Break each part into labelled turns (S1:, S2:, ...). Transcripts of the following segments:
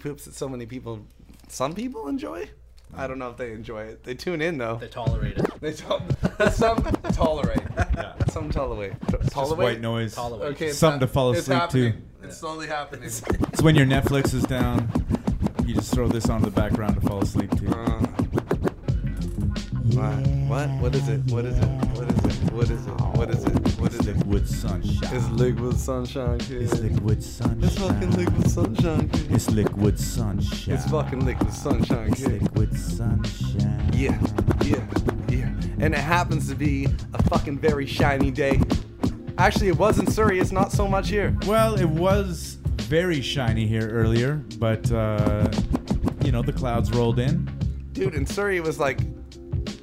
S1: poops that so many people, some people enjoy. I don't know if they enjoy it. They tune in though.
S2: They tolerate it.
S1: They tol- some tolerate. Some tolerate.
S3: Just
S1: Tolerate.
S3: white noise.
S2: Tolerate.
S1: Okay, it's
S3: Something
S1: hap-
S3: to fall
S1: it's
S3: asleep to.
S1: happening. It's slowly happening.
S3: It's when your Netflix is down. You just throw this on the background to fall asleep to.
S1: Uh, why? What? What is it? What is it? What is it? What is it? What is it? What is it?
S3: Liquid sunshine.
S1: It's liquid sunshine, kid.
S3: It's liquid sunshine.
S1: It's fucking liquid sunshine, kid.
S3: It's liquid sunshine.
S1: It's fucking liquid sunshine,
S3: It's
S1: kid.
S3: liquid sunshine.
S1: Yeah, yeah, yeah. And it happens to be a fucking very shiny day. Actually, it was in Surrey. It's not so much here.
S3: Well, it was very shiny here earlier, but uh, you know the clouds rolled in.
S1: Dude, in Surrey, it was like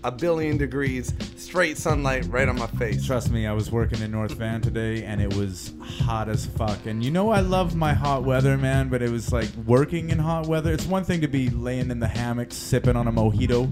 S1: a billion degrees, straight sunlight right on my face.
S3: Trust me, I was working in North Van today and it was hot as fuck. And you know, I love my hot weather, man, but it was like working in hot weather. It's one thing to be laying in the hammock sipping on a mojito,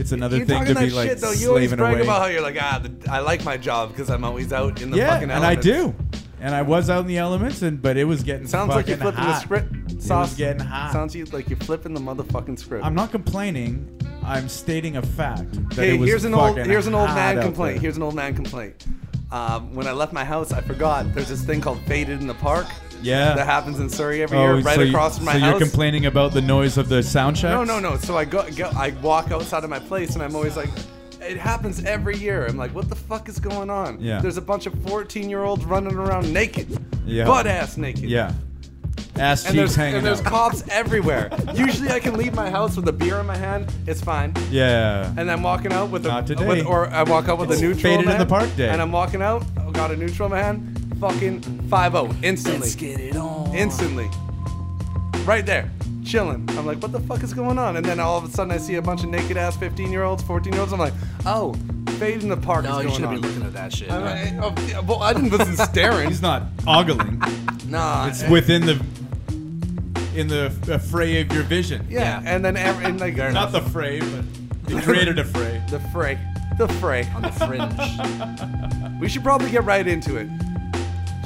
S3: it's another
S1: You're
S3: thing
S1: talking
S3: to
S1: that
S3: be like
S1: shit, though. You always
S3: slaving
S1: brag
S3: away.
S1: about how you're like, ah, the, I like my job because I'm always out in the
S3: yeah,
S1: fucking
S3: and I
S1: elements.
S3: do. And I was out in the elements, and but it was getting
S1: Sounds like you're
S3: fucking
S1: flipping the
S3: hot.
S1: script.
S3: It
S1: Sauce.
S3: was getting hot.
S1: Sounds you- like you're flipping the motherfucking script.
S3: I'm not complaining. I'm stating a fact. That
S1: Hey,
S3: it was
S1: here's an old
S3: fucking
S1: here's an old
S3: hot
S1: man
S3: out
S1: complaint.
S3: there.
S1: Here's an old man complaint. Um, when I left my house, I forgot there's this thing called faded in the park
S3: yeah.
S1: that happens in Surrey every year, right
S3: Oh, so you-
S1: across from my
S3: so
S1: house.
S3: you're complaining about the noise of the sound checks?
S1: no, no, no. So I go, go I walk outside of my place, and I'm always like. It happens every year. I'm like, what the fuck is going on?
S3: Yeah.
S1: There's a bunch of 14 year olds running around naked,
S3: Yeah.
S1: butt ass naked.
S3: Yeah. Ass
S1: And
S3: cheeks
S1: there's,
S3: hanging
S1: and there's
S3: out.
S1: cops everywhere. Usually I can leave my house with a beer in my hand. It's fine.
S3: yeah.
S1: And I'm walking out with a
S3: Not today.
S1: with- or I walk out with
S3: It's
S1: a neutral
S3: faded in
S1: man,
S3: the park day.
S1: And I'm walking out, I got a neutral in my hand, fucking 5-0 instantly. Instantly. Right there. Chilling. I'm like, what the fuck is going on? And then all of a sudden I see a bunch of naked ass 15 year olds, 14 year olds. I'm like, oh, fade in the park
S2: No,
S1: is
S2: you
S1: going
S2: shouldn't
S1: on.
S2: be looking at that shit.
S1: I'm like, oh, yeah, well, I didn't wasn't staring.
S3: He's not ogling.
S1: Nah.
S3: It's
S1: eh,
S3: within the in the f- fray of your vision.
S2: yeah.
S1: yeah. And then every, and like,
S3: Not the fray, but you created a fray.
S1: the fray. The fray.
S2: on the fringe.
S1: We should probably get right into it.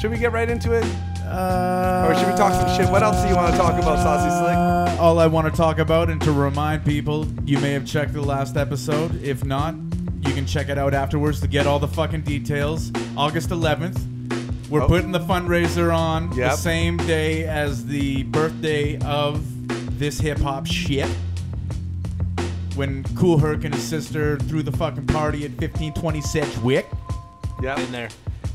S1: Should we get right into it?
S3: Uh,
S1: Or should we talk some shit? What else do you want to talk about, Saucy Slick?
S3: Uh, all I want to talk about, and to remind people, you may have checked the last episode. If not, you can check it out afterwards to get all the fucking details. August 11th, we're
S1: Oh.
S3: putting the fundraiser on the
S1: Yep.
S3: same day as the birthday of this hip hop shit. When Cool Herc and his sister threw the fucking party at 1526 Wick.
S1: Yeah.
S2: Been there.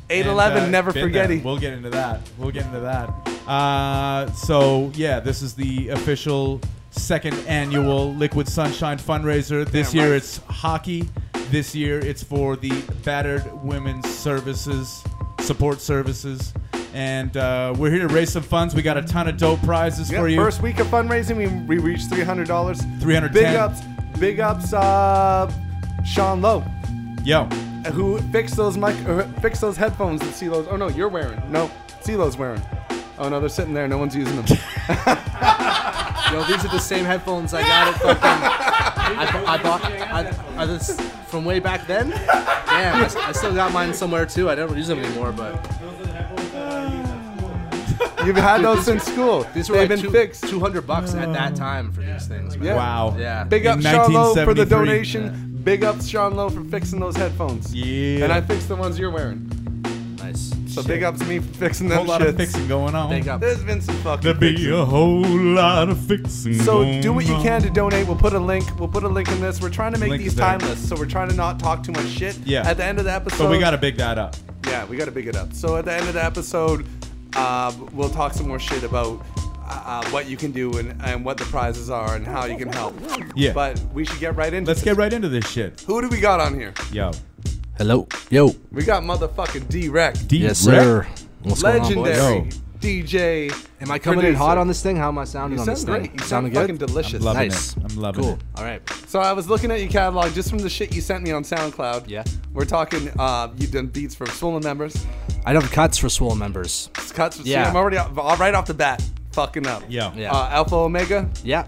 S1: 811,
S3: And, uh,
S1: never
S3: been there.
S1: forgetty.
S3: We'll get into that. We'll get into that. Uh, so yeah, this is the official second annual Liquid Sunshine fundraiser. This
S1: Damn
S3: year
S1: right.
S3: it's hockey. This year it's for the battered women's services support services, and uh, we're here to raise some funds. We got a ton of dope prizes
S1: Yeah,
S3: for you.
S1: First week of fundraising, we, we reached $300.
S3: $310.
S1: Big ups, big ups, uh, Sean Lowe, uh,
S3: Yo,
S1: who fixed those mic, uh, fixed those headphones that CeeLo's. Oh no, you're wearing. No, CeeLo's wearing. Oh no, they're sitting there. No one's using them.
S4: Yo, these are the same headphones I got at fucking. I, I bought. I, are this from way back then? Damn, I, s- I still got mine somewhere too. I don't use them anymore, but
S1: You've had those since school.
S4: these were
S1: They've
S4: like
S1: been
S4: two,
S1: fixed.
S4: 200 bucks at that time for these things. Man.
S1: Yeah.
S3: wow.
S4: Yeah.
S1: Big
S3: In
S1: up Sean Lowe for the
S3: 1973.
S1: donation. Big up Sean Lowe for fixing those headphones.
S3: Yeah.
S1: And I fixed the ones you're wearing.
S4: Nice.
S1: So big ups to me for fixing them
S3: Whole lot of
S1: shits.
S3: fixing going on.
S4: Big up.
S1: There's been some fucking.
S3: There be a whole lot of fixing.
S1: So do what you
S3: going
S1: can
S3: on.
S1: to donate. We'll put a link. We'll put a link in this. We're trying to make
S3: Link
S1: these
S3: is there.
S1: timeless, so we're trying to not talk too much shit.
S3: Yeah.
S1: At the end of the episode.
S3: But we gotta big that up.
S1: Yeah, we gotta big it up. So at the end of the episode, uh, we'll talk some more shit about. Uh, what you can do and, and what the prizes are and how you can help.
S3: Yeah.
S1: But we should get right into
S3: Let's
S1: this.
S3: get right into this shit.
S1: Who do we got on here?
S3: Yo.
S4: Hello. Yo.
S1: We got motherfucking D Rex.
S3: D
S4: Yes,
S3: Rec.
S4: sir. What's
S1: Legendary
S4: going on, boys?
S3: Yo.
S1: DJ.
S4: Am I coming in
S1: producer.
S4: hot on this thing? How am I sounding
S1: You
S4: on
S1: sound
S4: this thing?
S1: great. You sound
S4: Sounding
S1: fucking
S4: good?
S1: delicious.
S3: Loving
S4: Nice.
S3: it. I'm loving
S4: Cool.
S3: it.
S4: All right.
S1: So I was looking at your catalog just from the shit you sent me on SoundCloud.
S4: Yeah.
S1: We're talking. Uh, you've done beats for Swollen members.
S4: I have cuts for Swole members.
S1: It's Cuts. Yeah.
S4: Yeah.
S1: I'm uh, already off- right off the bat fucking up.
S3: Yeah.
S4: Yeah.
S1: Uh, Alpha Omega.
S4: Yeah.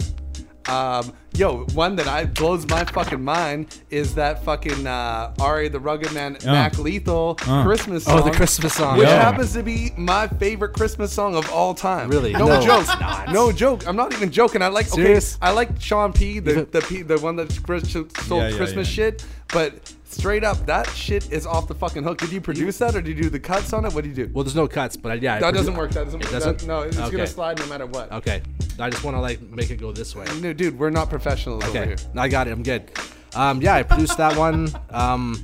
S1: Um, Yo, one that I blows my fucking mind is that fucking uh, Ari the Rugged Man, Mac Lethal
S3: Uh.
S1: Christmas song.
S4: Oh, the Christmas song.
S1: Which
S3: Yeah.
S1: happens to be my favorite Christmas song of all time.
S4: Really?
S1: No,
S4: No,
S1: joke.
S4: it's not.
S1: No joke. I'm not even joking. I like
S4: Serious?
S1: okay. I like Sean P, the the P, the one that Chris- sold
S3: Yeah, yeah,
S1: Christmas
S3: yeah.
S1: shit, but straight up that shit is off the fucking hook. Did you produce that or did you do the cuts on it? What do you do?
S4: Well, there's no cuts, but I, yeah. I
S1: that
S4: produ-
S1: doesn't work. That doesn't.
S4: It doesn't.
S1: that- no, it's
S4: okay.
S1: gonna slide no matter what.
S4: Okay, I just want to like make it go this way.
S1: No, dude, we're not professionals over
S4: Okay,
S1: here.
S4: I got it. I'm good. Um, yeah, I produced that one. Um,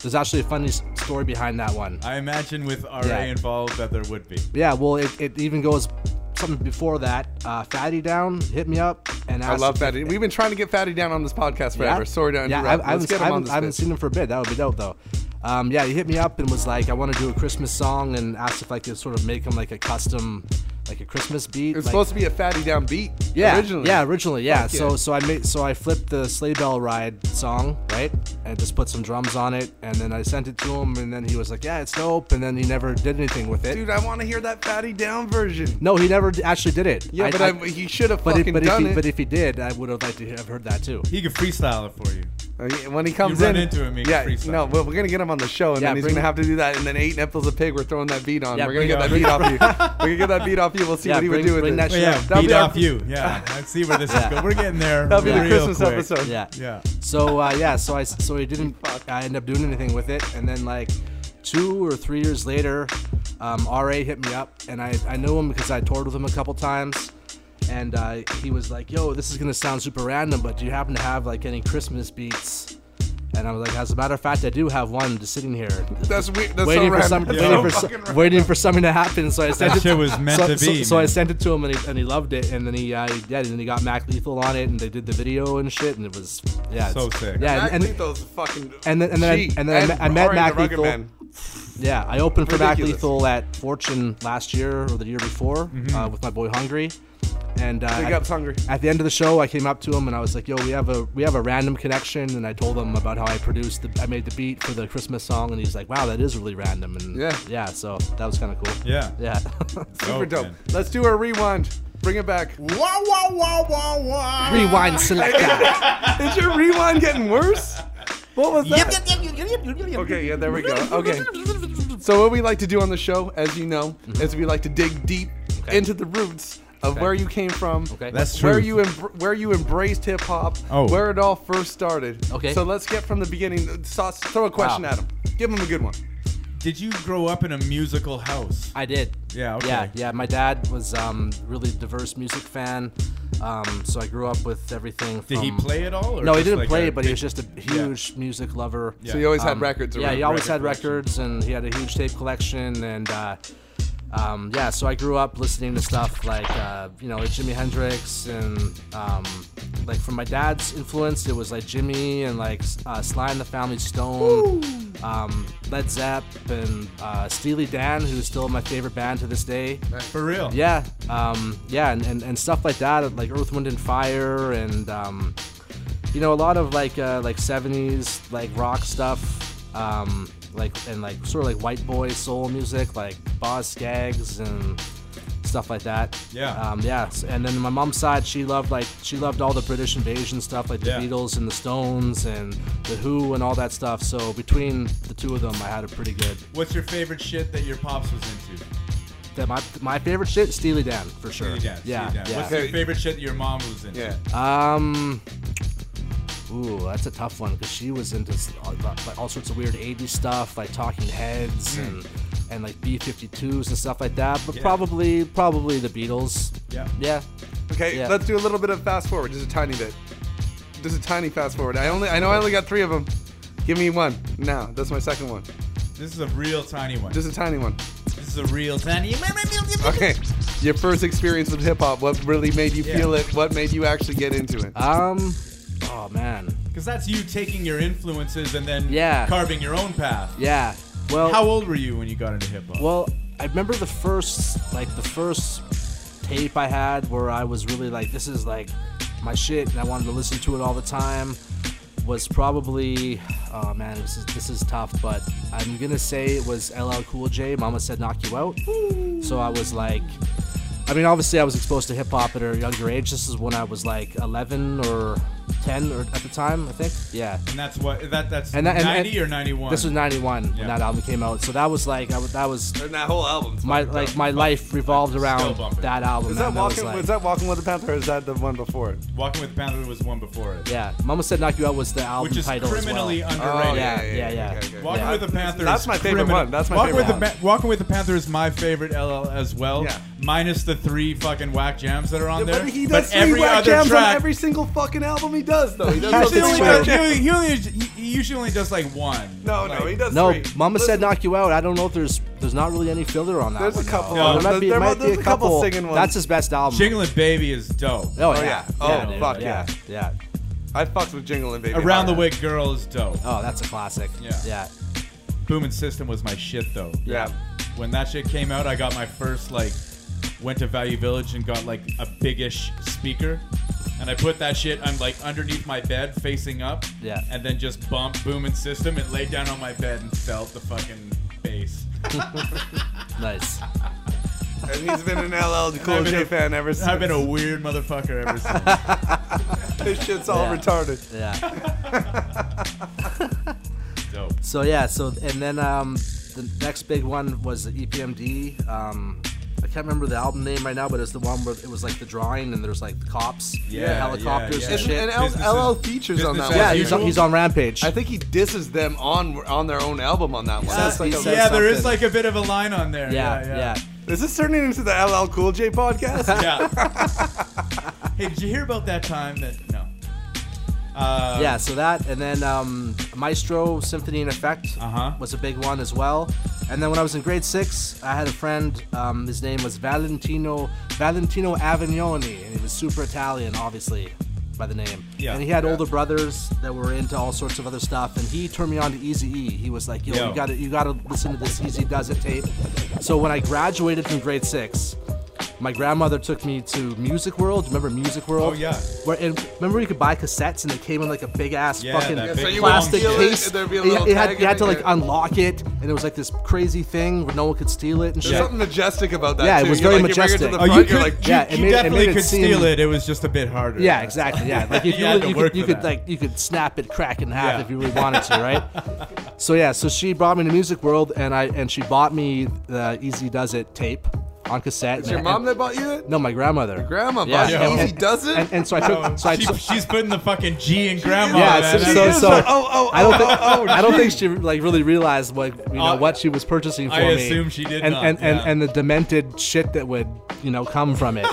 S4: there's actually a funny s- story behind that one.
S3: I imagine with RA
S4: Yeah.
S3: involved that there would be.
S4: Yeah, well, it, it even goes something before that. Uh, Fatty down, hit me up, and
S1: I
S4: asked
S1: love
S4: if-
S1: Fatty. We've been trying to get Fatty down on this podcast
S4: Yeah.
S1: forever. Sorry to
S4: Yeah,
S1: interrupt.
S4: I, I
S1: Let's
S4: haven't,
S1: get him
S4: I
S1: on
S4: haven't,
S1: this
S4: I haven't
S1: bitch.
S4: seen him for a bit. That would be dope, though. Um, yeah, he hit me up and was like, "I want to do a Christmas song," and asked if I could sort of make him like a custom, like a Christmas beat.
S1: It was
S4: like,
S1: supposed to be a Fatty down beat.
S4: yeah,
S1: Originally.
S4: yeah, originally, yeah.
S1: Fuck
S4: So
S1: yeah.
S4: so I made so I flipped the sleigh bell ride song, right, and just put some drums on it, and then I sent it to him, and then he was like, "Yeah, it's dope," and then he never did anything with it.
S1: Dude, I want to hear that Fatty down version.
S4: no, he never d- actually did it.
S1: Yeah, but I, he should have
S4: but,
S1: fucking
S4: if, but, if
S1: done
S4: he, but
S1: it.
S4: if he did, I would have liked to have heard that too.
S3: He could freestyle it for you.
S1: Uh, when he comes
S3: You run
S1: in,
S3: into him, he
S1: yeah,
S3: freestyle.
S1: no, but we're gonna get him on the show, and
S4: Yeah,
S1: then he's
S4: bring
S1: gonna
S4: him-
S1: have to do that. And then eight nipples a pig, we're throwing that beat on.
S4: Yeah,
S1: we're gonna
S4: bring-
S1: get that beat off you. We're gonna get that beat off you. We'll see
S4: Yeah,
S1: what he would
S4: bring-
S1: do with
S4: bring
S1: it.
S4: that
S3: But
S4: shit
S3: yeah,
S4: up.
S1: That'll
S3: beat
S1: be our-
S3: off you. Yeah, let's see where this is going. We're getting there.
S1: That'll be
S4: Yeah.
S1: the
S3: real
S1: Christmas
S3: quick.
S1: episode.
S4: Yeah.
S3: Yeah.
S4: So uh, yeah, so I so he didn't. I ended up doing anything with it, and then like two or three years later, um, Ra hit me up, and I I knew him because I toured with him a couple times, and uh, he was like, "Yo, this is gonna sound super random, but do you happen to have like any Christmas beats?" And I was like, "As a matter of fact, I do have one just sitting here."
S1: That's weird. That's
S4: waiting
S1: so
S4: for
S1: random.
S4: some,
S1: That's
S4: waiting,
S1: so
S4: for
S1: fucking
S4: some,
S1: random.
S4: waiting for something to happen. So I sent it.
S3: shit was meant
S4: so,
S3: to
S4: so-
S3: be,
S4: so I
S3: man.
S4: sent it to him, and he, and he loved it. And then he, uh, yeah, and then he got Mac Lethal on it, and they did the video and shit, and it was, yeah,
S3: So
S4: it's-
S3: sick.
S4: Yeah,
S1: Mac
S4: and, and
S1: Lethal's fucking
S4: and then- and then I-
S1: G.
S4: and then I met- I met
S1: Ari the
S4: Mac
S1: Rugged
S4: Lethal.
S1: Man.
S4: yeah, I opened for Mac
S1: Ridiculous.
S4: Lethal at Fortune last year or the year before
S3: Mm-hmm.
S4: uh, with my boy Hungry, and uh,
S1: Big
S4: at-
S1: ups, hungry.
S4: at the end of the show, I came up to him and I was like, "Yo, we have a we have a random connection." And I told him about how I produced, the, I made the beat for the Christmas song, and he's like, "Wow, that is really random." And
S1: Yeah.
S4: yeah, so that was kind of cool.
S3: Yeah.
S4: Yeah.
S1: Super
S3: Dope,
S1: dope.
S3: man.
S1: Let's do a rewind. Bring it back.
S3: Wah, wah, wah, wah, wah.
S4: Rewind selector.
S1: Is your rewind getting worse? What was that? Okay, yeah, there we go. Okay. So what we like to do on the show, as you know, is we like to dig deep
S4: Mm-hmm. Okay.
S1: into the roots of where you came from.
S4: Okay.
S3: That's true.
S1: Where you embr where you embraced hip hop,
S3: Oh.
S1: where it all first started.
S4: Okay.
S1: So let's get from the beginning. Sauce, throw a question
S4: Wow.
S1: at him. Give him a good one.
S3: Did you grow up in a musical house?
S4: I did.
S3: Yeah, okay.
S4: Yeah, yeah. My dad was um really diverse music fan, um, so I grew up with everything. From,
S3: Did he play at all? Or
S4: No, he
S3: just
S4: didn't
S3: like
S4: play,
S3: a
S4: but he
S3: big-
S4: was just a huge music lover.
S3: Yeah.
S1: So you always had
S4: Um,
S1: records
S4: Yeah,
S1: around.
S4: he always had
S3: record collection.
S4: records, and he had a huge tape collection, and uh, um, yeah. So I grew up listening to stuff like uh, you know like Jimi Hendrix, and um, like from my dad's influence, it was like Jimmy and like uh, Sly and the Family Stone, um, Led Zepp, and uh, Steely Dan, who's still my favorite band to this day.
S3: For real?
S4: Yeah, um, yeah, and, and, and stuff like that, like Earth, Wind, and Fire, and um, you know, a lot of like uh, like seventies like rock stuff, um, like and like sort of like white boy soul music, like Boz Scaggs and stuff like that.
S3: Yeah.
S4: um, yeah. s- And then my mom's side, she loved like she loved all the British invasion stuff, like the
S3: Yeah.
S4: Beatles and the Stones and the Who and all that stuff. So between the two of them, I had a pretty good.
S3: What's your favorite shit that your pops was into?
S4: that My, my favorite shit, Steely Dan for sure.
S3: Steely Dan, Steely
S4: yeah,
S3: Dan.
S4: yeah.
S3: What's your favorite shit that your mom was into?
S1: Yeah.
S4: Um. Ooh, that's a tough one because she was into s- all- like all sorts of weird '80s stuff, like Talking Heads and and like B-52s and stuff like that. But
S3: Hmm. Yeah.
S4: probably probably the Beatles.
S3: Yeah.
S4: Yeah.
S1: Okay,
S4: Yeah.
S1: let's do a little bit of fast forward, just a tiny bit. Just a tiny fast forward. I only I know I only got three of them. Give me one now. That's my second one.
S3: This is a real tiny one.
S1: Just a tiny one.
S3: this is a real tiny
S1: Okay. Your first experience with hip hop. What really made you
S3: Yeah.
S1: feel it? What made you actually get into it?
S4: Um. Oh man.
S3: Because that's you taking your influences and then
S4: Yeah.
S3: carving your own path.
S4: Yeah. Well.
S3: How old were you when you got into hip hop?
S4: Well, I remember the first, like the first tape I had where I was really like, this is like my shit, and I wanted to listen to it all the time. Was probably, oh man, this is this is tough, but I'm gonna say it was LL Cool J. Mama said knock you out, so I was like, I mean, obviously, I was exposed to hip hop at a younger age. This is when I was like 11 or 10 or at the time, I think. Yeah.
S3: And that's what that that's
S4: And that, and,
S3: 90
S4: and-
S3: or 91.
S4: This was 91
S3: Yeah.
S4: when that album came out. So that was like I w- that was
S1: And that whole album.
S4: my like my life revolved around
S3: bumping.
S4: that album.
S1: Is
S4: Oh, man.
S1: that
S4: was,
S1: walking?
S4: like-
S1: Is that walking with the Panther? Or is that the one before it?
S3: Walking with Panther was one before it,
S4: Yeah, Mama said "Knock You Out" was the album
S3: which is
S4: title
S3: criminally
S4: as well. Oh,
S1: Oh,
S3: underrated.
S4: yeah, yeah, yeah.
S3: Walking
S4: Yeah.
S3: with the Panther.
S1: That's
S3: is
S1: my favorite
S3: criminal.
S1: one. That's my
S3: Walking
S1: favorite
S3: with the Ba- Walking with the Panther is my favorite LL as well.
S1: Yeah.
S3: Minus the three fucking whack jams that are on there.
S1: But he does three
S3: every
S1: whack
S3: other
S1: jams
S3: track.
S1: on every single fucking album he does, though. He
S3: he,
S1: does
S3: usually
S1: something
S3: only
S1: whack
S3: does, he,
S1: jam.
S3: only, he only- he usually does like one.
S1: No,
S3: Like,
S1: no, he does
S4: No,
S1: three.
S4: Mama said
S1: Listen,
S4: "Knock You Out." I don't know if there's there's not really any filler on that.
S1: There's a
S4: one, though.
S1: couple.
S3: No,
S4: There might
S1: There-
S4: be,
S1: there-
S4: might be
S1: there's
S4: a couple.
S1: singing ones.
S4: That's his best album.
S3: Jingling Baby is dope.
S4: Oh
S1: Oh,
S4: yeah.
S1: yeah. Oh,
S4: dude.
S1: fuck
S4: yeah. Yeah.
S1: I fucked with Jingling Baby.
S3: Around the
S1: hard.
S3: Way Girl is dope.
S4: Oh, that's a classic.
S3: Yeah.
S4: Yeah.
S3: Booming System was my shit though.
S1: Yeah.
S3: When that shit came out, I got my first like went to Value Village and got like a biggish speaker. And I put that shit on like underneath my bed facing up.
S4: Yeah.
S3: And then just bumped booming system and laid down on my bed and felt the fucking bass.
S4: Nice.
S1: And he's been an LL Cool
S3: I've been
S1: J
S3: a-
S1: fan ever since.
S3: I've been a weird motherfucker ever since.
S1: This shit's all
S4: Yeah.
S1: retarded.
S4: Yeah.
S3: Dope.
S4: So yeah. So and then um, the next big one was the E EPMD. Um, I can't remember the album name right now, but it's the one where it was like the drawing and there's like the cops, the helicopters
S3: yeah,
S4: and
S1: Isn't-
S4: shit.
S1: and L-
S3: Business
S1: LL
S3: is-
S1: features on
S3: business
S1: that
S3: as
S1: one.
S4: yeah, he's on,
S3: usual.
S4: he's on rampage.
S1: I think he disses them on on their own album on that one.
S4: says-
S1: That's like
S4: he
S1: a-
S4: says-
S3: yeah, there is
S4: something.
S3: like a bit of a line on there.
S4: yeah, yeah,
S1: is this turning into the LL Cool J podcast?
S3: Yeah. hey, did you hear about that time that no? Uh,
S4: Yeah, so that, and then um, Maestro Symphony in Effect
S3: Uh-huh.
S4: was a big one as well. And then when I was in grade six, I had a friend. Um, his name was Valentino Valentino Avignoni, and he was super Italian, obviously, by the name.
S3: Yeah,
S4: And he had
S3: yeah.
S4: older brothers that were into all sorts of other stuff, and he turned me on to Easy E. He was like, "Yo,
S3: Yo.
S4: you gotta you gotta listen to this Easy Does It tape." So when I graduated from grade six. My grandmother took me to Music World. Remember Music World?
S3: Oh, yeah.
S4: Where and remember you could buy cassettes and they came in like a big ass
S3: Yeah,
S4: fucking
S3: that big So you would
S4: plastic
S3: steal it,
S4: case.
S1: and there'd be a
S4: You-
S1: little
S4: you had,
S1: tag
S4: you had to
S1: in
S4: like
S1: it.
S4: unlock it, and it was like this crazy thing where no one could steal it and
S1: There's
S4: shit.
S1: something majestic about that.
S4: Yeah, it
S1: too.
S4: was
S1: You're
S4: very
S1: like, you bring it to
S4: majestic.
S1: the
S4: Oh,
S3: Oh,
S1: front,
S3: you
S1: you're
S3: could,
S1: like,
S4: Yeah,
S3: you,
S4: it
S3: you
S4: made- it
S3: definitely
S4: made it
S3: could steal
S4: seem-
S3: it. It was just a bit harder.
S4: Yeah, exactly. Yeah, like if
S3: You
S4: you,
S3: had
S4: really-
S3: to
S4: you
S3: work
S4: could, you
S3: for
S4: could
S3: that.
S4: like you could snap it crack in half
S3: Yeah.
S4: if you really wanted to, right? so yeah, so she brought me to Music World, and I and she bought me the Easy Does It tape on cassette.
S1: It's your
S4: and-
S1: mom that bought you it?
S4: No, my grandmother.
S1: grandma bought
S3: you Easy
S1: Does It?
S4: And, and so I took. So I
S3: Oh, She,
S4: took-
S3: she's putting the fucking G in grandma.
S4: Yeah, so,
S3: man.
S4: so,
S1: is
S4: so
S1: the- oh, oh,
S4: I don't think
S1: oh, oh,
S4: I don't think she like really realized like you know
S3: Uh,
S4: what she was purchasing for
S3: I
S4: me.
S3: assume she did
S4: and,
S3: not,
S4: and,
S3: yeah.
S4: and and the demented shit that would you know come from it.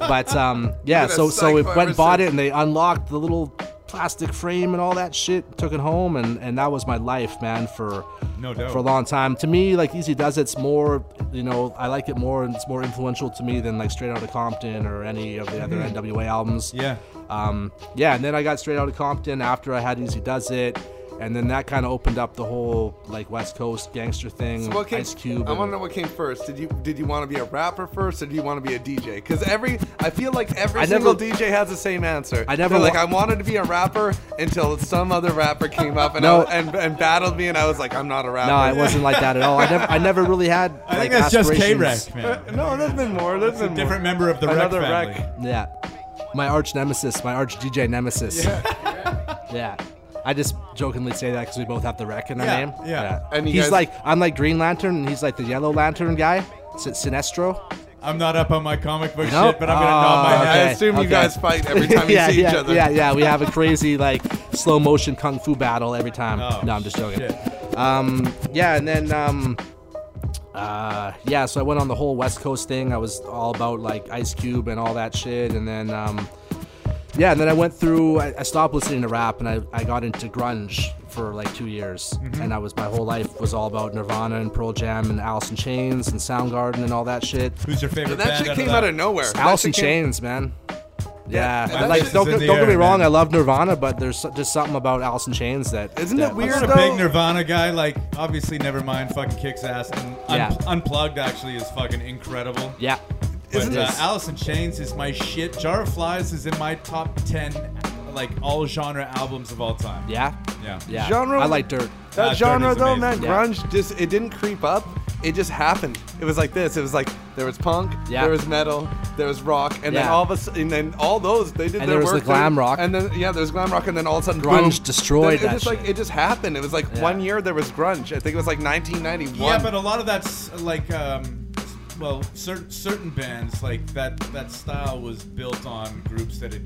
S4: but um, yeah,
S1: Look at
S4: so
S1: that
S4: so we
S1: psych
S4: went and bought
S1: pharmacist.
S4: it and they unlocked the little plastic frame and all that shit, took it home, and and that was my life, man. For
S3: No doubt.
S4: for a long time. To me, like Easy Does It's more, you know, I like it more and it's more influential to me than like Straight Outta Compton or any of the other NWA albums.
S3: Hmm. Yeah.
S4: Um, yeah, and then I got straight out of Compton after I had Easy Does It, and then that kind of opened up the whole like West Coast gangster thing.
S1: So what came,
S4: Ice Cube.
S1: I
S4: and-
S1: want to know what came first. Did you did you want to be a rapper first, or do you want to be a DJ? Because every I feel like every
S4: I
S1: single
S4: never-
S1: DJ has the same answer.
S4: I never
S1: They're like
S4: wa-
S1: I wanted to be a rapper until some other rapper came up and
S4: No.
S1: I, and and battled me, and I was like, I'm not a rapper.
S4: No, I wasn't like that at all. I never, I never really had.
S3: I
S4: like,
S3: think that's just K
S4: aspirations.
S3: Rex, man.
S1: Uh, No, there's been more. There's been
S3: Different
S1: more.
S3: member of the Wreck
S1: Another
S3: family.
S1: Wreck.
S4: Yeah, my arch nemesis, my arch DJ nemesis. Yeah. I just jokingly say that because we both have the wreck in our
S3: Yeah,
S4: name.
S3: yeah.
S1: And you
S4: he's
S1: guys-
S4: like, I'm like Green Lantern, and he's like the Yellow Lantern guy, Sin- Sinestro.
S3: I'm not up on my comic book
S4: Nope.
S3: shit, but I'm gonna nod my
S4: Oh,
S1: I
S3: head.
S4: Okay,
S1: assume you
S4: okay.
S1: guys fight every time you
S4: yeah,
S1: see
S4: yeah,
S1: each other.
S4: Yeah, yeah, we have a crazy like slow motion kung fu battle every time.
S3: Oh,
S4: no, I'm just joking.
S3: shit.
S4: Um, yeah, and then um, uh, yeah, so I went on the whole West Coast thing. I was all about like Ice Cube and all that shit, and then um, yeah, and then I went through. I, I stopped listening to rap, and I, I got into grunge for like two years,
S3: Mm-hmm.
S4: and I was my whole life was all about Nirvana and Pearl Jam and Alice in Chains and Soundgarden and all that shit.
S3: Who's your favorite
S1: And that
S3: band?
S1: shit came out of nowhere. That
S4: Alice
S1: shit
S4: in
S1: came-
S4: Chains, man. Yeah,
S1: that
S4: like
S1: shit's
S4: don't,
S3: in
S4: don't
S3: the
S4: get me
S3: air,
S4: wrong,
S3: man.
S4: I love Nirvana, but there's just something about Alice in Chains that
S1: Isn't it
S4: that-
S1: weird?
S3: I'm not a
S1: though-
S3: big Nirvana guy. Like, obviously, Nevermind fucking kicks ass, and un-
S4: Yeah.
S3: Unplugged actually is fucking incredible.
S4: Yeah,
S3: But
S1: Isn't
S3: uh,
S4: this-
S3: Alice in Chains is my shit. Jar of Flies is in my top ten, like all genre albums of all time.
S4: yeah,
S3: Yeah.
S4: yeah.
S1: Genre-
S4: I like Dirt.
S1: That
S3: Nah,
S1: genre
S3: Journey's
S1: though, man,
S3: amazing.
S4: Yeah.
S1: grunge just it didn't creep up. It just happened. It was like this. It was like There was punk.
S4: Yeah.
S1: There was metal. There was rock, and then
S4: Yeah.
S1: all of a sudden, and then all those they did
S4: And
S1: their
S4: there was
S1: work.
S4: the glam
S1: thing,
S4: rock.
S1: And then yeah, there was glam rock, and then all of a sudden
S4: Grunge
S1: boom.
S4: destroyed
S1: Then It
S4: that
S1: just like
S4: shit.
S1: it just happened. It was like
S4: Yeah.
S1: one year there was grunge. I think it was like 1991.
S3: Yeah, but a lot of that's like, um, well, certain certain bands like that that style was built on groups that had,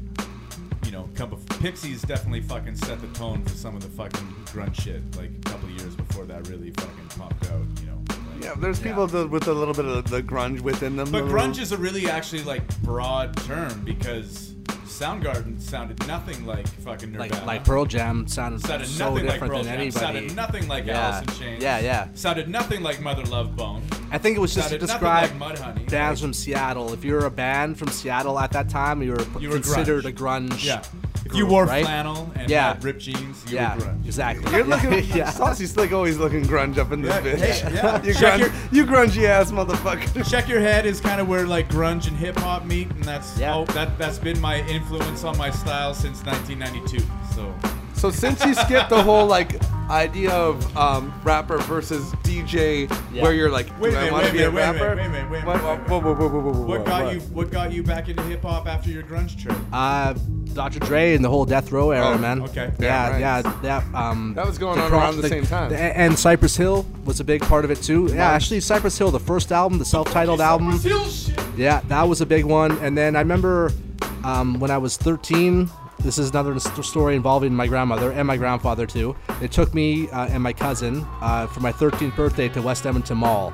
S3: you know, come. Before. Pixies definitely fucking set the tone for some of the fucking grunge shit. Like a couple years before that really fucking popped out, you know. like-
S1: Yeah, there's people that- with a little bit of the grunge within them.
S3: But grunge is a really actually like broad term because Soundgarden sounded nothing like fucking Nirvana.
S4: Like, like Pearl Jam sounded,
S3: sounded
S4: so
S3: nothing
S4: different
S3: like Pearl
S4: than
S3: Jam.
S4: anybody.
S3: Sounded nothing like
S4: Yeah.
S3: Alice in Chains.
S4: Yeah, yeah.
S3: Sounded nothing like Mother Love Bone.
S4: I think it was just to
S3: sounded nothing
S4: describe
S3: like Mudhoney.
S4: bands from Seattle. If you're a band from Seattle at that time, you were,
S3: You were
S4: considered
S3: grunge.
S4: a grunge.
S3: Yeah. If
S4: group,
S3: you wore
S4: right?
S3: flannel and
S4: Yeah.
S3: had ripped jeans, you
S4: Yeah,
S3: were grunge.
S4: exactly.
S1: You're looking.
S4: yeah.
S1: Saucy's like always looking grunge up in this
S3: Yeah,
S1: bitch.
S3: yeah, yeah.
S1: you,
S3: Check
S1: grunge,
S3: your-
S1: you grungy ass motherfucker.
S3: Check your head is kind of where like grunge and hip hop meet, and that's
S4: Yeah.
S3: oh, that that's been my influence on my style since 1992. So
S1: So since you skipped the whole like idea of um, rapper versus DJ,
S4: Yeah.
S1: where you're like,
S3: Wait a
S1: do I
S3: minute,
S1: want
S3: wait
S1: to
S3: a
S1: be a
S3: minute, wait a
S1: rapper?
S3: minute, wait a minute, wait a
S1: What-
S3: minute.
S1: whoa, whoa, whoa, whoa, whoa, whoa,
S3: what
S1: whoa,
S3: got
S1: what?
S3: you what got you back into hip hop after your grunge trip?
S4: Uh, Dr. Dre and the whole Death Row era,
S1: Oh,
S4: man.
S3: okay.
S4: Yeah,
S1: Damn right.
S4: yeah, that. Um,
S1: That was going on
S4: pro-
S1: around the same time.
S4: and Cypress Hill was a big part of it too. Yeah, actually, Cypress Hill, the first album, the self-titled album. Yeah, that was a big one. And then I remember um, when I was 13. This is another st- story involving my grandmother and my grandfather too. They took me uh, and my cousin uh, for my 13th birthday to West Edmonton Mall.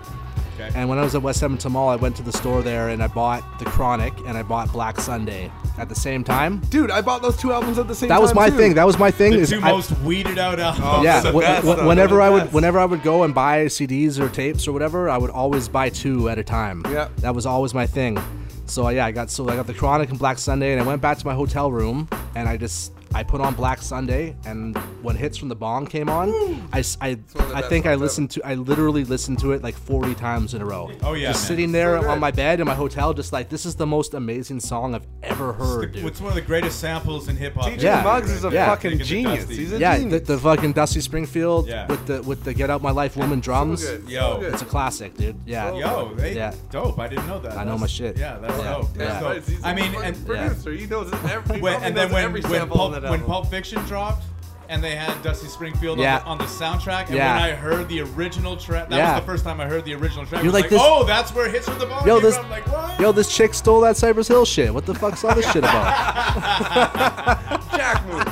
S3: Okay.
S4: And when I was at West Edmonton Mall, I went to the store there and I bought The Chronic and I bought Black Sunday at the same time.
S1: Dude, I bought those two albums at the same time.
S4: That was my
S1: too. Oh,
S4: thing. That was my thing.
S3: the
S4: is
S3: two
S4: I-
S3: most weeded out albums.
S4: yeah.
S1: the
S4: wh-
S1: best,
S4: wh-
S1: though.
S4: whenever
S1: The
S4: I would,
S1: best.
S4: whenever I would go and buy CDs or tapes or whatever, I would always buy two at a time.
S1: Yeah.
S4: That was always my thing. So yeah, I got so I got the Chronic and Black Sunday, and I went back to my hotel room, and I just I put on Black Sunday, and when Hits from the Bong came on, I s- I,
S1: one of the
S4: I
S1: best
S4: think I
S1: songs
S4: listened to I literally listened to it like 40 times in a row.
S3: Oh, yeah,
S4: Just
S3: man.
S4: sitting there
S1: So good.
S4: on my bed in my hotel, just like this is the most amazing song I've ever heard. dude.
S3: It's one of the greatest samples in hip hop.
S1: DJ
S4: Yeah.
S1: Muggs is a
S4: Yeah.
S1: fucking
S3: Taking the
S1: genius.
S3: dusty.
S1: He's a
S4: yeah, the,
S1: genius.
S4: the fucking Dusty Springfield
S3: Yeah.
S4: with the with the Get Out My Life Woman drums.
S1: So good, so
S3: Yo.
S1: good.
S4: It's a classic, dude. Yeah.
S3: Yo, they
S4: Yeah.
S3: dope. I didn't know that.
S4: I know
S3: That's-
S4: my shit.
S3: Yeah, that's
S4: Yeah.
S3: dope.
S1: That's
S3: That's
S1: right,
S3: dope.
S1: he's a
S3: I mean,
S1: fucking
S3: and,
S1: producer. He knows every. he
S3: when-
S1: probably
S3: and then
S1: knows
S3: when
S1: every
S3: when
S1: sample on
S3: Pulp,
S1: that
S3: when
S1: album.
S3: Pulp Fiction dropped, and they had Dusty Springfield
S4: Yeah.
S3: on, the, on the soundtrack, and
S4: Yeah.
S3: when I heard the original track, that
S4: Yeah.
S3: was the first time I heard the original track.
S4: You're
S3: I was like,
S4: like this-
S3: oh, that's where hits with the ball.
S4: Yo,
S3: came
S4: this-
S3: from." I'm like, what?
S4: Yo, this chick stole that Cypress Hill shit. What the fuck's all this shit about?
S1: Jack move.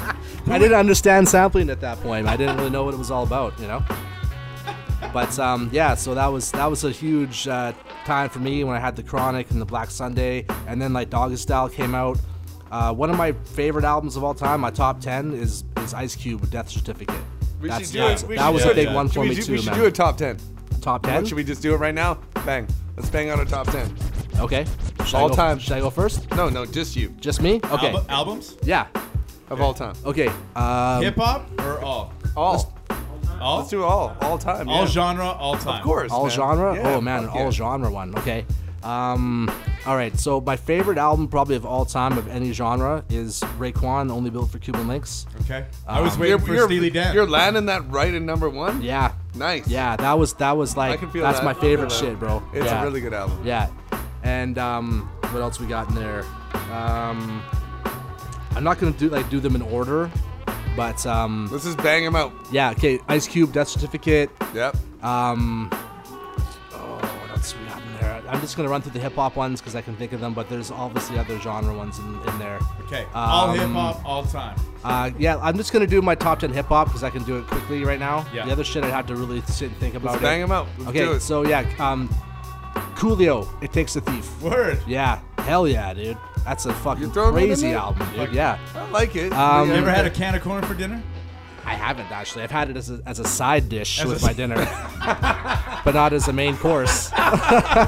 S4: I didn't understand sampling at that point. I didn't really know what it was all about, you know. But um, yeah, so that was that was a huge uh, time for me when I had the Chronic and the Black Sunday, and then like Doggy Style came out. Uh, one of my favorite albums of all time, my top ten, is is Ice Cube with Death Certificate.
S1: We
S4: That's-
S1: should do
S4: that's-
S1: it. We
S4: that
S1: should
S4: was
S1: do
S4: a
S1: it.
S4: big one for
S1: Should
S4: me
S1: we do-
S4: too,
S1: We should
S4: man.
S1: do a top ten.
S4: top
S1: What,
S4: ten.
S1: Should we just do it right now? Bang. Let's bang out our top ten.
S4: Okay. Should I
S1: All
S4: go-
S1: time.
S4: Should I go first?
S1: No, no, just you
S4: Just me? Okay.
S3: Albu- albums,
S4: Yeah.
S1: of all time.
S4: Okay. Um,
S3: hip hop, or all,
S1: All.
S3: all,
S1: Let's do all. All time.
S3: all
S1: yeah.
S3: genre, all time.
S1: Of course.
S4: all
S1: man.
S4: genre.
S1: Yeah,
S4: oh man, an
S1: fuck
S4: all
S1: yeah.
S4: genre one. Okay. Um, all right. So my favorite album, probably of all time, of any genre, is Raekwon, Only Built for Cuban Links.
S3: Okay. I was
S4: Um,
S3: waiting for Steely Dan.
S1: You're landing that right in number one.
S4: Yeah.
S1: Nice.
S4: Yeah. That was that was like
S1: I can feel
S4: that's
S1: that.
S4: my
S1: I can feel
S4: favorite
S1: that.
S4: shit, bro.
S1: It's
S4: yeah.
S1: a really good album.
S4: Yeah. And um, what else we got in there? Um, I'm not gonna do like do them in order, but um,
S1: Let's just bang him out.
S4: yeah. Okay. Ice Cube, Death Certificate,
S1: Yep.
S4: Um, oh, what else we got in there? I'm just gonna run through the hip hop ones because I can think of them, but there's obviously other genre ones in, in there.
S3: okay. all hip
S4: Um,
S3: hop, all time.
S4: Uh, yeah, I'm just gonna do my top 10 hip hop because I can do it quickly right now.
S3: Yeah.
S4: The other shit I'd have to really sit and think about.
S1: Let's
S4: it.
S1: bang him out. Let's
S4: okay,
S1: do it.
S4: so yeah, um, Coolio, It Takes a Thief.
S3: Word.
S4: Yeah, hell yeah, dude. That's a fucking
S1: throwing it in
S4: crazy
S1: there?
S4: album, dude.
S3: Fuck.
S4: Yeah,
S1: I like it.
S4: Um,
S1: Yeah.
S3: You ever had a can of corn for dinner?
S4: I haven't actually. I've had it as a, as a side dish
S3: As
S4: with
S3: a-
S4: my dinner, but not as a main course.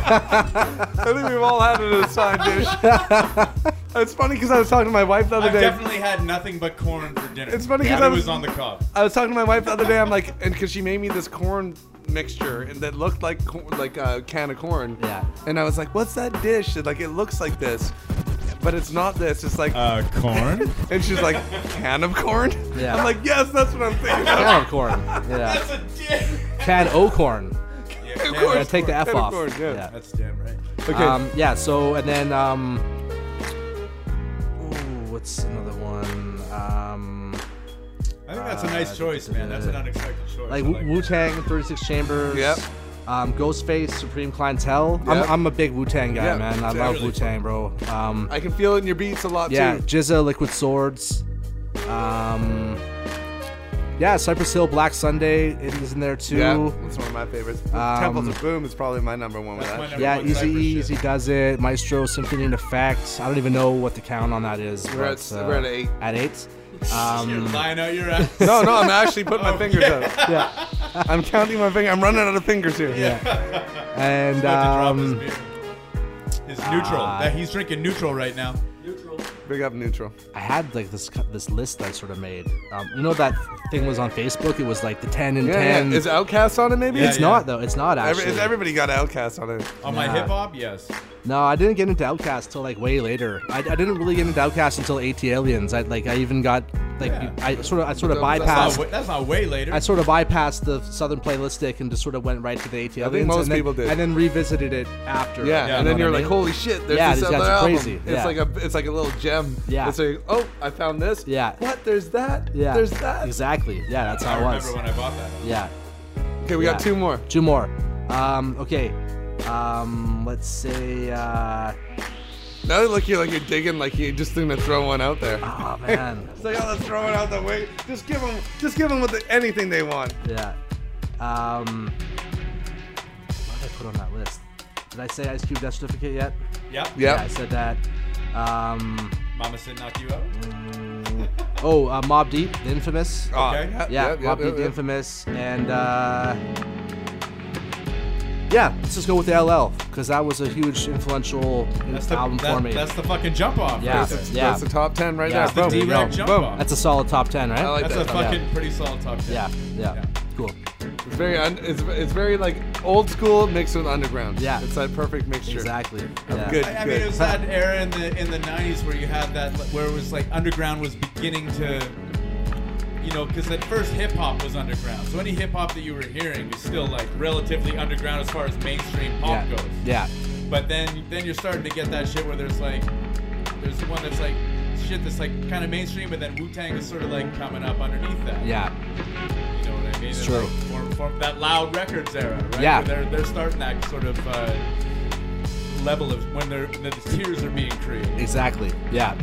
S1: I think we've all had it as a side dish. it's funny because I was talking to my wife the other
S3: I've
S1: day.
S3: definitely had nothing but corn for dinner.
S1: It's funny 'cause
S3: And
S1: I
S3: it
S1: was-
S3: was on the cob.
S1: I was talking to my wife the other day. I'm like, and because she made me this corn mixture and that looked like cor- like a can of corn.
S4: Yeah.
S1: And I was like, what's that dish? And like, it looks like this, but it's not this. It's like,
S3: Uh, corn.
S1: and she's like, can of corn.
S4: Yeah.
S1: I'm like, yes, that's what I'm thinking. of."
S4: Can of corn. Yeah.
S3: That's a dick.
S4: Can O'corn.
S3: Yeah,
S1: of
S3: Yeah,
S1: course.
S4: Yeah, take the F
S1: Of
S4: off.
S1: course, yeah.
S3: That's damn right.
S1: Okay.
S4: Um, yeah. So and then um, ooh, what's another one? Um, uh,
S3: I think Ah, that's a nice choice, man. That's an unexpected choice.
S4: like
S3: I
S4: Wu Wu Tang, Thirty Six Chambers.
S1: Yep.
S4: Um, Ghostface, Supreme Clientele.
S1: Yep.
S4: I'm, I'm a big Wu Tang guy,
S1: Yeah,
S4: man. I
S1: it's
S4: love
S1: really
S4: Wu Tang, bro. Um,
S1: I can feel it in your beats a lot
S4: yeah,
S1: too.
S4: Jizza, Liquid Swords. Um, yeah, Cypress Hill, Black Sunday is in there too.
S1: Yeah, that's one of my favorites.
S4: Um,
S1: Temples of Boom is probably my number one with
S3: That's my
S1: that.
S3: number
S1: shit.
S3: Everyone
S4: Yeah, Easy
S3: Cypress shit.
S4: Easy does it. Maestro Symphony and Effects. I don't even know what the count on that is.
S1: We're
S4: but, uh,
S1: at- we're at eight.
S4: At eight.
S3: You're
S4: Um,
S3: lying out your ass. Oh,
S1: No, no, I'm actually putting my fingers up.
S4: Oh. yeah,
S1: I'm counting my finger. I'm running out of fingers here.
S4: yeah. And
S3: About to drop
S4: um,
S3: his beer. His neutral.
S4: ah.
S3: That- he's drinking neutral right now.
S1: Big up neutral.
S4: I had like this cu- this list that I sort of made. Um, you know that thing was on Facebook. It was like the ten and
S1: Yeah,
S4: ten.
S1: yeah. Is Outcast on it maybe?
S3: Yeah,
S4: it's not though. It's not
S1: Every-
S4: actually.
S1: is everybody got Outcast on it?
S3: On my
S4: Nah.
S3: hip hop, yes.
S4: No, I didn't get into Outcast till like way later. I, I didn't really get into Outcast until AT Aliens. I like I even got like
S3: Yeah.
S4: I sort of I sort
S1: That's not
S4: of
S3: That's
S4: bypassed.
S3: not, wa- that's not way later.
S4: I sort of bypassed the Southern playlistic and just sort of went right to the AT Aliens.
S1: most
S4: and then,
S1: people did.
S4: And then revisited it after.
S1: Yeah,
S4: you know
S1: and then
S4: what
S1: you're
S4: I
S1: like,
S4: mean?
S1: holy shit, there's
S4: Yeah,
S1: this
S4: these
S1: other
S4: guys are
S1: album.
S4: crazy.
S1: It's
S4: Yeah.
S1: like a it's like a little gem.
S4: Yeah.
S1: It's like, oh, I found this.
S4: Yeah.
S1: What? There's that.
S4: Yeah.
S1: There's that.
S4: Exactly. Yeah, that's
S3: I
S4: how it
S3: remember
S4: was.
S3: when I bought that.
S4: Yeah.
S1: Okay, we
S4: Yeah.
S1: got two more.
S4: Two more. Um, okay. Um, let's say. Uh,
S1: Now look you're like you're digging like you're just gonna throw one out there.
S4: oh man.
S1: It's like, oh, let's throw it out the way. Just give them, just give them what the, anything they want.
S4: Yeah. Um, what did I put on that list? Did I say Ice Cube death certificate yet?
S3: Yep.
S4: Yeah, I
S1: Yep.
S4: said that. Um,
S3: Mama said knock you out.
S4: oh, uh, Mob Deep, the infamous.
S1: Ah,
S3: Okay.
S1: yep,
S4: yeah,
S1: yep,
S4: Mob
S1: yep,
S4: Deep, the
S1: yep.
S4: infamous, and uh, yeah, let's just go with the LL because that was a huge influential
S3: That's the,
S4: album
S3: that-
S4: for me.
S3: that's the fucking jump off.
S4: Yeah.
S3: That's,
S1: That's,
S3: a-
S4: Yeah.
S1: that's the top ten right there.
S4: Yeah. That's
S3: the
S1: Boom.
S3: direct
S1: Boom.
S3: jump
S1: Boom.
S3: off.
S4: That's a solid top ten, right?
S1: I like
S3: That's
S1: that.
S3: a fucking pretty solid top ten.
S4: yeah, yeah,
S3: Yeah.
S4: cool.
S1: It's very, un, it's, it's very like old school mixed with underground.
S4: Yeah.
S1: It's that perfect mixture.
S4: Exactly. Yeah.
S1: Good.
S3: I, I mean, it was that era in the in the '90s where you had that, where it was like underground was beginning to, you know, because at first hip hop was underground. So any hip hop that you were hearing was still like relatively underground as far as mainstream pop
S4: Yeah.
S3: goes.
S4: yeah.
S3: But then then you're starting to get that shit where there's like, there's one that's like shit that's like kind of mainstream, and then Wu Tang is sort of like coming up underneath that.
S4: Yeah.
S3: You know what I mean? It's
S4: true.
S3: Like form, form, that loud records era, right?
S4: Yeah.
S3: Where They're, they're starting that sort of uh, level of when they're, the tiers are being created.
S4: Exactly. Yeah.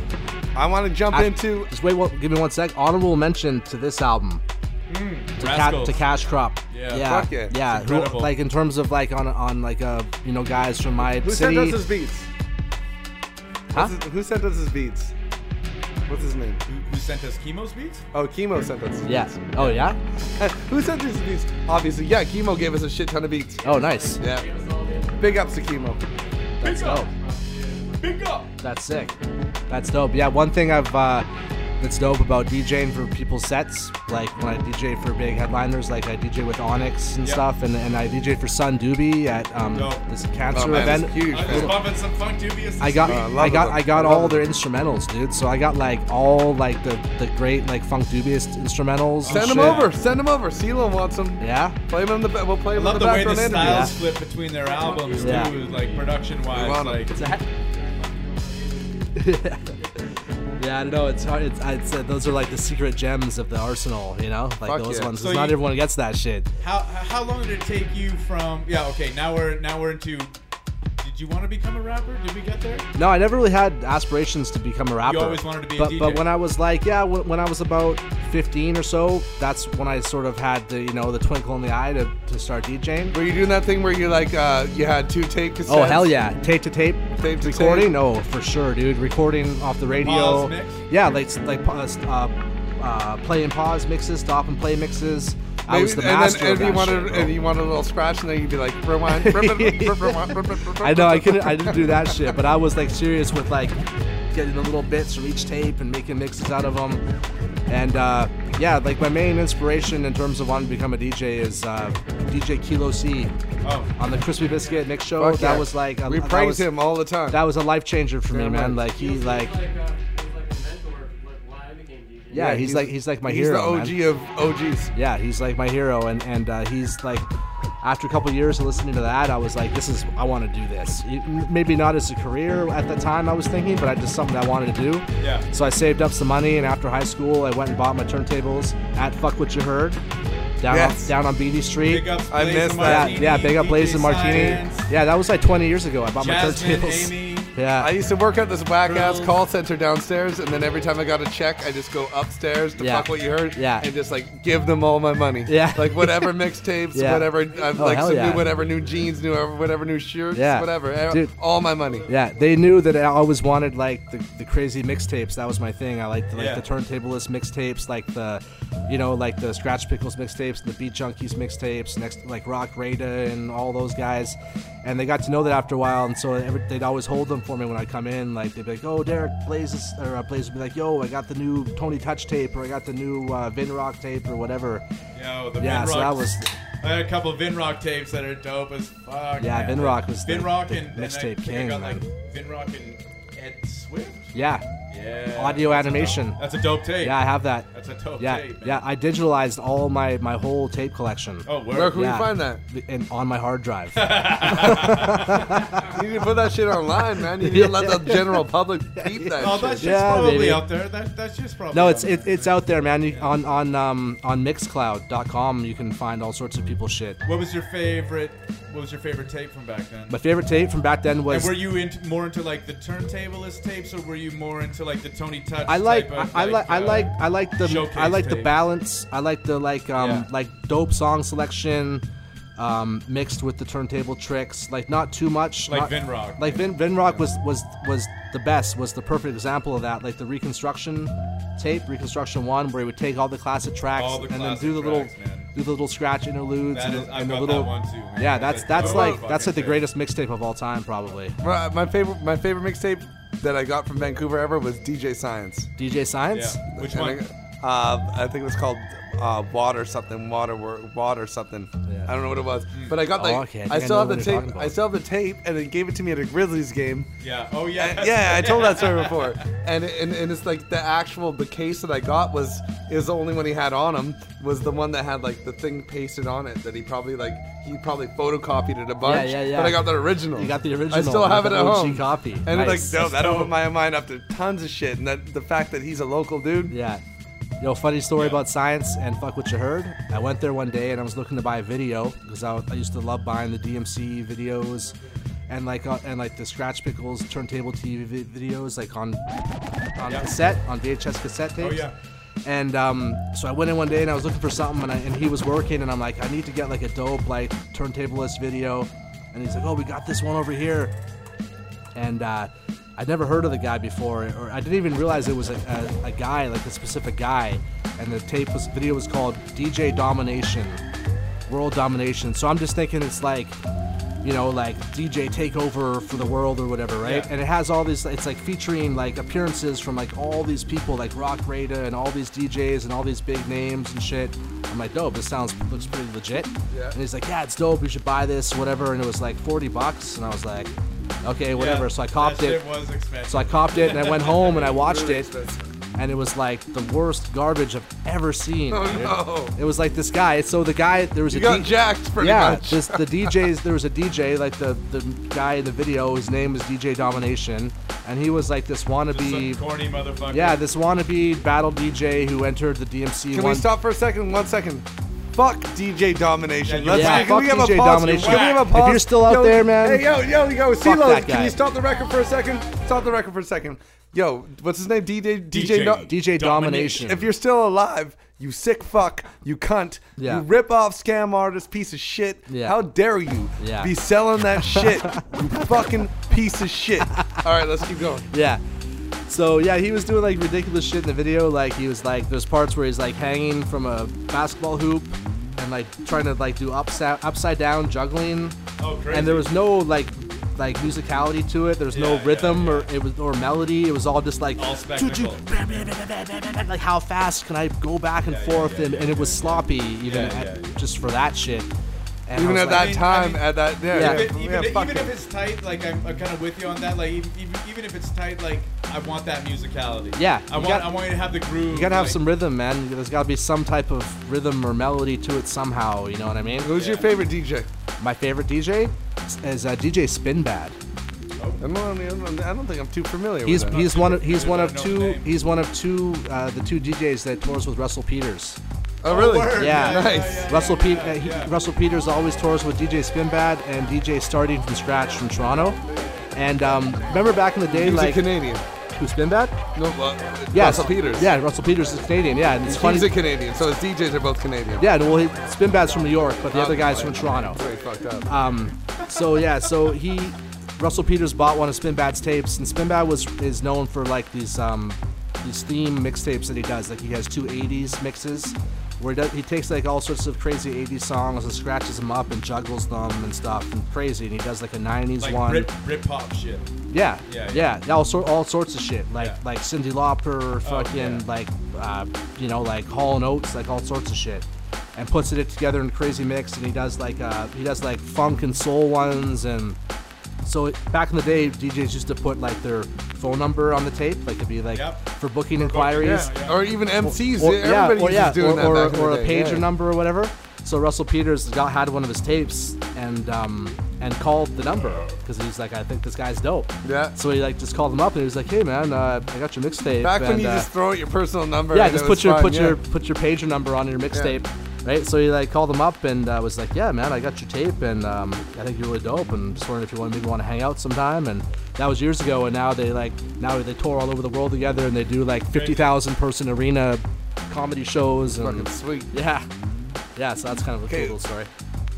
S1: I want to jump
S4: I-
S1: into.
S4: Just wait. One, give me one sec. Honorable mention to this album. to, ca-
S3: Hmm. Rascals.
S4: to Cash Crop.
S3: Yeah.
S4: Yeah.
S1: Fuck yeah.
S4: yeah.
S3: It's
S4: Who-
S3: incredible.
S4: like in terms of like on on like uh you know guys from my
S1: Who
S4: city.
S1: sent us his beats?
S4: Huh?
S1: What's his- who sent us his beats? What's his name?
S3: Who, who sent us Chemo's beats?
S1: Oh, Chemo sent us. his
S4: Yeah.
S1: beats.
S4: Oh yeah.
S1: Who sent us his beats? Obviously, yeah. Chemo gave us a shit ton of beats.
S4: Oh nice.
S1: Yeah. Big ups to Chemo.
S4: That's
S3: Big up.
S4: dope.
S3: Big up.
S4: That's sick. That's dope. Yeah. One thing I've uh that's dope about DJing for people's sets. Like when I DJ for big headliners, like I DJ with Onyx and
S3: Yeah.
S4: stuff, and and I DJ for Sun Doobie at um
S3: Dope. Uh,
S4: this cancer
S1: Oh, man, that's
S4: event.
S1: huge.
S3: I'm
S1: man.
S3: just bumping some funk dubious.
S4: I got,
S1: Uh, I love
S4: I got,
S1: them.
S4: I got
S1: I love
S4: all
S1: them.
S4: their instrumentals, dude. So I got like all like the the great like funk dubious instrumentals. and
S1: Send him
S4: shit.
S1: over. Send him over. CeeLo wants him.
S4: Yeah.
S1: Play him in the. ba- We'll
S3: I
S1: play him in
S3: love
S1: the,
S3: the, way the
S1: background interview.
S3: styles flip between their albums
S4: Yeah.
S3: too, like production
S1: We
S3: wise.
S1: want 'em.
S3: Like
S4: Yeah, I don't know. It's hard. It's, it's uh, those are like the secret gems of the arsenal, you know, like
S1: Fuck
S4: those
S1: yeah.
S4: ones.
S3: So
S4: 'cause not
S3: you-
S4: everyone gets that shit.
S3: how how long did it take you from? Yeah, okay. Now we're now we're into. Did you want to become a rapper? Did we get there?
S4: No, I never really had aspirations to become a rapper.
S3: always wanted to be a
S4: but, But
S3: DJ.
S4: when I was like, yeah, when, when I was about 15 or so, that's when I sort of had the you know the twinkle in the eye to, to start DJing.
S1: Were you doing that thing where you like uh you had two tape cassettes?
S4: Oh hell yeah! Tape to tape,
S1: Tape to
S4: recording.
S1: tape.
S4: No, for sure, dude. Recording off the radio.
S3: Pause mix?
S4: Yeah, like like pause, uh, uh, play and pause mixes, stop and play mixes. I was the
S1: Maybe- and
S4: master
S1: then
S4: of
S1: if you
S4: that
S1: wanted
S4: shit, bro.
S1: if you wanted a little scratch and then you'd be like rewind.
S4: I
S1: I
S4: know I couldn't. I didn't do that shit, but I was like serious with like getting the little bits from each tape and making mixes out of them. And uh, yeah, like my main inspiration in terms of wanting to become a DJ is uh, DJ Kilo C
S3: Oh,
S4: on the Crispy Biscuit mix show.
S1: Fuck
S4: that
S1: yeah.
S4: was like a,
S1: we
S4: that
S1: praise
S4: was-
S1: him all the time.
S4: That was a life changer for me,
S1: Very
S4: man.
S1: much.
S4: Like he like
S5: He was like a, he was like a mentor, like why I became DJ.
S4: yeah, he's, like he's like my
S1: he's
S4: hero.
S1: the
S4: man.
S1: OG of OGs.
S4: yeah, he's like my hero, and and uh, he's like, after a couple years of listening to that, I was like, this is, I want to do this. You- m- Maybe not as a career at the time I was thinking, but I just something I wanted to do.
S3: Yeah.
S4: So I saved up some money, and after high school, I went and bought my turntables at Fuck What You Heard down,
S1: Yes.
S4: on, down on Beatty Street.
S3: Big up
S1: I
S3: Blaze
S1: missed
S3: and
S1: that.
S4: yeah,
S3: Martini,
S4: yeah, big up
S3: DJ
S4: Blaze and Martini.
S3: Science,
S4: Yeah, that was like 20 years ago. I bought
S3: Jasmine,
S4: my turntables.
S3: Amy.
S4: Yeah.
S1: I used to work at this whack ass
S3: Girls.
S1: call center downstairs, and then every time I got a check, I just go upstairs to
S4: Yeah.
S1: fuck what you heard,
S4: Yeah.
S1: and just like give them all my money,
S4: Yeah.
S1: like whatever mixtapes,
S4: Yeah.
S1: whatever, I've
S4: Oh,
S1: like
S4: hell
S1: some
S4: yeah.
S1: new whatever new jeans, new uh, whatever new shirts,
S4: Yeah.
S1: whatever, eh,
S4: Dude.
S1: all my money.
S4: Yeah, they knew that I always wanted like the, the crazy mixtapes. That was my thing. I liked like
S3: Yeah.
S4: the turntableless mixtapes, like the, you know, like the Scratch Pickles mixtapes, the Beat Junkies mixtapes, next like Rock Rada and all those guys. And they got to know that after a while, and so every, they'd always hold them for me when I come in. Like they'd be like, "Oh, Derek Blaze," is- or uh, Blaze would be like, "Yo, I got the new Tony Touch tape, or I got the new uh, Vin Rock tape, or whatever."
S3: Yo, the
S4: Yeah,
S3: Vinrock,
S4: so that was-
S3: I had a couple of Vinrock tapes that are dope as fuck.
S4: Yeah,
S3: man.
S4: Vinrock was the-
S3: Vinrock
S4: the
S3: and and I
S4: mixtape
S3: think I
S4: king,
S3: got like
S4: man.
S3: Vinrock and Ed Swift.
S4: Yeah,
S3: Yeah.
S4: Audio
S3: that's a dope-
S4: animation.
S3: That's a dope tape.
S4: yeah, I have that.
S3: That's a dope
S4: yeah,
S3: tape. Man.
S4: yeah. I digitalized all my my whole tape collection.
S3: Oh, word.
S1: Where can
S4: Yeah.
S1: we find that?
S4: th- and on my hard drive.
S1: You need to put that shit online, man. You need to let the general public peep that
S3: Oh,
S1: shit.
S3: that shit's
S4: Yeah,
S3: probably
S4: baby.
S3: out there. That, that shit's probably.
S4: no, it's
S3: out
S4: it,
S3: there.
S4: it's out there, man. You, on on um on Mixcloud.com, you can find all sorts of people's shit.
S3: What was your favorite? What was your favorite tape from back then?
S4: My favorite tape from back then
S3: and
S4: was
S3: were you into, more into like the turntablist tapes, or were you more into like the Tony Touch?
S4: I like
S3: type of,
S4: I, I like I
S3: uh,
S4: like I like the I
S3: showcase
S4: like the
S3: tape?
S4: balance. I like the like um
S3: Yeah.
S4: like dope song selection. Um, mixed with the turntable tricks, like not too much.
S3: Like
S4: not-
S3: Vinrock.
S4: Like Vin Vinrock was was was the best. Was the perfect example of that. Like the reconstruction tape, reconstruction one, where he would take all the classic tracks
S3: All the
S4: and then
S3: classic
S4: do the little
S3: tracks, man.
S4: do the little scratch interludes
S3: That
S4: and,
S3: is-
S4: the-
S3: I've
S4: and the
S3: got
S4: little
S3: that one too, man.
S4: yeah.
S3: That's
S4: That's
S3: a
S4: that's
S3: dope
S4: like
S3: fucking
S4: that's like the
S3: tape.
S4: greatest mixtape of all time, probably.
S1: My my favorite my favorite mixtape that I got from Vancouver ever was DJ Science.
S4: DJ Science.
S3: Yeah. Which
S1: And
S3: one?
S1: I, uh, I think it was called uh, Water something, Water Wor- Water something.
S4: Yeah.
S1: I don't know what it was, but I got
S4: Oh,
S1: like
S4: okay. I think
S1: I
S4: I
S1: still
S4: know
S1: have the
S4: what you're
S1: tape.
S4: talking about.
S1: I still have the tape, and they gave it to me at a Grizzlies game.
S3: Yeah. Oh
S1: And-
S3: yeah.
S1: yeah, I told that story before, and, and and it's like the actual the case that I got was is the only one he had on him was the one that had like the thing pasted on it that he probably like he probably photocopied it a bunch.
S4: yeah, yeah.
S1: But I got the original.
S4: You got the
S1: I
S4: original,
S1: still
S4: not
S1: have it
S4: the
S1: at
S4: OG
S1: home.
S4: copy.
S1: And
S4: Nice.
S1: it's like, no, that opened my mind up to tons of shit, and that the fact that he's a local dude.
S4: Yeah. Yo, funny story
S3: Yeah.
S4: about science and fuck what you heard. I went there one day and I was looking to buy a video because I, I used to love buying the DMC videos and like uh, and like the Scratch Pickles turntable TV vi- videos like on on
S3: Yeah. Oh,
S4: cassette on VHS cassette tapes.
S3: yeah.
S4: And um, so I went in one day and I was looking for something and, I, and he was working and I'm like, I need to get like a dope like turntableless video, and he's like, Oh, we got this one over here and uh, I'd never heard of the guy before, or I didn't even realize it was a, a, a guy, like a specific guy. And the tape was video was called DJ Domination, World Domination. So I'm just thinking it's like, you know, like DJ Takeover for the world or whatever, right?
S3: Yeah.
S4: And it has all these. It's like featuring like appearances from like all these people, like Rock Rada and all these DJs and all these big names and shit. I'm like, dope. This sounds looks pretty legit.
S1: Yeah.
S4: And he's like, yeah, it's dope. You should buy this, whatever. And it was like 40 bucks, and I was like, okay,
S3: Yeah,
S4: whatever. So I copped
S3: that
S4: it.
S3: Shit was expensive.
S4: So I copped it and I went home and I watched
S1: Really
S4: it,
S1: expensive.
S4: and it was like the worst garbage I've ever seen.
S1: Oh,
S4: dude.
S1: no.
S4: It was like this guy. So the guy, there was
S1: You
S4: a
S1: got
S4: D-
S1: jacked pretty
S4: yeah,
S1: much.
S4: just the DJs. There was a DJ, like the the guy in the video. His name was DJ Domination, and he was like
S3: Just
S4: this
S3: some
S4: wannabe.
S3: corny motherfucker.
S4: yeah, this wannabe battle DJ who entered the DMC.
S1: Can
S4: one-
S1: we stop for a second? One second. Fuck DJ domination.
S3: Yeah,
S1: Let's
S3: yeah,
S1: can we
S4: fuck
S1: have a
S4: DJ
S1: pause?
S4: domination.
S1: Can we have a
S4: If
S1: pause?
S4: you're still out
S1: Yo,
S4: there, man,
S1: Hey, yo, yo, yo, CeeLo,
S4: that
S1: can
S4: guy.
S1: you stop the record for a second? Stop the record for a second. Yo, what's his name? DJ DJ,
S3: DJ.
S1: Do-
S4: DJ Domination.
S1: If you're still alive, you sick fuck, you cunt,
S4: Yeah.
S1: you rip off scam artist, piece of shit.
S4: Yeah.
S1: How dare you
S4: Yeah.
S1: be selling that shit, you fucking piece of shit. All right, let's keep going.
S4: Yeah. So yeah, he was doing like ridiculous shit in the video. Like he was like, there's parts where he's like hanging from a basketball hoop and like trying to like do upside upside down juggling.
S3: Oh, crazy.
S4: And there was no like like musicality to it. There was
S3: Yeah,
S4: no
S3: yeah,
S4: rhythm
S3: yeah.
S4: or it was or melody. It was all just like
S3: All spectacle.
S4: like how fast can I go back and
S3: Yeah, yeah,
S4: forth
S3: yeah,
S4: and,
S3: yeah,
S4: and it was
S3: yeah.
S4: sloppy even
S3: Yeah,
S4: at,
S3: yeah, yeah.
S4: just for that shit. And I
S1: Even
S4: was
S1: at
S4: like-
S1: that
S3: mean- I
S1: time,
S3: mean-
S1: at that, yeah,
S4: Yeah.
S1: yeah,
S3: Even,
S1: yeah,
S3: even,
S1: fuck
S3: even
S1: it.
S3: if it's tight, like I'm, I'm kind of with you on that. Like even, even, even if it's tight, like I want that musicality.
S4: Yeah,
S3: I
S4: you
S3: want
S4: got-
S3: I want you to have the groove.
S4: You gotta have
S3: like,
S4: some rhythm, man. There's gotta be some type of rhythm or melody to it somehow. You know what I mean?
S1: Who's your
S3: Yeah.
S1: favorite DJ?
S4: My favorite DJ is uh, DJ Spinbad.
S1: I don't, I don't- I don't think I'm too familiar
S4: He's
S1: with that.
S4: he's one of he's one of
S3: I know the
S4: two
S3: name.
S4: he's one of two uh, the two DJs that tours with Russell Peters.
S1: oh, really?
S4: Yeah.
S1: Nice.
S4: Russell Pe- uh, he, Russell Peters always tours with DJ Spinbad and DJ Starting from Scratch from Toronto. And um, remember back in the day,
S1: He's
S4: like
S1: a Canadian.
S4: who Spinbad?
S1: No, uh,
S4: Yeah,
S1: Russell
S4: Sp-
S1: Peters.
S4: Yeah, Russell Peters is Canadian. Yeah, and it's funny.
S1: He's a Canadian, so his DJs are both Canadian.
S4: yeah, well, he, Spinbad's from New York, but the other
S1: Okay.
S4: guy's from Toronto. Um,
S1: That's pretty fucked up.
S4: So yeah, so he, Russell Peters bought one of Spinbad's tapes, and Spinbad was is known for like these um, these theme mixtapes that he does. Like he has two '80s mixes, where he, does, he takes like all sorts of crazy '80s songs and scratches them up and juggles them and stuff and crazy. And he does like a '90s one,
S3: rip pop shit.
S4: yeah,
S3: yeah,
S4: yeah, all sort all sorts of shit. Like
S3: Yeah.
S4: like Cindy Lauper, fucking
S3: yeah.
S4: like uh, you know like Hall and Oates, like all sorts of shit. And puts it together in a crazy mix, and he does like uh, he does like funk and soul ones, and so it, back in the day, DJs used to put like their phone number on the tape, like it'd be like
S3: Yep.
S4: for booking inquiries,
S1: Yeah, Or even MCs.
S4: or, yeah,
S1: Everybody
S4: or,
S1: was
S4: yeah,
S1: doing
S4: or,
S1: that
S4: or,
S1: back in
S4: or
S1: the
S4: a
S1: day,
S4: pager
S1: yeah.
S4: number or whatever. So Russell Peters got had one of his tapes and um, and called the number because he's like, I think this guy's dope.
S1: Yeah.
S4: So he like just called him up and he was like, Hey man, uh, I got your mixtape.
S1: Back when
S4: and,
S1: you
S4: uh,
S1: just throw out your personal number.
S4: yeah,
S1: and
S4: just
S1: it was
S4: put your
S1: fun,
S4: put
S1: yeah.
S4: your put your pager number on your mixtape, right? So he like called him up and uh, was like, "Yeah, man, I got your tape, and um, I think you're really dope, and just wondering if you want maybe want to hang out sometime." And that was years ago, and now they like now they tour all over the world together, and they do like fifty thousand person arena comedy shows, and
S1: fucking sweet.
S4: yeah, yeah. So that's kind of a cool
S1: Okay.
S4: little story.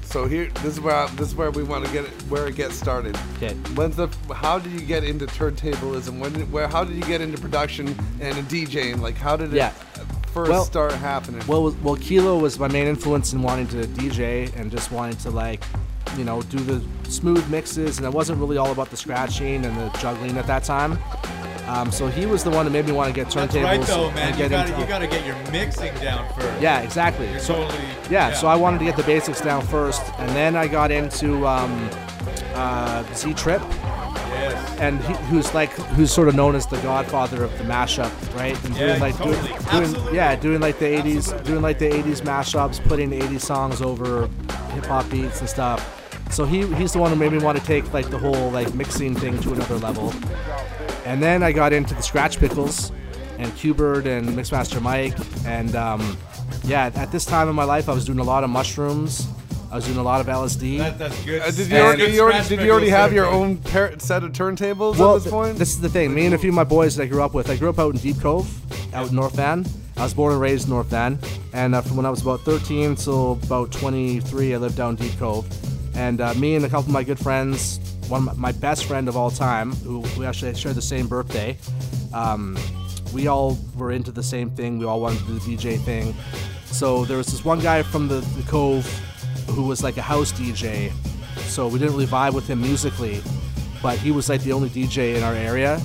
S1: So here, this is where I, this is where we want to get it, where it gets started.
S4: Okay.
S1: When's the? How did you get into turntablism? When? Did, where? How did you get into production and DJing? Like, how did it
S4: Yeah.
S1: first
S4: Well-
S1: start happening?
S4: Well, well, Kilo was my main influence in wanting to DJ and just wanting to like, you know, do the smooth mixes, and I wasn't really all about the scratching and the juggling at that time. Um, so he was the one that made me want to get turntables.
S3: That's right though,
S4: and
S3: man. You
S4: get
S3: gotta,
S4: into-
S3: you gotta get your mixing down first.
S4: yeah, exactly.
S3: You're totally.
S4: Yeah, so I wanted to get the basics down first, and then I got into um, uh, Z Trip,
S3: Yes.
S4: and he, who's like who's sort of known as the godfather of the mashup, right? And
S3: Yeah,
S4: like
S3: totally. Absolutely.
S4: yeah, doing like the '80s,
S3: Absolutely.
S4: doing like the '80s mashups, putting '80s songs over hip hop beats and stuff. So he he's the one who made me want to take like the whole like mixing thing to another level. And then I got into the Scratch Pickles and Cubert and Mixmaster Mike. And um, yeah, at this time in my life, I was doing a lot of mushrooms. I was doing a lot of LSD.
S3: That, that's good.
S1: Uh, did you
S3: that's
S1: already,
S3: good
S1: you already-
S3: scratch
S1: did you already
S3: pickles
S1: have
S3: there,
S1: your
S3: man.
S1: own par- set of turntables at this
S4: th-
S1: point?
S4: is the thing. Me and a few of my boys that I grew up with, I grew up out in Deep Cove, out in North Van. I was born and raised in North Van. And uh, from when I was about 13 till about 23, I lived down Deep Cove. And uh, me and a couple of my good friends, one of my my best friend of all time, who we actually shared the same birthday, um, we all were into the same thing. We all wanted to do the DJ thing. So there was this one guy from the, the Cove who was like a house DJ. So we didn't really vibe with him musically but he was like the only DJ in our area.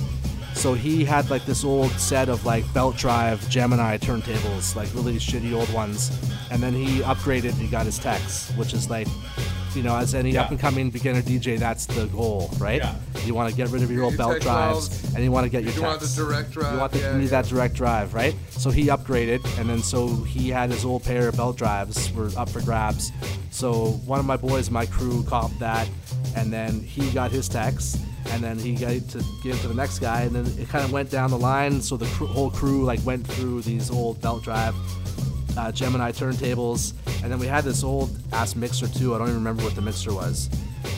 S4: So he had like this old set of like belt drive Gemini turntables, like really shitty old ones. And then he upgraded, he got his techs, which is like, you know, as any
S3: Yeah.
S4: up and coming beginner DJ, that's the goal, right?
S3: Yeah.
S4: You want to get rid of your old
S1: your
S4: belt
S1: tech
S4: drives
S1: valves.
S4: and you want to get your
S1: You want the
S4: techs.
S1: direct
S4: You
S1: drive,
S4: want the,
S1: yeah,
S4: you need
S1: yeah.
S4: that direct drive, right? So he upgraded, and then so he had his old pair of belt drives were up for grabs. So one of my boys, in my crew, copped that, and then he got his tax, and then he got to give to the next guy, and then it kind of went down the line. So the cr- whole crew like went through these old belt drive. Uh, Gemini turntables, and then we had this old ass mixer too. I don't even remember what the mixer was,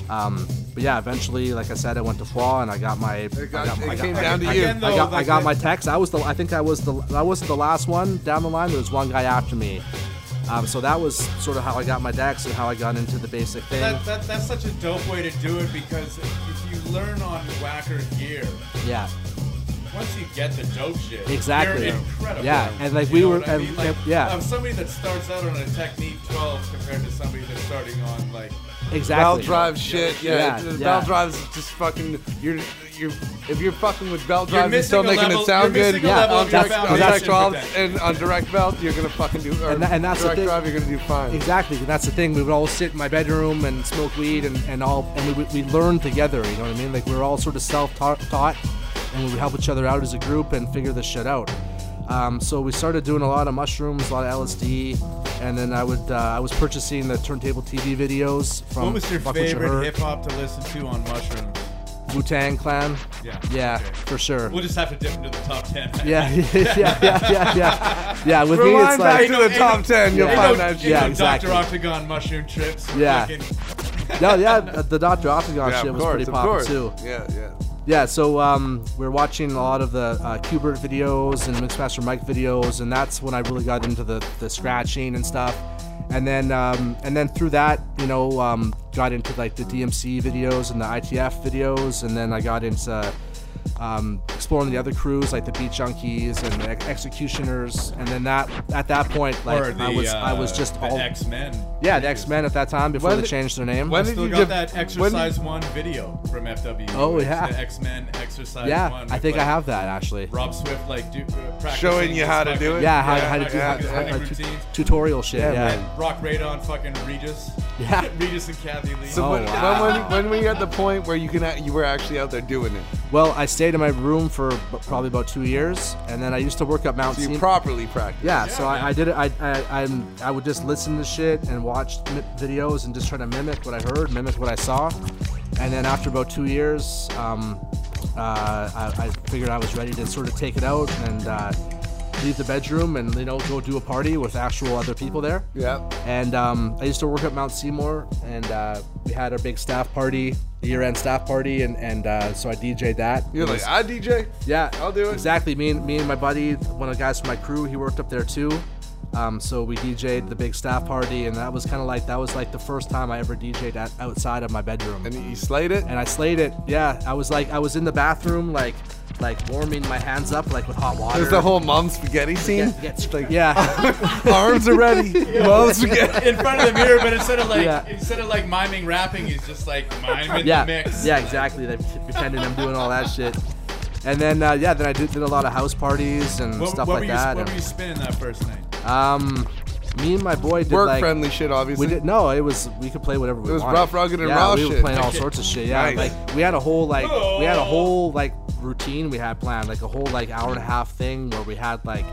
S4: um, but yeah. Eventually, like I said, I went to Flaw and I got my.
S1: got-
S4: I got
S1: it
S4: my, I got
S1: came
S4: my-
S1: down to you.
S3: Again, though,
S4: I got, I
S3: like
S4: got
S3: that-
S4: my text. I was the. I think I was the. I wasn't the last one down the line. There was one guy after me. Um, so that was sort of how I got my decks and how I got into the basic thing.
S3: That, that, that's such a dope way to do it because if you learn on whacker gear,
S4: yeah,
S3: once you get the dope shit,
S4: Exactly.
S3: you're incredible.
S4: Yeah, and, like,
S3: You
S4: we
S3: know
S4: were-
S3: what I
S4: and-
S3: mean? Like,
S4: and- yeah.
S3: um, somebody that starts out on a technique 12 compared to somebody that's starting on like.
S4: exactly.
S1: Valve drive shit,
S4: Yeah,
S1: yeah. the
S4: yeah.
S1: Valve drives is just fucking. You're, you're, if you're fucking with valve
S3: You're
S1: drives and still
S3: missing a
S1: making
S3: level-
S1: it sound
S3: you're
S1: good,
S3: missing a
S4: Yeah,
S3: level
S1: on
S3: of your
S1: direct,
S4: that's-
S1: on
S4: that's-
S1: direct
S3: foundation
S1: valves
S3: protection.
S1: and on direct valve, you're gonna fucking do. Or
S4: And tha- and that's the
S1: direct
S4: thing.
S1: drive, you're gonna do fine.
S4: Exactly, and that's the thing. We would all sit in my bedroom and smoke weed and, and all, and we, we learned together. You know what I mean? Like we were all sort of self-taught, and we would help each other out as a group and figure this shit out. Um, so we started doing a lot of mushrooms, a lot of LSD, and then I would uh, I was purchasing the turntable TV videos from
S3: What was your favorite hip hop to listen to on mushrooms?
S4: Wu Tang Clan?
S3: Yeah,
S4: yeah,
S3: okay.
S4: for sure.
S6: We'll just have to dip into the top ten.
S4: Yeah, yeah, yeah, yeah, yeah. Yeah, with me
S1: Rewind
S4: it's
S1: back
S4: like
S1: to the top ten. You'll
S4: yeah.
S1: find
S4: Yeah.
S1: that shit.
S4: Yeah,
S6: Doctor
S4: exactly.
S6: Octagon mushroom trips.
S4: Yeah.
S6: fucking-
S4: no, yeah, the Doctor Octagon
S1: Yeah,
S4: shit
S1: of
S4: was
S1: course,
S4: pretty
S1: of
S4: popular
S1: course.
S4: too.
S1: Yeah, yeah.
S4: Yeah, so um, we we're watching a lot of the uh, Qbert videos and Mixmaster Mike videos, and that's when I really got into the, the scratching and stuff. And then um, and then through that, you know, um, got into like the DMC videos and the ITF videos, and then I got into um, exploring the other crews like the Beat Junkies and the Ex- Executioners, and then that at that point, like
S6: or the,
S4: I was I was
S6: uh,
S4: just
S6: the
S4: all
S6: X Men.
S4: yeah the X Men at that time before
S1: When
S4: they
S1: did-
S4: changed their name.
S1: when
S6: Still
S1: You
S6: got
S1: give-
S6: that Exercise One video from FW.
S4: Oh, yeah.
S6: the X Men Exercise
S4: yeah,
S6: One.
S4: I
S6: with,
S4: think I
S6: like,
S4: have that actually.
S6: Rob Swift like do, uh, practicing
S1: Showing you
S6: his
S1: how to
S6: fucking-
S1: do it?
S4: Yeah, how,
S6: Yeah,
S4: how to
S6: like
S4: do
S6: his
S4: that,
S6: fucking
S4: like, tu-
S6: routines.
S4: tutorial shit.
S1: Yeah,
S4: Yeah,
S1: man.
S6: Rock Radon, fucking Regis.
S4: Yeah.
S6: Regis and Kathy Lee.
S1: So
S4: Oh,
S1: when,
S4: wow.
S1: when, when, when we at the point where you can act- you were actually out there doing it,
S4: Well, I stayed in my room for b- probably about two years, and then I used to work up Mount
S1: so you
S4: Seem-
S1: properly practiced.
S4: yeah, so I, I did it. I I, I'm, I would just listen to shit and watch mi- videos and just try to mimic what I heard, mimic what I saw, and then after about two years, um, uh, I, I figured I was ready to sort of take it out and uh, leave the bedroom and you know go do a party with actual other people there.
S1: Yeah.
S4: And um, I used to work at Mount Seymour, and uh, we had our big staff party, year-end staff party, and and uh, so I DJ'd that.
S1: You're
S4: It
S1: like, "Ah,
S4: was-
S1: I DJ.
S4: yeah,
S1: I'll do it.
S4: Exactly. Me and me and my buddy, one of the guys from my crew, he worked up there too. Um, so we DJ'd the big staff party, and that was kind of like that was like the first time I ever DJ'd at, outside of my bedroom
S1: And you slayed it.
S4: and I slayed it. Yeah, I was like, I was in the bathroom, like, like warming my hands up, like with hot water.
S1: There's the whole mom spaghetti scene.
S4: Get- get- like, yeah,
S1: Arms are ready. Mom spaghetti.
S6: in front of the mirror, but instead of like
S4: Yeah.
S6: instead of like miming rapping, he's just like miming
S4: yeah,
S6: the mix.
S4: yeah, exactly. They pretended I'm doing all that shit, and then uh, yeah, then I did, did a lot of house parties and
S6: What,
S4: stuff
S6: what
S4: like
S6: were you,
S4: that.
S6: What
S4: and,
S6: were you spinning that first night?
S4: um, me and my boy did
S1: Work
S4: like
S1: friendly shit, obviously.
S4: We did no. It was we could play whatever we
S1: It was
S4: wanted.
S1: rough, rugged, and
S4: yeah,
S1: raw
S4: we were
S1: shit.
S4: playing all
S1: Okay.
S4: sorts of shit. Yeah,
S1: Nice.
S4: like we had a whole like we had a
S6: Oh.
S4: whole like routine we had planned, like a whole like hour and a half thing where we had like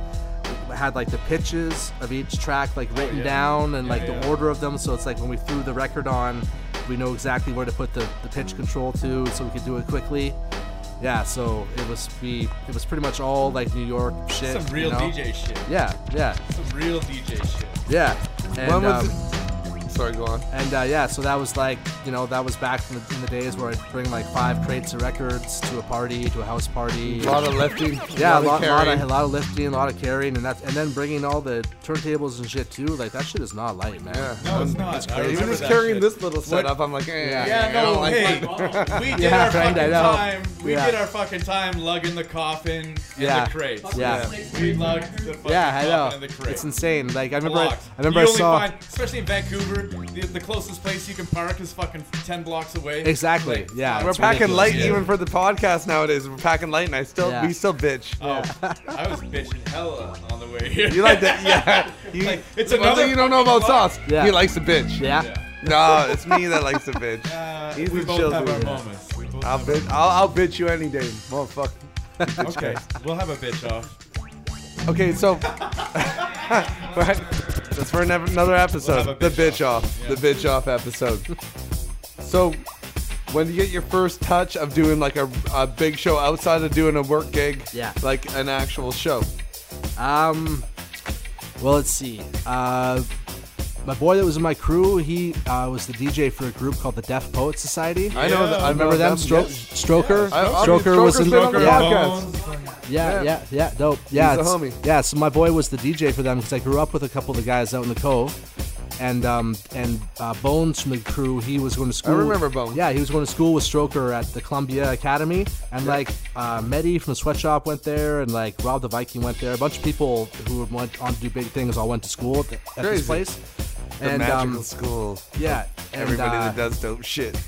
S4: we had like the pitches of each track
S1: Oh,
S4: like written
S6: yeah.
S4: down and
S6: Yeah,
S4: like the
S6: yeah.
S4: order of them. So it's like when we threw the record on, we know exactly where to put the, the pitch control to, so we could do it quickly. Yeah, so it was we it was pretty much all like New York shit.
S6: Some real
S4: you know?
S6: DJ shit.
S4: Yeah, yeah,
S6: Some real DJ shit.
S4: yeah. And,
S1: When was
S4: um,
S1: it? Sorry, go on.
S4: and uh, yeah, so that was like, you know, that was back in the, in the days where I'd bring like five crates of records to a party, to a house party.
S1: A lot of lifting.
S4: yeah, a
S1: lot
S4: lot,
S1: of
S4: lot,
S1: carrying.
S4: of, a lot of lifting, a lot of carrying, and that, and then bringing all the turntables and shit too. Like that shit is not light, man.
S1: Yeah.
S6: No, it's not. I remember
S1: Even just
S6: that
S1: carrying
S6: shit.
S1: this little setup, I'm like, eh,
S4: Yeah.
S6: Yeah,
S1: I
S6: no,
S1: don't like
S6: hey,
S1: that.
S6: we did
S4: Yeah,
S6: our
S4: right, I
S6: fucking
S4: know.
S6: time. We
S4: Yeah.
S6: did our fucking time lugging the coffin and
S4: Yeah.
S6: the crates.
S4: Yeah.
S6: We lugged the fucking
S4: Yeah, I
S6: coffin
S4: know.
S6: and the crate.
S4: It's insane. Like I remember,
S6: Blocks.
S4: I remember
S6: you
S4: I
S6: only
S4: saw.
S6: find, especially in Vancouver, the, the closest place you can park is fucking ten blocks away.
S4: Exactly, yeah,
S1: We're
S4: it's
S1: packing
S4: ridiculous,
S1: light
S6: yeah.
S1: even for the podcast nowadays. We're packing light, and I still
S4: Yeah.
S1: we still bitch.
S6: Oh, I was bitching hella on the way here.
S1: You like that? Yeah. You,
S6: Like, it's
S1: one
S6: another
S1: thing you don't know about
S6: fucking
S1: sauce.
S4: Yeah.
S1: He likes to bitch.
S4: Yeah.
S6: Yeah.
S1: No, it's me that likes to bitch.
S6: Uh,
S1: He's
S6: we
S1: the
S6: both
S1: chill
S6: have our
S1: dude.
S6: moments. We both
S1: I'll
S6: have
S1: bitch. I'll, I'll bitch you any day, motherfucker.
S6: our- okay, we'll have a bitch off.
S1: Okay, so right, that's for another another episode.
S6: We'll have a
S1: the
S6: bitch
S1: bitch off.
S6: Yeah.
S1: The bitch off episode. so, when you get your first touch of doing like a, a big show outside of doing a work gig,
S4: Yeah.
S1: like an actual show.
S4: Um, well, let's see. Uh, my boy that was in my crew, he uh, was the DJ for a group called the Deaf Poet Society.
S1: I know. That, I
S4: remember them. Stro- Stroker.
S1: I- I mean,
S4: Stroker was
S1: Stroker's
S4: in
S1: been on the
S4: yeah.
S1: podcast.
S4: Yeah,
S1: Yeah.
S4: yeah, yeah, dope. Yeah,
S1: the
S4: it's-
S1: homie.
S4: Yeah, so my boy was the DJ for them because I grew up with a couple of the guys out in the cove, and um and uh, Bones from the crew, he was going to school.
S1: remember Bones.
S4: Yeah, he was going to school with Stroker at the Columbia Academy, and like uh, Medi from the sweatshop went there, and like Rob the Viking went there. A bunch of people who went on to do big things all went to school at, the, at
S1: Crazy.
S4: this place.
S1: The
S4: and
S1: magical
S4: um,
S1: school.
S4: yeah, and,
S1: Everybody
S4: uh,
S1: that
S4: um,
S1: does dope shit.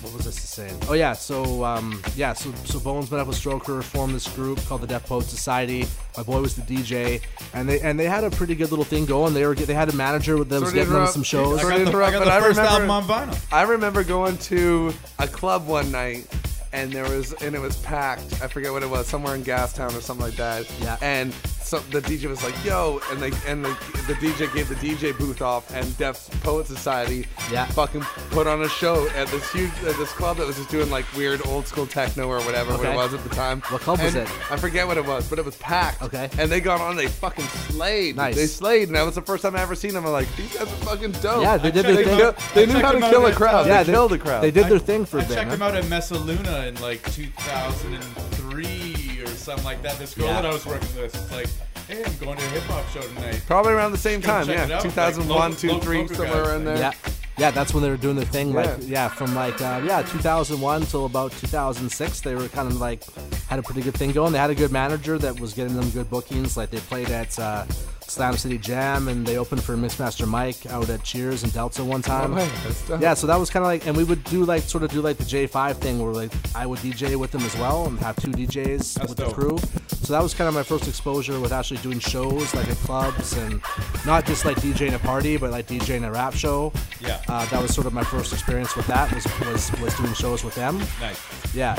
S4: what was this saying? Oh yeah, so um, yeah, so so Bones met up with Stroker, formed this group called the Deaf Poet Society. My boy was the DJ, and they and they had a pretty good little thing going. They were get- they had a manager with them
S1: Sorry to
S4: getting them
S1: interrupt.
S4: some shows.
S1: Sorry
S6: I
S1: to
S6: got the,
S1: interrupt,
S6: I got
S1: but
S6: the
S1: I
S6: first
S1: remember-
S6: album on vinyl.
S1: I remember going to a club one night and there was and it was packed. I forget what it was, somewhere in Gastown or something like that.
S4: Yeah.
S1: And so the DJ was like, "Yo," and they and the, the DJ gave the DJ booth off, and Deaf Poet Society
S4: Yeah.
S1: fucking put on a show at this huge at this club that was just doing like weird old school techno or whatever what
S4: Okay.
S1: it was at the time.
S4: What club was
S1: And
S4: it?
S1: I forget what it was, but it was packed.
S4: Okay.
S1: And they got on, they fucking slayed.
S4: Nice.
S1: They slayed, and that was the first time I ever seen them. I'm like, these guys are fucking dope.
S4: Yeah, they did
S1: They,
S4: their thing.
S1: kill- they
S3: I
S1: knew
S3: checked
S1: how to
S3: them out
S1: kill a
S3: at-
S1: crowd.
S4: yeah,
S1: they, killed a crowd.
S4: They did
S3: I-
S4: their thing for
S3: I
S4: a bit.
S3: checked
S4: man.
S3: them out at Messaluna in like 2003 or something like that. This girl
S7: Yeah.
S3: that I was working with was like, hey, I'm going to a hip hop show tonight.
S1: Probably around the same
S3: Gotta
S1: time,
S3: check it
S1: yeah.
S3: out,
S1: 2001,
S3: like,
S1: 2,
S3: local-
S1: 3,
S3: local
S1: somewhere
S3: guys,
S1: around there.
S4: Yeah, yeah, that's when they were doing their thing. Like,
S1: Yeah.
S4: yeah, from like uh, yeah, 2001 till about 2006, they were kind of like had a pretty good thing going. They had a good manager that was getting them good bookings. Like they played at uh, Slam City Jam, and they opened for Mixmaster Mike out at Cheers and Delta one time.
S1: Oh, hey, that's dope.
S4: yeah, so that was kind of like, and we would do like sort of do like the J5 thing, where like I would DJ with them as well, and have two DJs with the
S3: dope.
S4: crew. So that was kind of my first exposure with actually doing shows like at clubs and not just like DJing a party, but like DJing a rap show.
S3: Yeah.
S4: Uh, that was sort of my first experience with that was was, was doing shows with them.
S3: Nice.
S4: Yeah.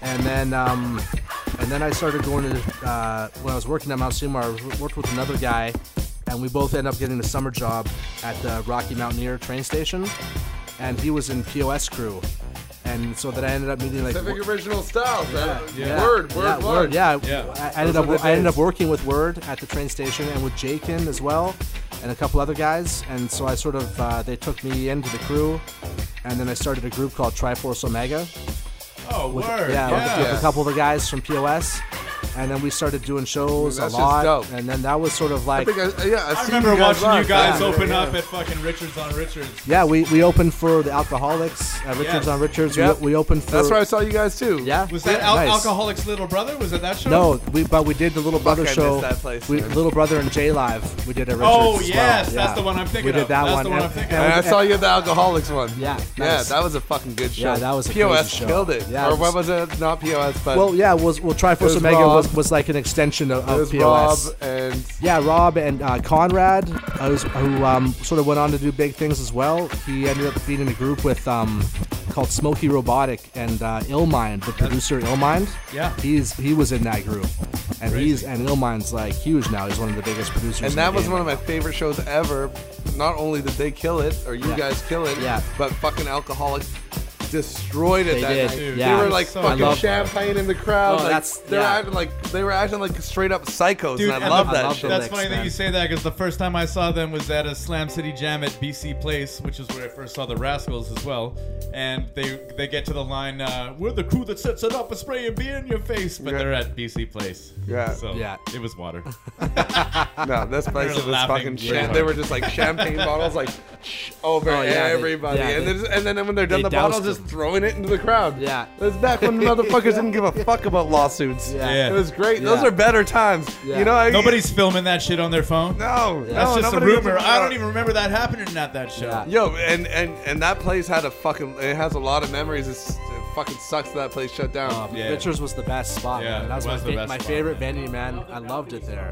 S4: And then um, and then I started going to uh, when I was working at Mount Seymour, I was- worked with another guy, and we both ended up getting a summer job at the Rocky Mountaineer train station, and he was in POS crew, and so that I ended up meeting like.
S1: Pacific original styles. Yeah.
S4: Yeah.
S1: Word, word,
S4: yeah,
S1: word.
S4: Yeah,
S3: Yeah.
S4: I, I ended
S1: Those are
S4: up
S1: the
S4: I ended up
S1: days.
S4: working with Word at the train station and with Jakin as well, and a couple other guys. And so I sort of uh, they took me into the crew, and then I started a group called Triforce Omega.
S3: Oh,
S4: With,
S3: word.
S4: yeah,
S3: Yeah.
S4: with- with,
S1: Yeah.
S4: a couple of the guys from POS, and then we started doing shows
S1: That's
S4: a
S1: just
S4: lot.
S1: dope.
S4: And then that was sort of like
S1: I think I, yeah, I've
S3: I
S1: seen
S3: remember
S1: you guys
S3: watching
S1: live.
S3: you guys
S1: Yeah.
S3: open
S1: Yeah.
S3: up at fucking Richards on Richards.
S4: yeah, we, we opened for the Alcoholics at Richards
S3: Yes.
S4: on Richards.
S1: Yep.
S4: We, we opened for
S1: That's where I saw you guys too.
S4: yeah
S3: Was that
S4: Yeah,
S3: Al-
S4: nice.
S3: Alcoholics Little Brother? Was it that show?
S4: No, we but we did the Little Brother
S1: I missed
S4: show.
S1: that place,
S4: we,
S1: man.
S4: Little Brother and J Live. We did at Richards.
S3: Oh,
S4: as well.
S3: yes, that's
S4: Yeah.
S3: the one I'm thinking
S4: We did
S3: of.
S4: that
S3: That's
S4: one.
S3: the one
S4: and-
S3: I'm thinking
S4: and
S1: And I
S4: we-
S1: saw you at the Alcoholics one.
S4: Yeah,
S1: Yeah,
S4: nice.
S1: that was a fucking good show.
S4: Yeah, that was a
S1: POS
S4: crazy show.
S1: killed it.
S4: Yeah,
S1: or
S4: it was-
S1: what was it? Not POS, but
S4: Well, yeah, Oh, was well Triforce
S1: There's
S4: Omega was,
S1: Rob.
S4: was like an extension of,
S1: it
S4: of
S1: was
S4: POS.
S1: Rob and
S4: Yeah, Rob and uh, Conrad, uh, who's- who um, sort of went on to do big things as well. He ended up being in a group with um, called Smokey Robotic and uh, Illmind, the producer Illmind.
S3: Yeah.
S4: he's he was in that group, and he's and Illmind's like huge now. He's one of the biggest producers.
S1: And
S4: in
S1: that
S4: the
S1: was
S4: game.
S1: one of my favorite shows ever. Not only did they kill it, or you
S4: Yeah.
S1: guys kill it,
S4: Yeah.
S1: but fucking alcoholics destroyed it
S4: They
S1: that
S4: did,
S1: night.
S4: dude.
S1: They
S4: Yeah.
S1: were like
S3: So
S1: fucking
S4: good.
S1: champagne in the crowd.
S4: Oh,
S1: like,
S4: that's-
S1: they were
S4: yeah.
S1: acting like they were acting like straight up psychos,
S3: Dude,
S1: and I
S3: and
S1: love
S3: the-
S1: that
S4: I love
S1: shit.
S4: them.
S3: That's funny
S4: man.
S3: that you say that because the first time I saw them was at a Slam City Jam at BC Place, which is where I first saw the Rascals as well. And they they get to the line, uh, "We're the crew that sets it up and spray a beer in your face," but
S1: Yeah.
S3: they're at BC Place.
S1: Yeah.
S3: so
S4: Yeah.
S3: it was water.
S1: No, this place
S3: They're
S1: was fucking
S3: laughing
S1: shit.
S3: shit.
S1: They were just like champagne bottles, like shh, over
S4: Oh, yeah, they-
S1: everybody,
S4: yeah,
S1: and,
S4: they-
S1: then, and then when they're done,
S4: they
S1: the bottles
S4: doused
S1: just
S4: them.
S1: throwing it into the crowd.
S4: Yeah.
S1: that's back when motherfuckers didn't give a fuck about lawsuits.
S4: Yeah.
S3: Yeah.
S1: it was great. Those
S4: Yeah.
S1: are better times.
S4: Yeah.
S1: You know, I-
S3: Nobody's filming that shit on their phone.
S1: Oh, No,
S3: That's
S1: no,
S3: just a
S1: nobody gets
S3: rumor.
S1: it.
S3: I don't even remember that happening at that show.
S4: Yeah.
S1: Yo, and and and that place had a fucking. It has a lot of memories. It's, it fucking sucks that place shut down.
S4: Um,
S3: Yeah.
S4: Richards was the best spot.
S3: Yeah,
S4: man. That's
S3: it
S4: my,
S3: was the
S4: fa-
S3: best
S4: my
S3: spot,
S4: favorite
S3: man.
S4: venue, man. I loved it there.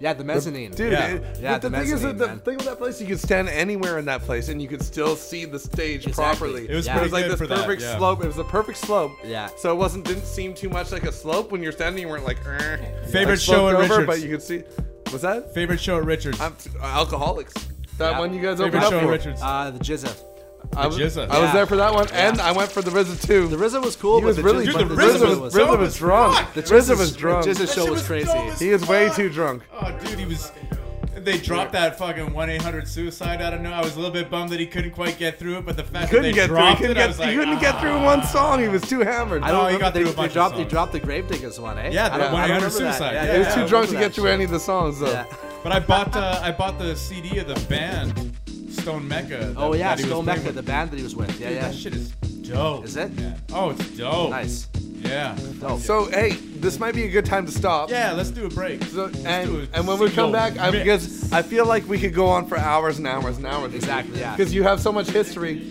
S4: Yeah, the mezzanine.
S1: Dude,
S3: Yeah.
S1: it-
S4: Yeah,
S1: but the,
S4: the
S1: thing is, that
S4: mezzanine,
S1: the
S4: man.
S1: thing with that place, you could stand anywhere in that place, and you could still see the stage
S4: Exactly.
S1: properly.
S4: It was
S1: it was
S4: pretty
S1: like
S3: good
S1: this
S3: for that,
S1: perfect
S3: yeah.
S1: slope. It was a perfect slope.
S4: Yeah.
S1: So it wasn't didn't seem too much like a slope when you're standing. You weren't like "Eh,"
S3: Favorite
S1: like,
S3: show
S1: sloped
S3: at
S1: over,
S3: Richards.
S1: but you could see. Was that
S3: Favorite show at Richards.
S1: I'm, alcoholics? That
S4: Yeah.
S1: one you guys opened
S3: Favorite
S1: up
S3: show at
S1: for.
S3: Richards.
S4: Uh, the Jizza.
S1: I was,
S3: Jizza.
S1: I was
S4: Yeah.
S1: there for that one, and I went for the RZA too.
S4: The RZA was cool,
S1: He
S4: but
S1: was
S4: the
S1: really
S4: Jizza,
S3: Dude,
S1: drunk.
S3: the
S1: The
S4: but
S3: RZA
S1: RZA
S3: was
S1: was,
S3: dope
S1: RZA
S3: as
S1: was drunk.
S3: fuck.
S1: The
S4: The
S1: RZA
S4: Jizza's-
S1: was
S4: the
S1: drunk.
S4: Jizza's
S3: That
S4: show
S3: shit
S4: was crazy.
S3: dumb as
S1: He is way
S3: fuck.
S1: too drunk.
S3: Oh, dude, he was. They dropped that fucking one eight hundred suicide. I don't know. I was a little bit bummed that he couldn't quite get through it, but the fact
S1: couldn't
S3: that they
S1: get through. He
S3: dropped
S1: couldn't,
S3: it, I
S1: get,
S3: was like,
S1: he couldn't
S3: ah.
S1: get through one song. He was too hammered.
S4: I don't
S3: No, he
S4: remember.
S3: got
S4: they,
S3: through a
S4: they
S3: bunch of
S4: dropped, They
S3: songs.
S4: dropped the Gravediggers one, eh?
S3: Yeah,
S4: I
S3: the
S4: don't- I
S3: 1-800
S4: remember that.
S3: Suicide.
S4: Yeah,
S3: Yeah,
S1: he was
S4: yeah,
S1: too
S4: I
S1: drunk to
S4: remember
S1: get through
S4: that
S1: any of the songs, though.
S4: shit. Yeah.
S3: But I bought the I bought the CD of the band Stone Mecca. that-
S4: Oh yeah,
S3: that he was
S4: Stone
S3: playing
S4: Mecca, the
S3: with.
S4: band that he was with. Yeah,
S3: Dude,
S4: yeah.
S3: That shit is dope.
S4: Is it?
S3: Yeah. Oh, it's dope.
S4: Nice.
S3: Yeah.
S4: Dope.
S1: So hey, this might be a good time to stop.
S3: Yeah. Let's do a break.
S1: So,
S3: Let's do
S1: and,
S3: a
S1: and when we
S3: single
S1: come back, I,
S3: mix.
S1: because I feel like we could go on for hours and hours and hours.
S4: Exactly, yeah.
S1: Because you have so much history.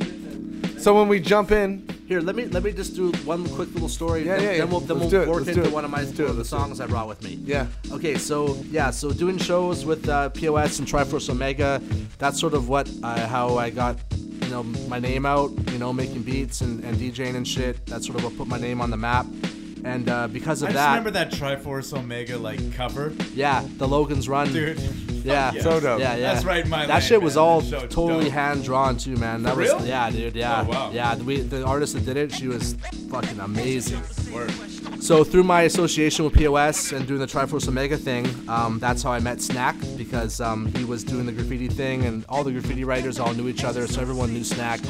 S1: So when we jump in,
S4: Here, let me let me just do one quick little story.
S1: Yeah,
S4: then,
S1: yeah, yeah.
S4: then we'll then
S1: Let's do
S4: we'll
S1: it,
S4: work
S1: let's do
S4: into
S1: it,
S4: one of my
S1: let's do it,
S4: one of the
S1: let's do
S4: songs I brought with me.
S1: yeah.
S4: Okay, so yeah, so doing shows with uh, POS and Triforce Omega, that's sort of what uh, how I got in know, my name out, you know, making beats and, and DJing and shit. That's sort of what put my name on the map. And uh, because of
S6: I just
S4: that,
S6: remember that Triforce Omega like cover,
S4: yeah, the Logan's Run.
S6: dude.
S4: Yeah.
S6: Yes.
S1: So dope.
S4: Yeah, yeah.
S6: That's right in my
S4: That
S6: lane,
S4: shit was
S6: man.
S4: all
S6: So
S4: totally
S6: dope.
S4: hand drawn too, man. That
S6: For
S4: was
S6: real?
S4: yeah, dude, yeah.
S6: Oh, wow.
S4: Yeah, we, the artist that did it, she was fucking amazing.
S6: Word.
S4: So through my association with POS and doing the Triforce Omega thing, um, that's how I met Snack because um, he was doing the graffiti thing, and all the graffiti writers all knew each other, so everyone knew Snack.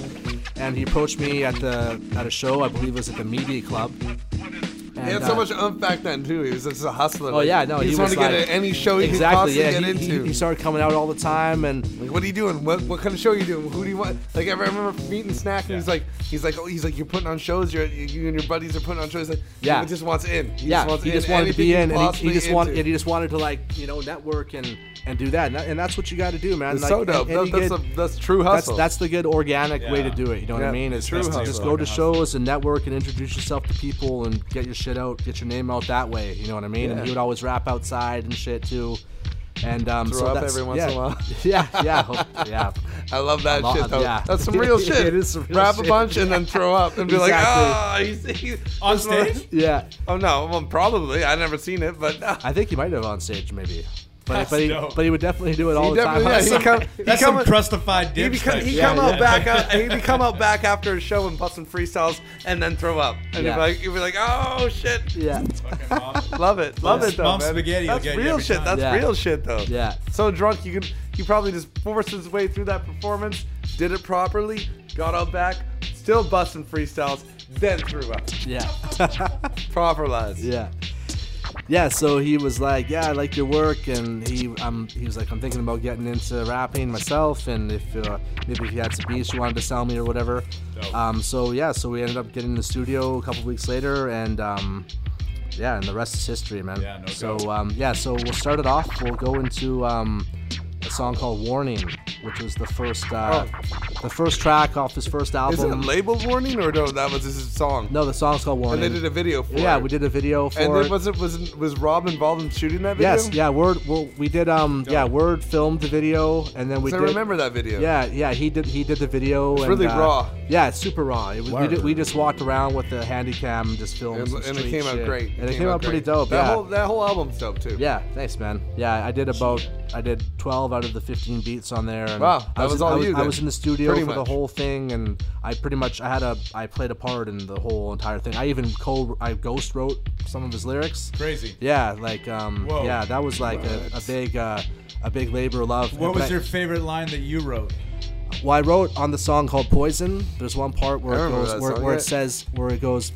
S4: And he approached me at the at a show, I believe it was at the Media Club.
S1: He had
S4: And,
S1: so
S4: uh,
S1: much umph back then too. He was just a hustler.
S4: Oh yeah, no,
S1: he,
S4: he
S1: just
S4: was
S1: wanted to get
S4: like-
S1: at any show he
S4: exactly.
S1: could possibly
S4: Yeah,
S1: get
S4: he, he-
S1: into.
S4: he started coming out all the time, and
S1: Like, what are you doing? What what kind of show are you doing? Who do you want? Like, I remember meeting Snack, and he's like, he's like, oh, he's like, you're putting on shows. You're, you you and your buddies are putting on shows. Like,
S4: Yeah.
S1: he just wants in. He
S4: yeah,
S1: just wants
S4: he
S1: in
S4: just wanted to
S1: anything
S4: be in,
S1: he
S4: and he,
S1: possibly
S4: he just wanted,
S1: into.
S4: and he just wanted to like you know network and and do that, and, that, and that's what you got to do, man.
S1: It's
S4: like,
S1: so dope.
S4: and- and
S1: That-
S4: you
S1: that's,
S4: get-
S1: a, that's true
S4: that's
S1: hustle.
S4: that's the good organic way to do it. You know what
S1: Yeah,
S4: I mean? It's
S1: true
S4: just,
S1: hustle.
S4: just go to shows and network and introduce yourself to people and get your shit out, get your name out that way. You know what I mean? And
S1: Yeah.
S4: he would always rap outside and shit too. And um,
S1: Throw
S4: so
S1: up
S4: that's,
S1: every once
S4: yeah,
S1: in a while.
S4: yeah, yeah, yeah.
S1: I love that
S4: lot-
S1: shit though.
S4: yeah.
S1: That's some real
S4: It
S1: shit.
S4: is some real
S1: Rap a
S4: shit.
S1: bunch and then throw up and be like,
S4: Exactly.
S1: ah, he's, he's
S6: On
S1: that's what-
S6: stage?
S4: Yeah,
S1: Oh no, well, probably. I never seen it, but uh,
S4: I think he might have on stage maybe, but
S6: That's
S4: but he,
S6: dope.
S4: but he would definitely do it all
S1: he
S4: the time.
S1: definitely. Yeah, he come, he
S6: That's
S1: come,
S6: some crustified
S1: he
S6: dip.
S1: become,
S6: type
S1: he
S6: shit.
S1: come out
S4: yeah.
S1: back out, he would come out back after a show and bust some freestyles and then throw up and
S4: Yeah.
S1: you'd be like you'd be like oh shit
S4: yeah,
S6: Fucking bomb.
S1: love it love
S6: Yeah.
S1: it though
S6: Mom
S1: man.
S6: spaghetti will
S1: that's
S6: get you
S1: real
S6: every
S1: shit
S6: time.
S1: that's
S4: Yeah.
S1: real shit though
S4: yeah.
S1: so drunk you could he probably just forced his way through that performance did it properly got out back still busting freestyles then threw up
S4: Yeah.
S1: proper lies
S4: yeah. Yeah, so he was like, "Yeah, I like your work," and he, um, he was like, "I'm thinking about getting into rapping myself, and if uh, maybe if you had some beats you wanted to sell me or whatever." Um, so yeah, so we ended up getting in the studio a couple weeks later, and um, yeah, and the rest is history, man.
S6: Yeah, no
S4: so
S6: doubt.
S4: um, yeah, so we'll start it off. We'll go into um, a song called "Warning," which was the first uh, the first track off his first
S1: Oh. is it
S4: album.
S1: labeled warning or no that was his song
S4: No, the song's called
S1: and
S4: "Warning."
S1: they did a video for
S4: yeah,
S1: it
S4: we did a video for
S1: and
S4: it.
S1: then was it was was Rob involved in shooting that video
S4: Yes, yeah, Word. Well, we did. Um, yeah, Word filmed the video, and then we.
S1: 'Cause I
S4: did,
S1: remember that video
S4: Yeah, yeah, he did. He did the video. and,
S1: really
S4: uh,
S1: raw.
S4: Yeah, it's super raw. It was, we,
S3: Word.
S4: did, we just walked around with the handy cam and just filmed.
S1: and,
S4: some
S1: and it
S4: street
S1: came out
S4: shit.
S1: great.
S4: And it came out pretty
S1: great.
S4: dope.
S1: That
S4: yeah.
S1: whole that whole album's dope too.
S4: yeah, thanks, man. Yeah, I did about I did 12 out of the 15 beats on there. And
S1: Wow, that
S4: I was,
S1: was
S4: in-
S1: all
S4: I was,
S1: you
S4: I
S1: then.
S4: was in the studio
S1: Pretty
S4: for the
S1: much.
S4: whole thing, and I pretty much I had a I played a part in the whole entire thing. I even co I ghost wrote some of his lyrics.
S6: Crazy.
S4: Yeah, like um,
S6: Whoa.
S4: yeah, that was like a, a big, uh, a big labor of love.
S6: What
S4: And
S6: was
S4: I-
S6: your favorite line that you wrote?
S4: Well, I wrote on the song called "Poison." There's one part
S1: I
S4: where it
S1: remember
S4: goes,
S1: that
S4: where,
S1: song,
S4: where
S1: yeah.
S4: it says, where it goes,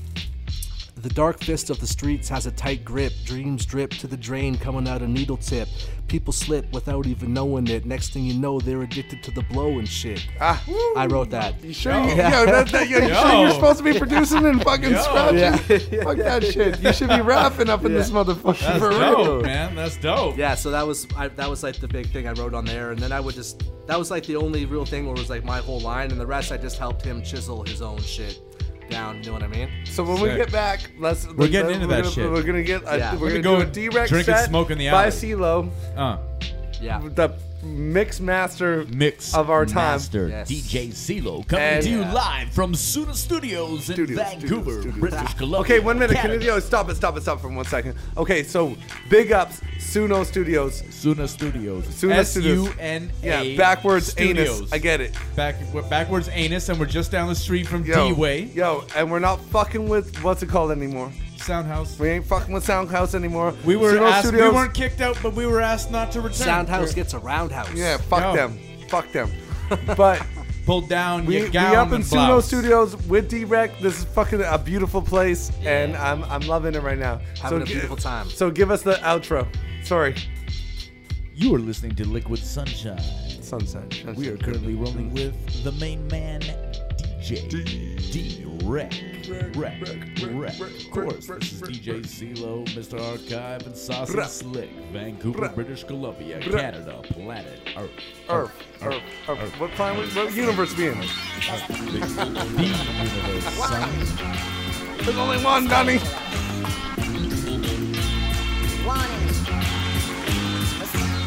S4: the dark fist of the streets has a tight grip. Dreams drip to the drain, coming out a needle tip. People slip without even knowing it. Next thing you know, they're addicted to the blow and shit.
S1: Ah,
S4: I wrote that.
S1: you sure? You,
S4: Yeah.
S1: yo, that, that, yo, you sure you're
S6: Yo.
S1: supposed to be producing and fucking
S6: Yo.
S1: scratching?
S4: Yeah.
S1: Fuck that shit. You should be rapping up in this motherfucker
S6: That's
S1: for
S6: dope,
S1: real.
S6: man. That's dope.
S4: Yeah, so that was I, that was like the big thing I wrote on there, and then I would just that was like the only real thing where it was like my whole line, and the rest I just helped him chisel his own shit down. You know what I mean?
S1: So when we
S6: Sick.
S1: get back, let's we're
S6: getting into
S1: we're
S6: that
S1: gonna,
S6: shit.
S1: We're gonna get I-
S4: Yeah.
S1: we're,
S6: We're
S1: gonna,
S6: gonna
S1: do
S6: go
S1: a D-Rex
S6: drink and
S1: set
S6: smoke in the
S1: by
S6: alley.
S1: CeeLo,
S6: Uh,
S4: Yeah.
S1: the mix master
S6: mix
S1: of our time.
S2: Master
S4: Yes.
S2: DJ CeeLo coming
S1: And-
S2: to you
S4: Yeah.
S2: live from Suda Studios in
S1: Studios,
S2: Vancouver,
S1: studios, studios.
S2: British Columbia.
S1: Okay, one minute. Can
S2: Canada.
S1: you, yo, stop it, stop it, stop it for one second. Okay, so big ups, Suno Studios.
S2: Suna Studios.
S1: Suno
S6: S
S1: Studios.
S6: U N
S1: Yeah,
S6: A.
S1: backwards
S6: Studios.
S1: anus. I get it.
S6: Back, we're backwards anus, and we're just down the street from D Way
S1: Yo, and we're not fucking with what's it called anymore.
S6: Soundhouse.
S1: We ain't fucking with Soundhouse anymore.
S6: We were
S1: Suno
S6: asked, we
S1: Studios-
S6: weren't kicked out, but we were asked not to return.
S4: Soundhouse gets a roundhouse.
S1: Yeah, fuck
S6: No.
S1: them. Fuck them. But
S6: Pulled down
S1: we,
S6: your
S1: we
S6: gown
S1: up in
S6: and
S1: Suno
S6: blouse.
S1: Studios with D-Rec. This is fucking a beautiful place, and I'm I'm loving it right now.
S4: Having a
S1: gi-
S4: beautiful time.
S1: So give us the outro. Sorry,
S2: You are listening to Liquid Sunshine.
S1: sunset.
S2: We are currently rolling with the main man, DJ D Rec. Rec. Rec. Of course, this is DJ CeeLo, Mr. Archive, and Saucy
S1: Rec.
S2: Slick, Vancouver,
S1: Rec.
S2: British Columbia,
S1: Rec.
S2: Canada, planet Earth.
S1: Earth, Earth, Earth. What planet? What universe we in?
S2: The universe, son.
S1: There's only one, Donnie.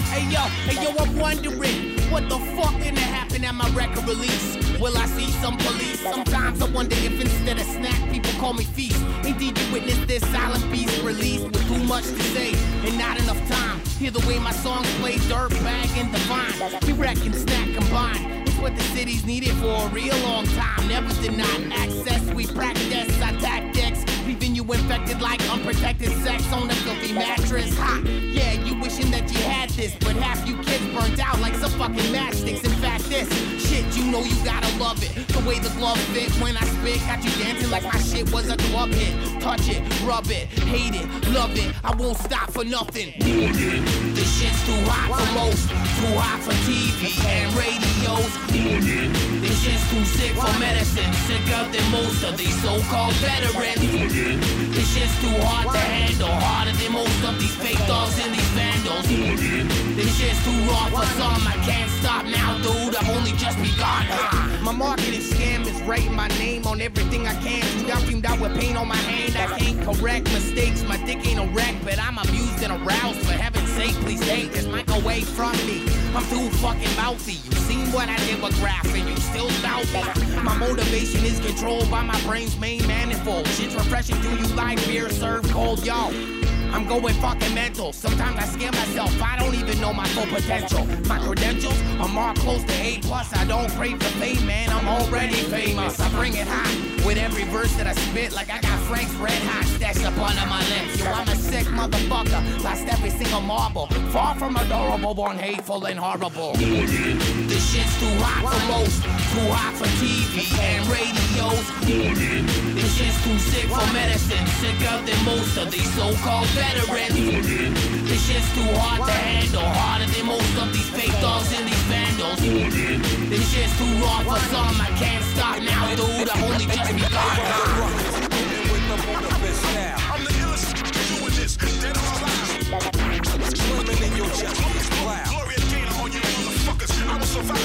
S8: Hey yo, Yo, and yo, I'm wondering what the fuck gonna happen at my record release. Will I see some police? Sometimes I wonder if instead of snack, people call me feast. Indeed, you witness this silent beast released with too much to say and not enough time. Hear the way my songs play, dirt bag and divine. He wreck and snack combined. It's what the city's needed for a real long time. Never denied access. We practice our tactics, leaving you infected like unprotected sex on a filthy mattress. Ha! Yeah, you wishing that you had this, but half you kids burned out like some fucking matchsticks. In fact, this shit, you know you gotta love it. The way the glove fit when I spit got you dancing like my shit was a club hit. Touch it, rub it, hate it, love it. I won't stop for nothing. This shit's too hot for most, too hot for TV and radios. This shit's too sick for medicine, sicker than most of these so-called veterans. This shit's too hard to handle, harder than most of these fake dogs and these vandals. This shit's too raw for some, I can't stop now, dude. I've only just begun. My marketing scam is writing my name on everything I can. Dude, I fumed out with pain on my hand. I can't correct mistakes. My dick ain't a wreck, but I'm abused and aroused. For heaven's sake, please take this mic away from me. I'm too fucking mouthy. You seen what I did with graph and you still doubt me. My motivation is controlled by my brain's main manifold. Shit's refreshing. Do you like beer served cold, y'all? I'm going fucking mental. Sometimes I scare myself. I don't even know my full potential. My credentials are marked close to A plus. I don't crave for fame, man. I'm already famous. I bring it hot with every verse that I spit. Like I got Frank's red hot stashed up under my lips. Yo, I'm a sick motherfucker. Lost every single marble. Far from adorable, born hateful and horrible. This shit's too hot for most. Too hot for TV and radios. This shit's too sick for medicine. Sicker than most of these so-called veterans. This shit's too hard to handle. Harder than most of these fake dogs and these vandals. This shit's too raw for some. I can't stop now, dude. I've only just begun.
S9: I'm the illest doing this, dead or alive. Swimming in your justice cloud. Gloria Gaynor on you motherfuckers, I will survive.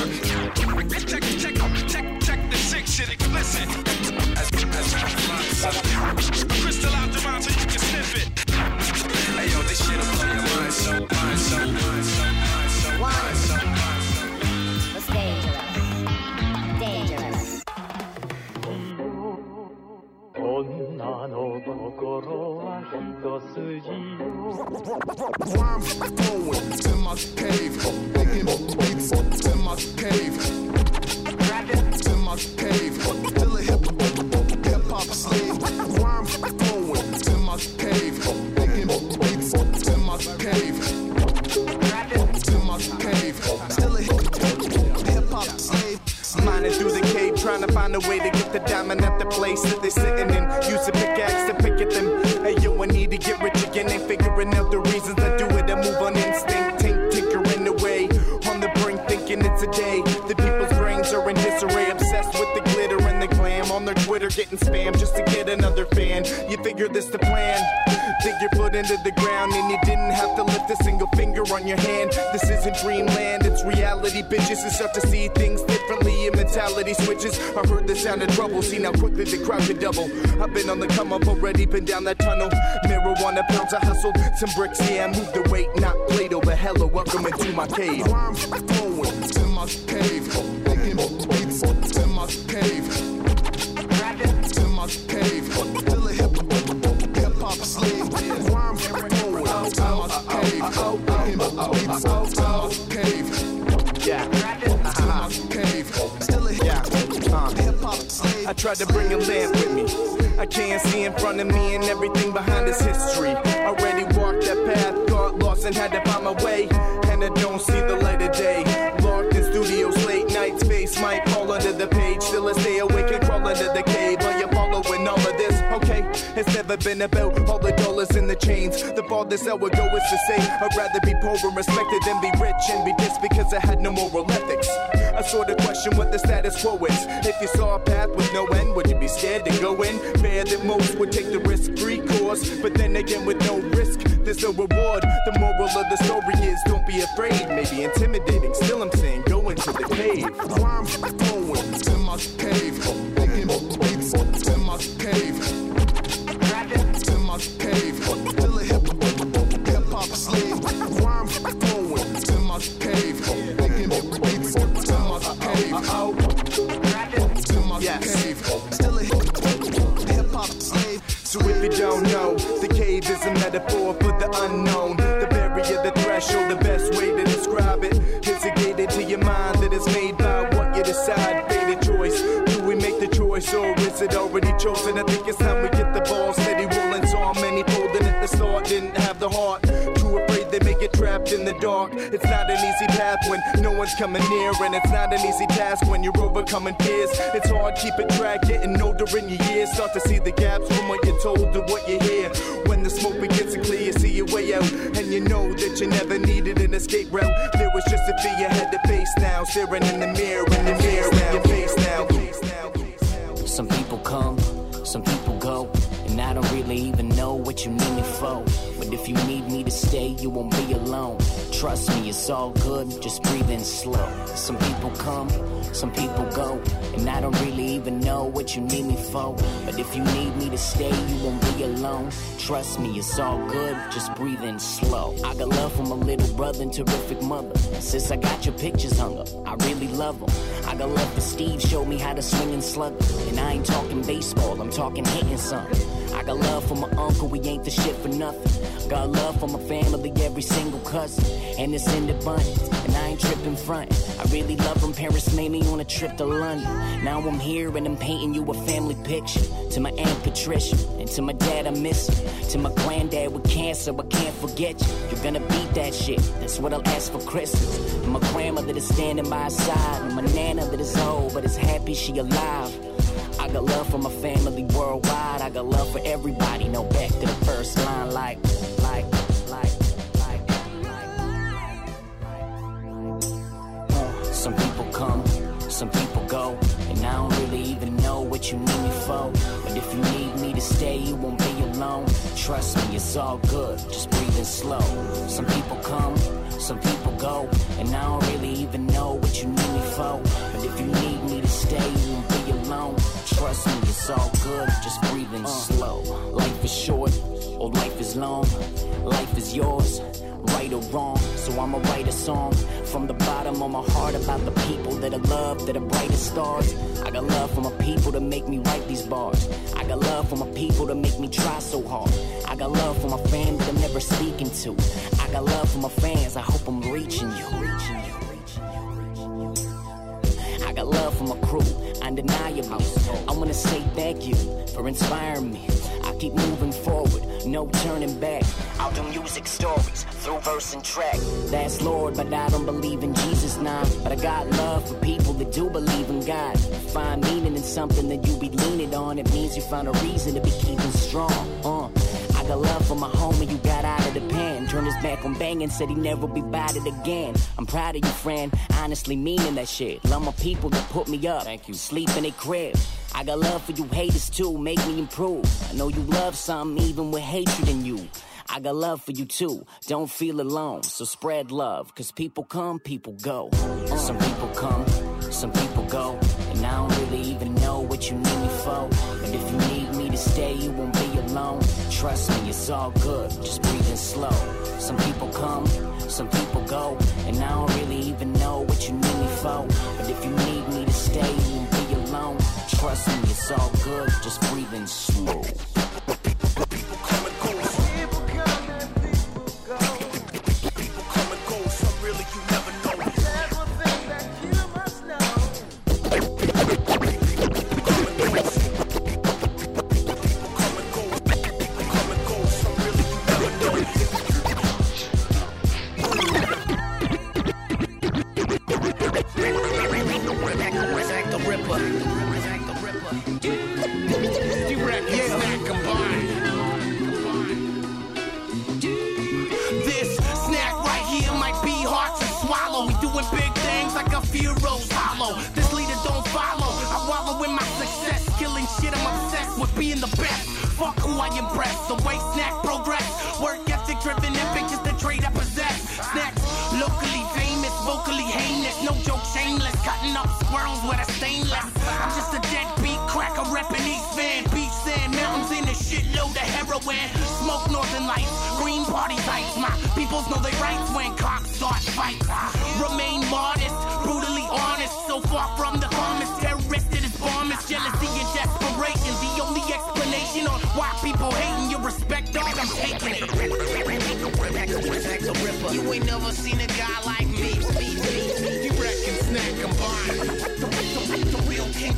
S9: Check, check, check, check the sick shit explicit. As, as, as, crystallize the rhyme so you can sniff it. Hey yo, this shit'll blow your mind so, mind so, mind so, mind so, mind so, mind so.
S10: was dangerous. Dangerous.
S2: 女の心は一筋
S9: rhymes going to my cave. Making beats to my cave. Rapping to my cave. Till a hip hip hop slave. Rhymes going to my cave. Making beats to my cave. Rapping to my cave. Still a hip hip hop slave.
S11: Mining through the cave, trying to find a way to get the diamond at the place that they're sitting in. Use a pickaxe to pick at them. Hey, yo, I need to get rich again. Ain't figuring out the reasons I do it. I move on instinct, tink, tinkering away. On the brink, thinking it's a day. The people's brains are in disarray, obsessed with the glitter and the glam. On their Twitter, getting spam just to get another fan. You figure this the plan. Dig your foot into the ground, and you didn't have to lift a single finger on your hand. This isn't dreamland, it's reality, bitches. It's up to see things differently, and mentality switches. I heard the sound of trouble, see now quickly the crowd could double. I've been on the come up already, been down that tunnel. Marijuana pounds, I hustled some bricks, yeah, I moved the weight, not Play-Doh, but hello, welcome into my cave.
S9: Rhymes going to my cave. Making beats to my cave. Rapping to my cave. Still a hip hip hop slave. Rhymes going to my cave. Making beats to my cave.
S11: Yeah.
S9: To my cave. Still a hip hop slave.
S11: I tried to bring a lamp with me. I can't see in front of me and everything behind is history. Already walked that path, got lost and had to find my way. And I don't see the light of day. Locked in studios late nights, face might fall under the page. Still I stay awake and crawl under the cave. Are you following all of this? Okay, it's never been about all the dollars in the chains. The farthest I would go is to say I'd rather be poor and respected than be rich and be dissed because I had no moral ethics. I sort of question what the status quo is. If you saw a path with no end, would you be scared to go in? Fair that most would take the risk free course, but then again, with no risk, there's no reward. The moral of the story is don't be afraid, maybe intimidating. Still, I'm saying go into the cave.
S9: Rhymes going to my cave. Making beats to my cave. Rapping to my cave. Still a hip hip hop slave. Rhymes going to my
S11: unknown. The barrier, the threshold, the best way to describe it is it gated to your mind that is made by what you decide. Fated choice. Do we make the choice or is it already chosen? I think it's time we get the ball steady rolling. Saw many folding at the start, didn't have the heart. Too afraid they may get trapped in the dark. It's not an easy path when no one's coming near, and it's not an easy task when you're overcoming fears. It's hard keeping track, getting older in your years. Start to see the gaps from what you're told to what you hear. When the smoke begins to clear, you see your way out, and you know that you never needed an escape route. There was just a fear you had to face now, staring in the mirror, in the mirror, in your face now.
S12: Some people come, some people go, and I don't really even know what you need me for. But if you need me to stay, you won't be alone. Trust me, it's all good, just breathe in slow. Some people come, some people go, and I don't really even know what you need me for. But if you need me to stay, you won't be alone. Trust me, it's all good, just breathe in slow. I got love from a little brother and terrific mother. Since I got your pictures hung up, I really love them. I got love for Steve, showed me how to swing and slug. And I ain't talking baseball, I'm talking hitting something. I got love for my uncle, we ain't the shit for nothing. Got love for my family, every single cousin. And it's in the abundance, and I ain't tripping front. I really love from Paris, made me on a trip to London. Now I'm here and I'm painting you a family picture. To my Aunt Patricia, and to my dad, I miss you. To my granddad with cancer, I can't forget you. You're gonna beat that shit, that's what I'll ask for Christmas. And my grandmother that's standing by her side, and my nana that is old, but is happy she alive. I got love for my family worldwide. I got love for everybody. No back to the first line, like, like, like, like, like. Uh, Some people come, some people go, and I don't really even know what you need me for. But if you need me to stay, you won't be alone. Trust me, it's all good. Just breathe in slow. Some people come, some people go, and I don't really even know what you need me for. But if you need me to stay, you won't be alone. Trust me, it's all good. Just breathe in slow. Life is short, or life is long. Life is yours, right or wrong. So I'ma write a song from the bottom of my heart about the people that I love, that are brighter stars. I got love for my people to make me write these bars. I got love for my people to make me try so hard. I got love for my fans that I'm never speaking to. I got love for my fans. I hope I'm reaching you. Reaching you. I got love for my crew, undeniable. I wanna say thank you for inspiring me. I keep moving forward, no turning back. I'll do music stories through verse and track. That's Lord, but I don't believe in Jesus now. But I got love for people that do believe in God. Find meaning in something that you be leaning on. It means you find a reason to be keeping strong. Uh. I got love for my homie, you got out of the pen. Turned his back on banging, said he never be bodied again. I'm proud of you, friend. Honestly meaning that shit. Love my people that put me up. Thank you. Sleep in a crib. I got love for you haters too, make me improve. I know you love something even with hatred in you. I got love for you too, don't feel alone. So spread love, cause people come, people go. Some people come, some people go. And I don't really even know what you need me for. But if you need me to stay, you won't be alone. Trust me, it's all good, just breathe in slow. Some people come, some people go. And I don't really even know what you need me for. But if you need me to stay, you won't be alone. Trust me, it's all good, just breathe in slow.
S8: This snack right here might be hard to swallow. We doing big things like a Fiero's hollow. This leader don't follow. I wallow in my success, killing shit. I'm obsessed with being the best. Fuck who I impress. The way snack progress, work ethic driven, and bitches the trade I possess. Snacks locally famous, vocally heinous, no joke, shameless. Cutting up squirrels with a stainless. I'm just a deadbeat cracker reppin' East Van, beach sand, mountains in a shitload of heroin. Smoke Northern Lights, green party lights. My peoples know they rights when cops start fights. Remain modest, brutally honest. So far from the calmest terrorist that is bomb is jealousy and desperation. The only explanation on why people hating your respect, dog, I'm taking it. Jack the Ripper. You ain't never seen a guy like me. me, me, me. He wreck and snack combined. The, the, the real king.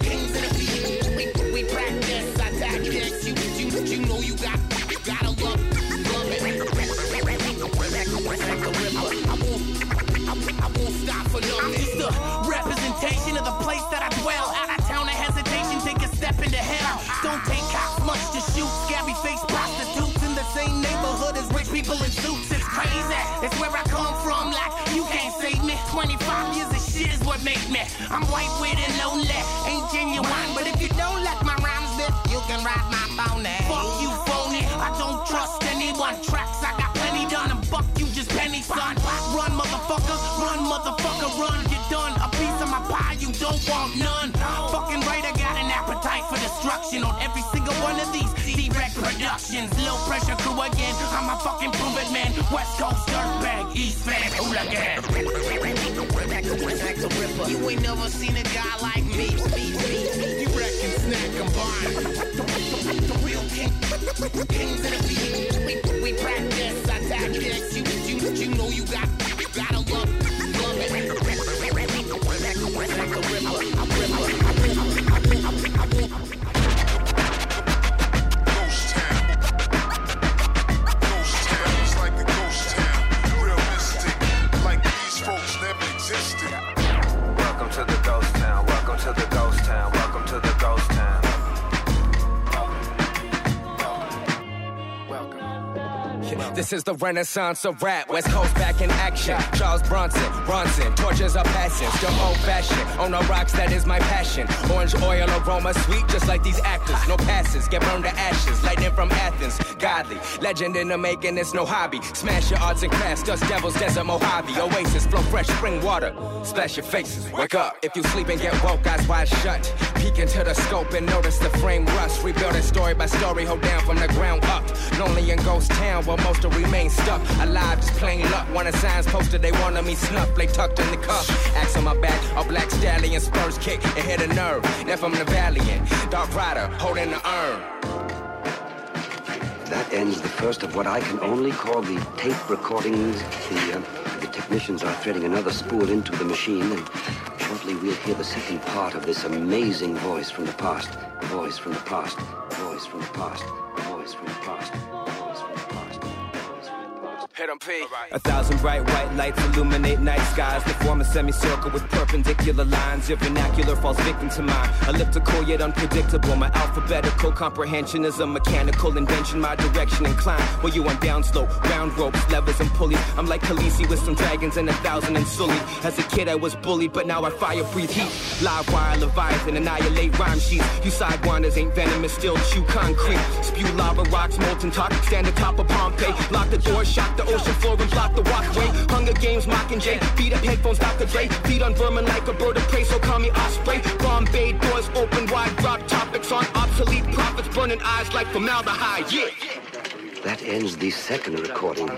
S8: Kings in the field. We, we practice our tactics. You, you, you know you got, you gotta love, love it. Jack the Ripper. I won't, I, I won't stop for nothing. I'm just a representation of the place that I dwell. Out of town, a hesitation. Take a step into hell. Don't take cops much to shoot. Scary face prostitutes in the same neighborhood as rich people in suits. It's crazy. It's where I come from. Like, you can't save me. 25 years of shit is what make me. I'm white, weird, and lonely. Ain't genuine. But if you don't like my rhymes, then you can ride my pony. Fuck you, phony. I don't trust anyone. Tracks, I got plenty done. And fuck you, just penny, son. Run, motherfucker. Run, motherfucker. Run. Get done. A piece of my pie, you don't want none. Fucking right, I got an appetite for destruction on every single one of these. D-Rec Productions, low pressure crew again. I'm a fucking prove it man. West Coast dirtbag, East fan hooligan. Jack the Ripper. You ain't never seen a guy like me. me, me. D-Rec and Snack combined. The real king, kings in the field. We, we practice our tactics. You, you, you know you got, you gotta love, love it. Jack the Ripper. Jack the Ripper. I'm Ripper. I'm Ripper.
S13: Welcome to the ghost town. Welcome to the ghost town. Welcome to the ghost town.
S14: This is the renaissance of rap. West Coast back in action. Charles Bronson, Bronson, torches are passing. Still old fashioned. On the rocks, that is my passion. Orange oil aroma sweet, just like these actors. No passes, get burned to ashes. Lightning from Athens, godly. Legend in the making, it's no hobby. Smash your arts and crafts, dust devils, desert Mojave. Oasis, flow fresh spring water. Splash your faces, wake up. If you sleep and get woke, eyes wide shut. Peek into the scope and notice the frame rust. Rebuilding story by story, hold down from the ground up. Lonely in ghost town, where most will remain stuck. Alive, just plain luck. Wanted signs posted, they wanted me snuffed. They tucked in the cuff. Axe on my back, a black stallion, spurs kick, and hit a nerve. Now from the valiant, dark rider, holding the urn.
S15: That ends the first of what I can only call the tape recordings. The, uh, the technicians are threading another spool into the machine, and shortly we'll hear the second part of this amazing voice from the past. Voice from the past. Voice from the past. Voice from the past. Voice from the past.
S14: Hit 'em, P.
S13: A thousand bright white lights illuminate night skies. They form a semicircle with perpendicular lines. Your vernacular falls victim to mine. Elliptical yet unpredictable. My alphabetical comprehension is a mechanical invention. My direction inclined. Well, you on down slope, round ropes, levers, and pulleys. I'm like Khaleesi with some dragons and a thousand and sully. As a kid, I was bullied, but now I fire breathe heat. Live wire, leviathan, annihilate rhyme sheets. You sidewinders ain't venomous, still chew concrete. Spew lava rocks, molten toxic, stand atop of Pompeii. Lock the door, shock the ocean floor and block the walkway. Hunger Games, mocking Jay. Beat up headphones, Dr. Dre. Feed on vermin like a bird of prey, so call me Osprey. Bombay doors open wide, drop topics on obsolete prophets, burning eyes like formaldehyde. Yeah.
S15: That ends the second recording.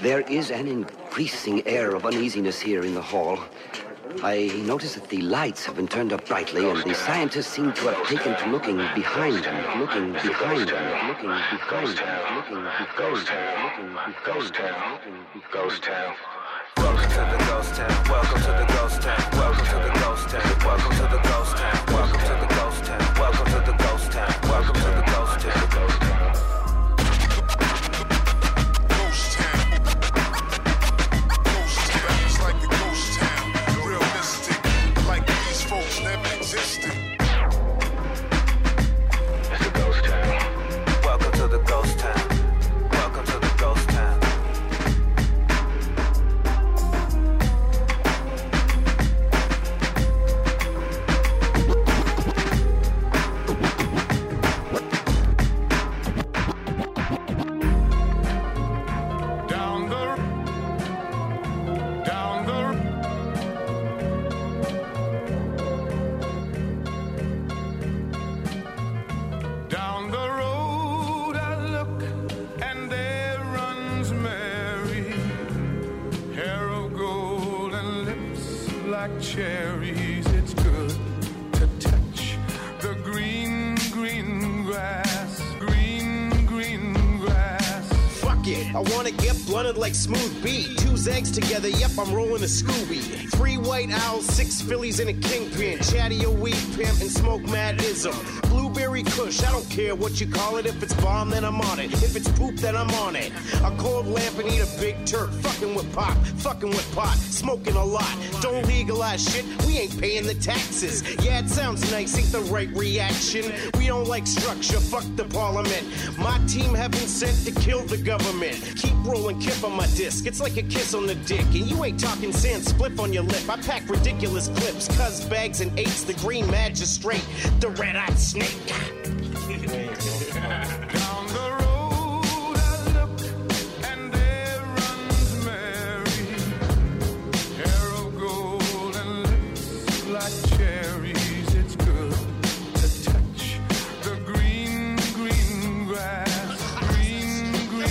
S15: There is an increasing air of uneasiness here in the hall. I notice that the lights have been turned up brightly, and the scientists seem to have taken to looking behind them, looking behind them, looking behind them, looking behind them, looking behind them.
S13: Ghost town.
S14: Welcome to the ghost town. Welcome to the ghost town. Welcome to the ghost town. Welcome to the ghost town. Welcome to the ghost town. Welcome to the ghost town. Welcome to the ghost town. Welcome to the ghost town. Welcome to the ghost town.
S6: Down the, down the, down the road I look, and there runs Mary, hair of gold and lips like cherries. It's good to touch the green, green grass, green, green grass.
S8: Fuck it.
S16: I wanna get blunted like smooth B. Two eggs together, yep, I'm rolling a Scooby. Three white owls, six Phillies, and a kingpin. Chatty a weed pimp and smoke mad ism. Blueberry Kush, I don't care what you call it. If it's bomb, then I'm on it. If it's poop, then I'm on it. A cold lamp and eat a big turk. Fucking with pop, fucking with pot, smoking a lot. Don't legalize shit, we ain't paying the taxes. Yeah, it sounds nice, ain't the right reaction. We don't like structure, fuck the parliament. My team have been sent to kill the government. Keep rolling kip on my disc, it's like a kiss on the dick. And you ain't talking sand spliff on your lip. I pack ridiculous clips, cuz bags and eights, the green magistrate, the red eyed snake.
S8: Yo,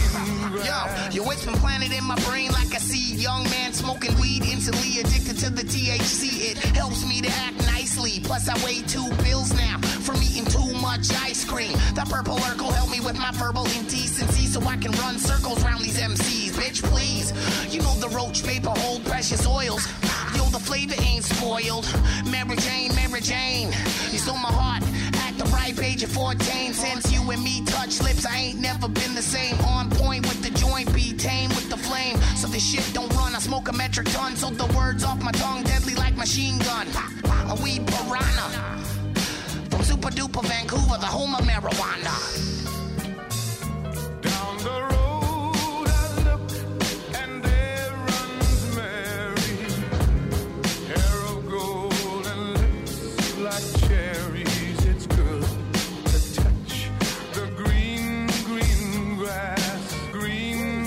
S8: your wits been planted in my brain like I see young man smoking weed instantly addicted to the THC. It helps me to act nicely. Plus, I weigh two bills now from eating too much ice cream. That purple Urkel helped me with my verbal indecency so I can run circles around these MCs. Bitch, please. You know the roach vapor hold precious oils. Yo, the flavor ain't spoiled. Mary Jane, Mary Jane, you stole my heart at the ripe age of 14. Since you and me touch lips, I ain't never been the same. On point with the joint, be tame with the flame. So the shit don't run, I smoke a metric ton. So the words off my tongue, deadly like machine gun. A weed piranha. From super duper Vancouver, the home of marijuana.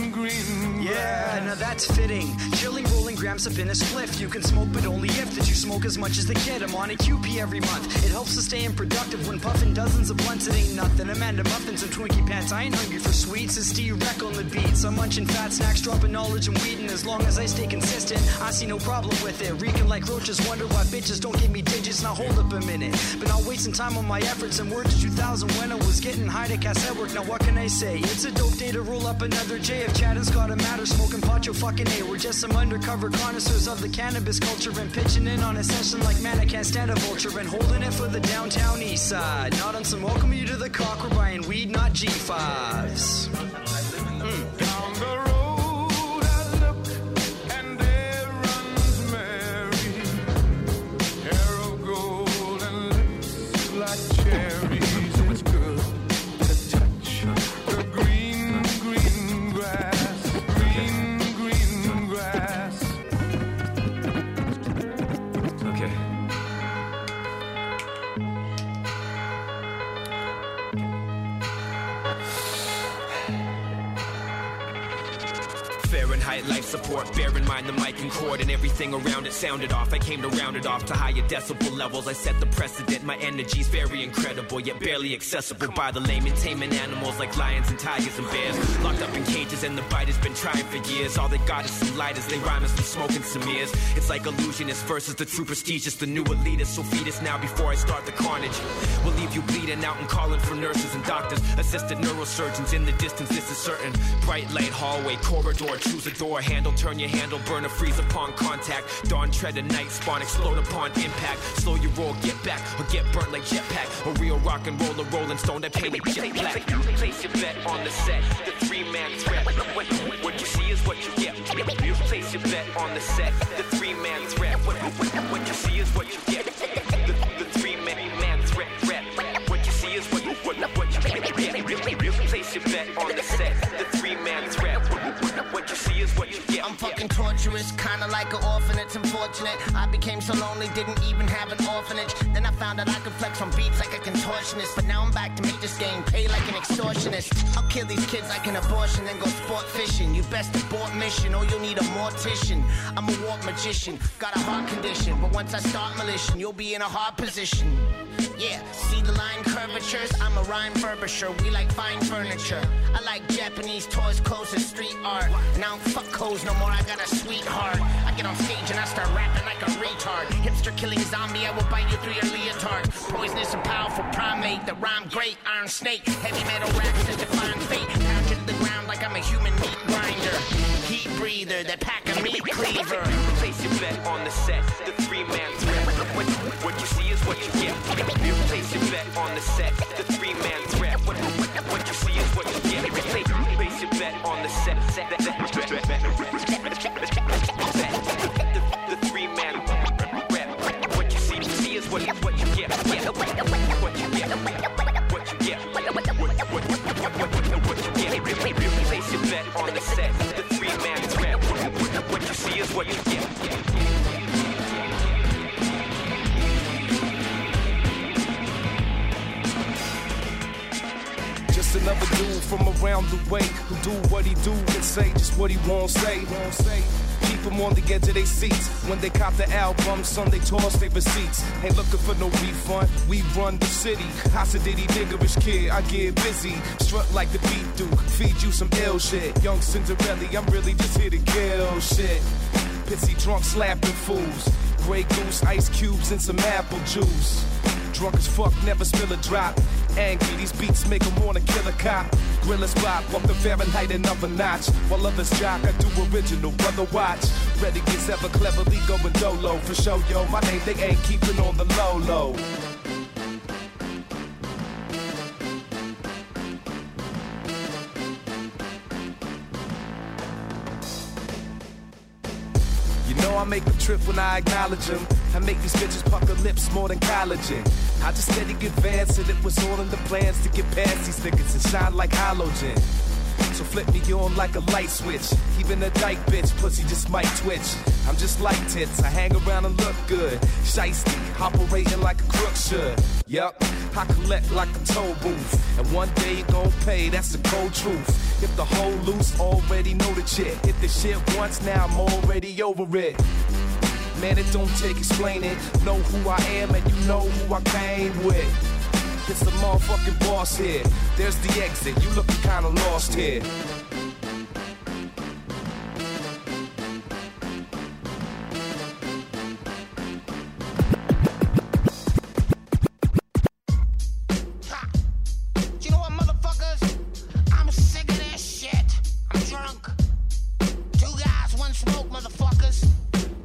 S17: Yeah, now that's fitting. Chilling, rolling grams up in a spliff. You can smoke, but only if that you smoke as much as the kid. I'm on a QP every month. It helps to staying productive when puffing dozens of blunts. It ain't nothing. Amanda muffins and Twinkie pants. I ain't hungry for sweets. It's D Rec on the beats. I'm munching fat snacks, dropping knowledge and weed. And as long as I stay consistent, I see no problem with it. Reeking like roaches, wonder why bitches don't give me digits. Now hold up a minute. Been all wasting time on my efforts and word to 2000 when I was getting high to cassette work. Now what can I say? It's a dope day to roll up another J. If Chad and Scott and Matt are smoking pot, you'll fucking A. We're just some undercover connoisseurs of the cannabis culture and pitching in on a session like man, I can't stand a vulture and holding it for the downtown east side. Not on some welcome you to the cock. We're buying weed, not G5s. Mm.
S18: Okay.
S13: Fahrenheit life support. Bear in mind the mic and cord and everything around it sounded off. I came to round it off to higher decibel levels. I set the precedent. My energy's very incredible, yet barely accessible by the lame and taming animals like lions and tigers and bears. Locked up in cages and the bite has been trying for years. All they got is some lighters. They rhyme as we smoking some ears. It's like illusionists versus the true prestigious, the new elitist. So feed us now before I start the carnage. We'll leave you bleeding out and calling for nurses and doctors, assisted neurosurgeons in the distance. This is certain. Bright light hallway, corridor, choose a door handle, turn your handle, burn or freeze upon contact. Dawn tread a night spawn, explode upon impact. Slow your roll, get back, or get burnt like jetpack. A real rock and roller, rolling stone that painted jet black. Place your bet on the set, the three man threat. What, what you see is what you get. You place your bet on the set, the three man threat. What, what you see is what you get. The, the three man man threat. threat. What you see is what you what, what you get. You, you place your bet on the set, the three man threat. What you see is what you get.
S8: I'm fucking torturous, kinda like an orphan. It's unfortunate. I became so lonely, didn't even have an orphanage. Then I found out I could flex on beats like a contortionist. But now I'm back to make this game pay like an extortionist. I'll kill these kids like an abortion, then go sport fishing. You best abort mission, or you'll need a mortician. I'm a warp magician, got a heart condition. But once I start milition, you'll be in a hard position. Yeah, see the line curvatures? I'm a rhyme furbisher. We like fine furniture. I like Japanese toys, clothes, and street art. And I don't fuck hoes no more. I got a sweetheart. I get on stage and I start rapping like a retard. Hipster killing zombie, I will bite you through your leotard. Poisonous and powerful primate. The rhyme great, iron snake. Heavy metal raps that define fate. Pounded to the ground like I'm a human meat. eater, heat breather, that pack a meat cleaver.
S13: Place your bet on the set, the three man threat. What, what you see is what you get. You place your bet on the set, the three man threat. What, what you see is what you get. Place, place your bet on the set, set, set, set, set, set, set. The, the three man rep. What you see, see is what, what you get. Yeah, what, what you get. What you get. What, what, what, what, what, what you get. Place your bet on the set, the three man threat. What, what you see is what you get.
S19: Just another dude from around the way who do what he do and say just what he won't say. Won't say. Keep 'em on the edge of their seats. When they cop the album, some they toss their receipts. Ain't looking for no refund. We run the city. How's a diddy niggerish kid? I get busy. Strut like the beat do. Feed you some ill shit. Young Cinderella, I'm really just here to kill shit. Pitsy drunk slapping fools. Grey goose, ice cubes, and some apple juice. Drunk as fuck, never spill a drop. Angry, these beats make 'em wanna kill a cop. Grill is pop, up the Fahrenheit another notch. While others jock, I do original, brother watch. Ready gets ever cleverly going dolo. For show, yo, my name they ain't keeping on the low low. You know I make them trip when I acknowledge them. I make these bitches pucker lips more than collagen. I just steady advance and it was all in the plans to get past these niggas and shine like halogen. So flip me on like a light switch. Even a dyke bitch, pussy just might twitch. I'm just like tits, I hang around and look good. Shiesty, operating like a crook should. Yup, I collect like a toll booth. And one day you gon' pay, that's the cold truth. If the whole loose already know the shit, hit the shit once, now I'm already over it. Man, it don't take explaining. Know who I am and you know who I came with. It's the motherfucking boss here. There's the exit. You looking kinda lost here.
S8: You know what, motherfuckers? I'm sick of this shit. I'm drunk. Two guys, one smoke, motherfuckers.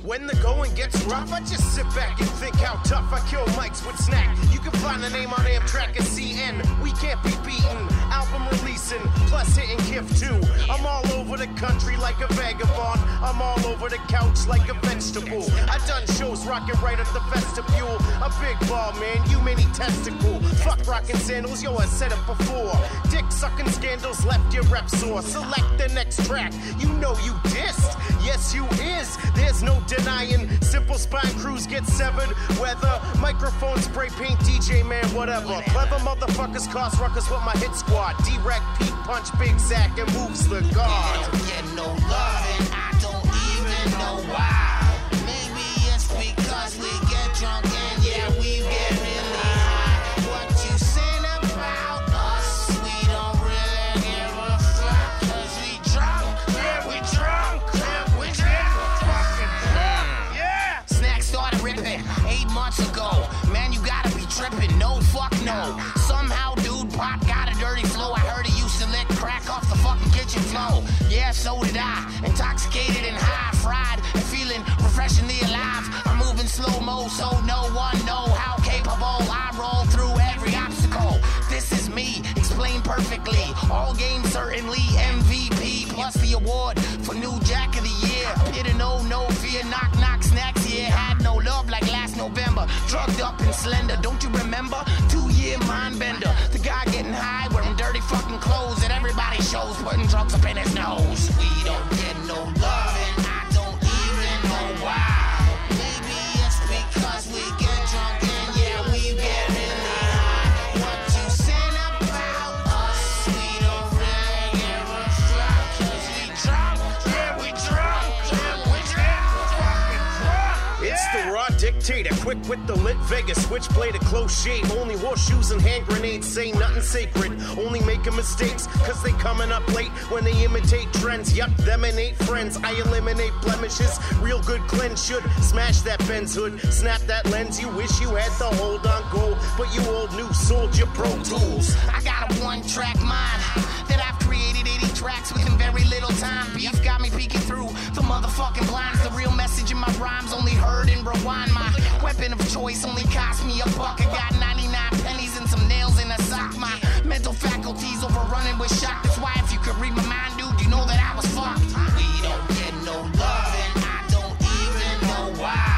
S16: When the going gets rough, I just sit back and think how tough I kill mics with snack. You can find the name on Amtrak and CN. We can't be beaten. Album releasing, plus hitting gift too. I'm all over the country like a vagabond. I'm all over the couch like a vegetable. I done shows rocking right at the vestibule. A big ball man, you many testicle. Fuck rocking sandals, yo, I said it before. Dick sucking scandals left your rep sore. Select the next track. You know you dissed. Yes, you is. There's no denying. Simple spine crews get severed. Weather, microphone spray paint, DJ man, whatever. Clever motherfuckers cause ruckus with my hit squad. D-Rack, Pete, Punch, Big Zach, and moves the guard.
S8: no love and I don't even know why. Maybe it's because we get drunk and yeah, we get really high. What you saying about us? We don't really give a fuck. Cause we drunk, yeah, we drunk, yeah, we drunk. Fucking drunk, yeah. Snack started ripping eight months ago. Man, you gotta be tripping. No, fuck no. Somehow, dude, pop got a dirty flow. I heard he used to let crack off the fucking kitchen floor. Yeah, so did I. Intoxicated and high, fried, and feeling refreshingly alive. I'm moving slow mo, so no one know how capable I roll through every obstacle. This is me, explained perfectly. All game certainly MVP, plus the award for new Jack of the Year. Hit a no, no fear, knock, knock, snacks. Yeah, had no love like last November. Drugged up and slender, don't you remember? Two year mind bender. The guy getting high, wearing dirty fucking clothes, and everybody shows putting drugs up in his nose. We don't get no love, and I don't even know why. Maybe it's because we get drunk, and yeah, we get really high. What you saying about us? We don't really give a fuck, 'cause we drunk, yeah, we drunk, yeah, we drunk, fucking drunk.
S16: It's the raw dick dictator, quick with the lit Vegas, switchblade a close shave. Only horseshoes and hand grenades say nothing sacred. Only making mistakes, cause they coming up late when they imitate trends. Yup, them and eight friends. I eliminate blemishes. Real good cleanse should smash that Ben's hood, snap that lens. You wish you had the hold on goal, but you old new soldier pro tools.
S8: I got a one track mind that I've created 80 tracks within very little time. Beef got me peeking through the motherfucking blinds. The real message in my rhymes only heard and rewind. My weapon of choice only cost me a buck. I got 99 pennies and some nails in a sock. My mental faculties overrunning with shock. That's why if you could read my mind, dude, you know that I was fucked. We don't get no love and I don't even know why.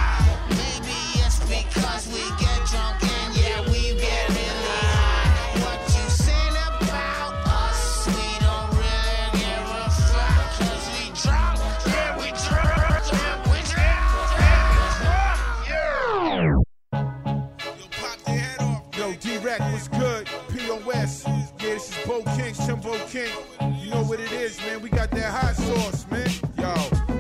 S8: Maybe it's because we get drunk and yeah, we get really high. What you saying about us, we don't really give a fuck. 'Cause we drunk, yeah, we drunk, yeah, we drunk, yeah, we drunk, yeah.
S20: Yo, D-Rack was good. P.O.S. Yeah, this is Bo King, Timbo King. You know what it is, man. We got that hot sauce, man. Yo,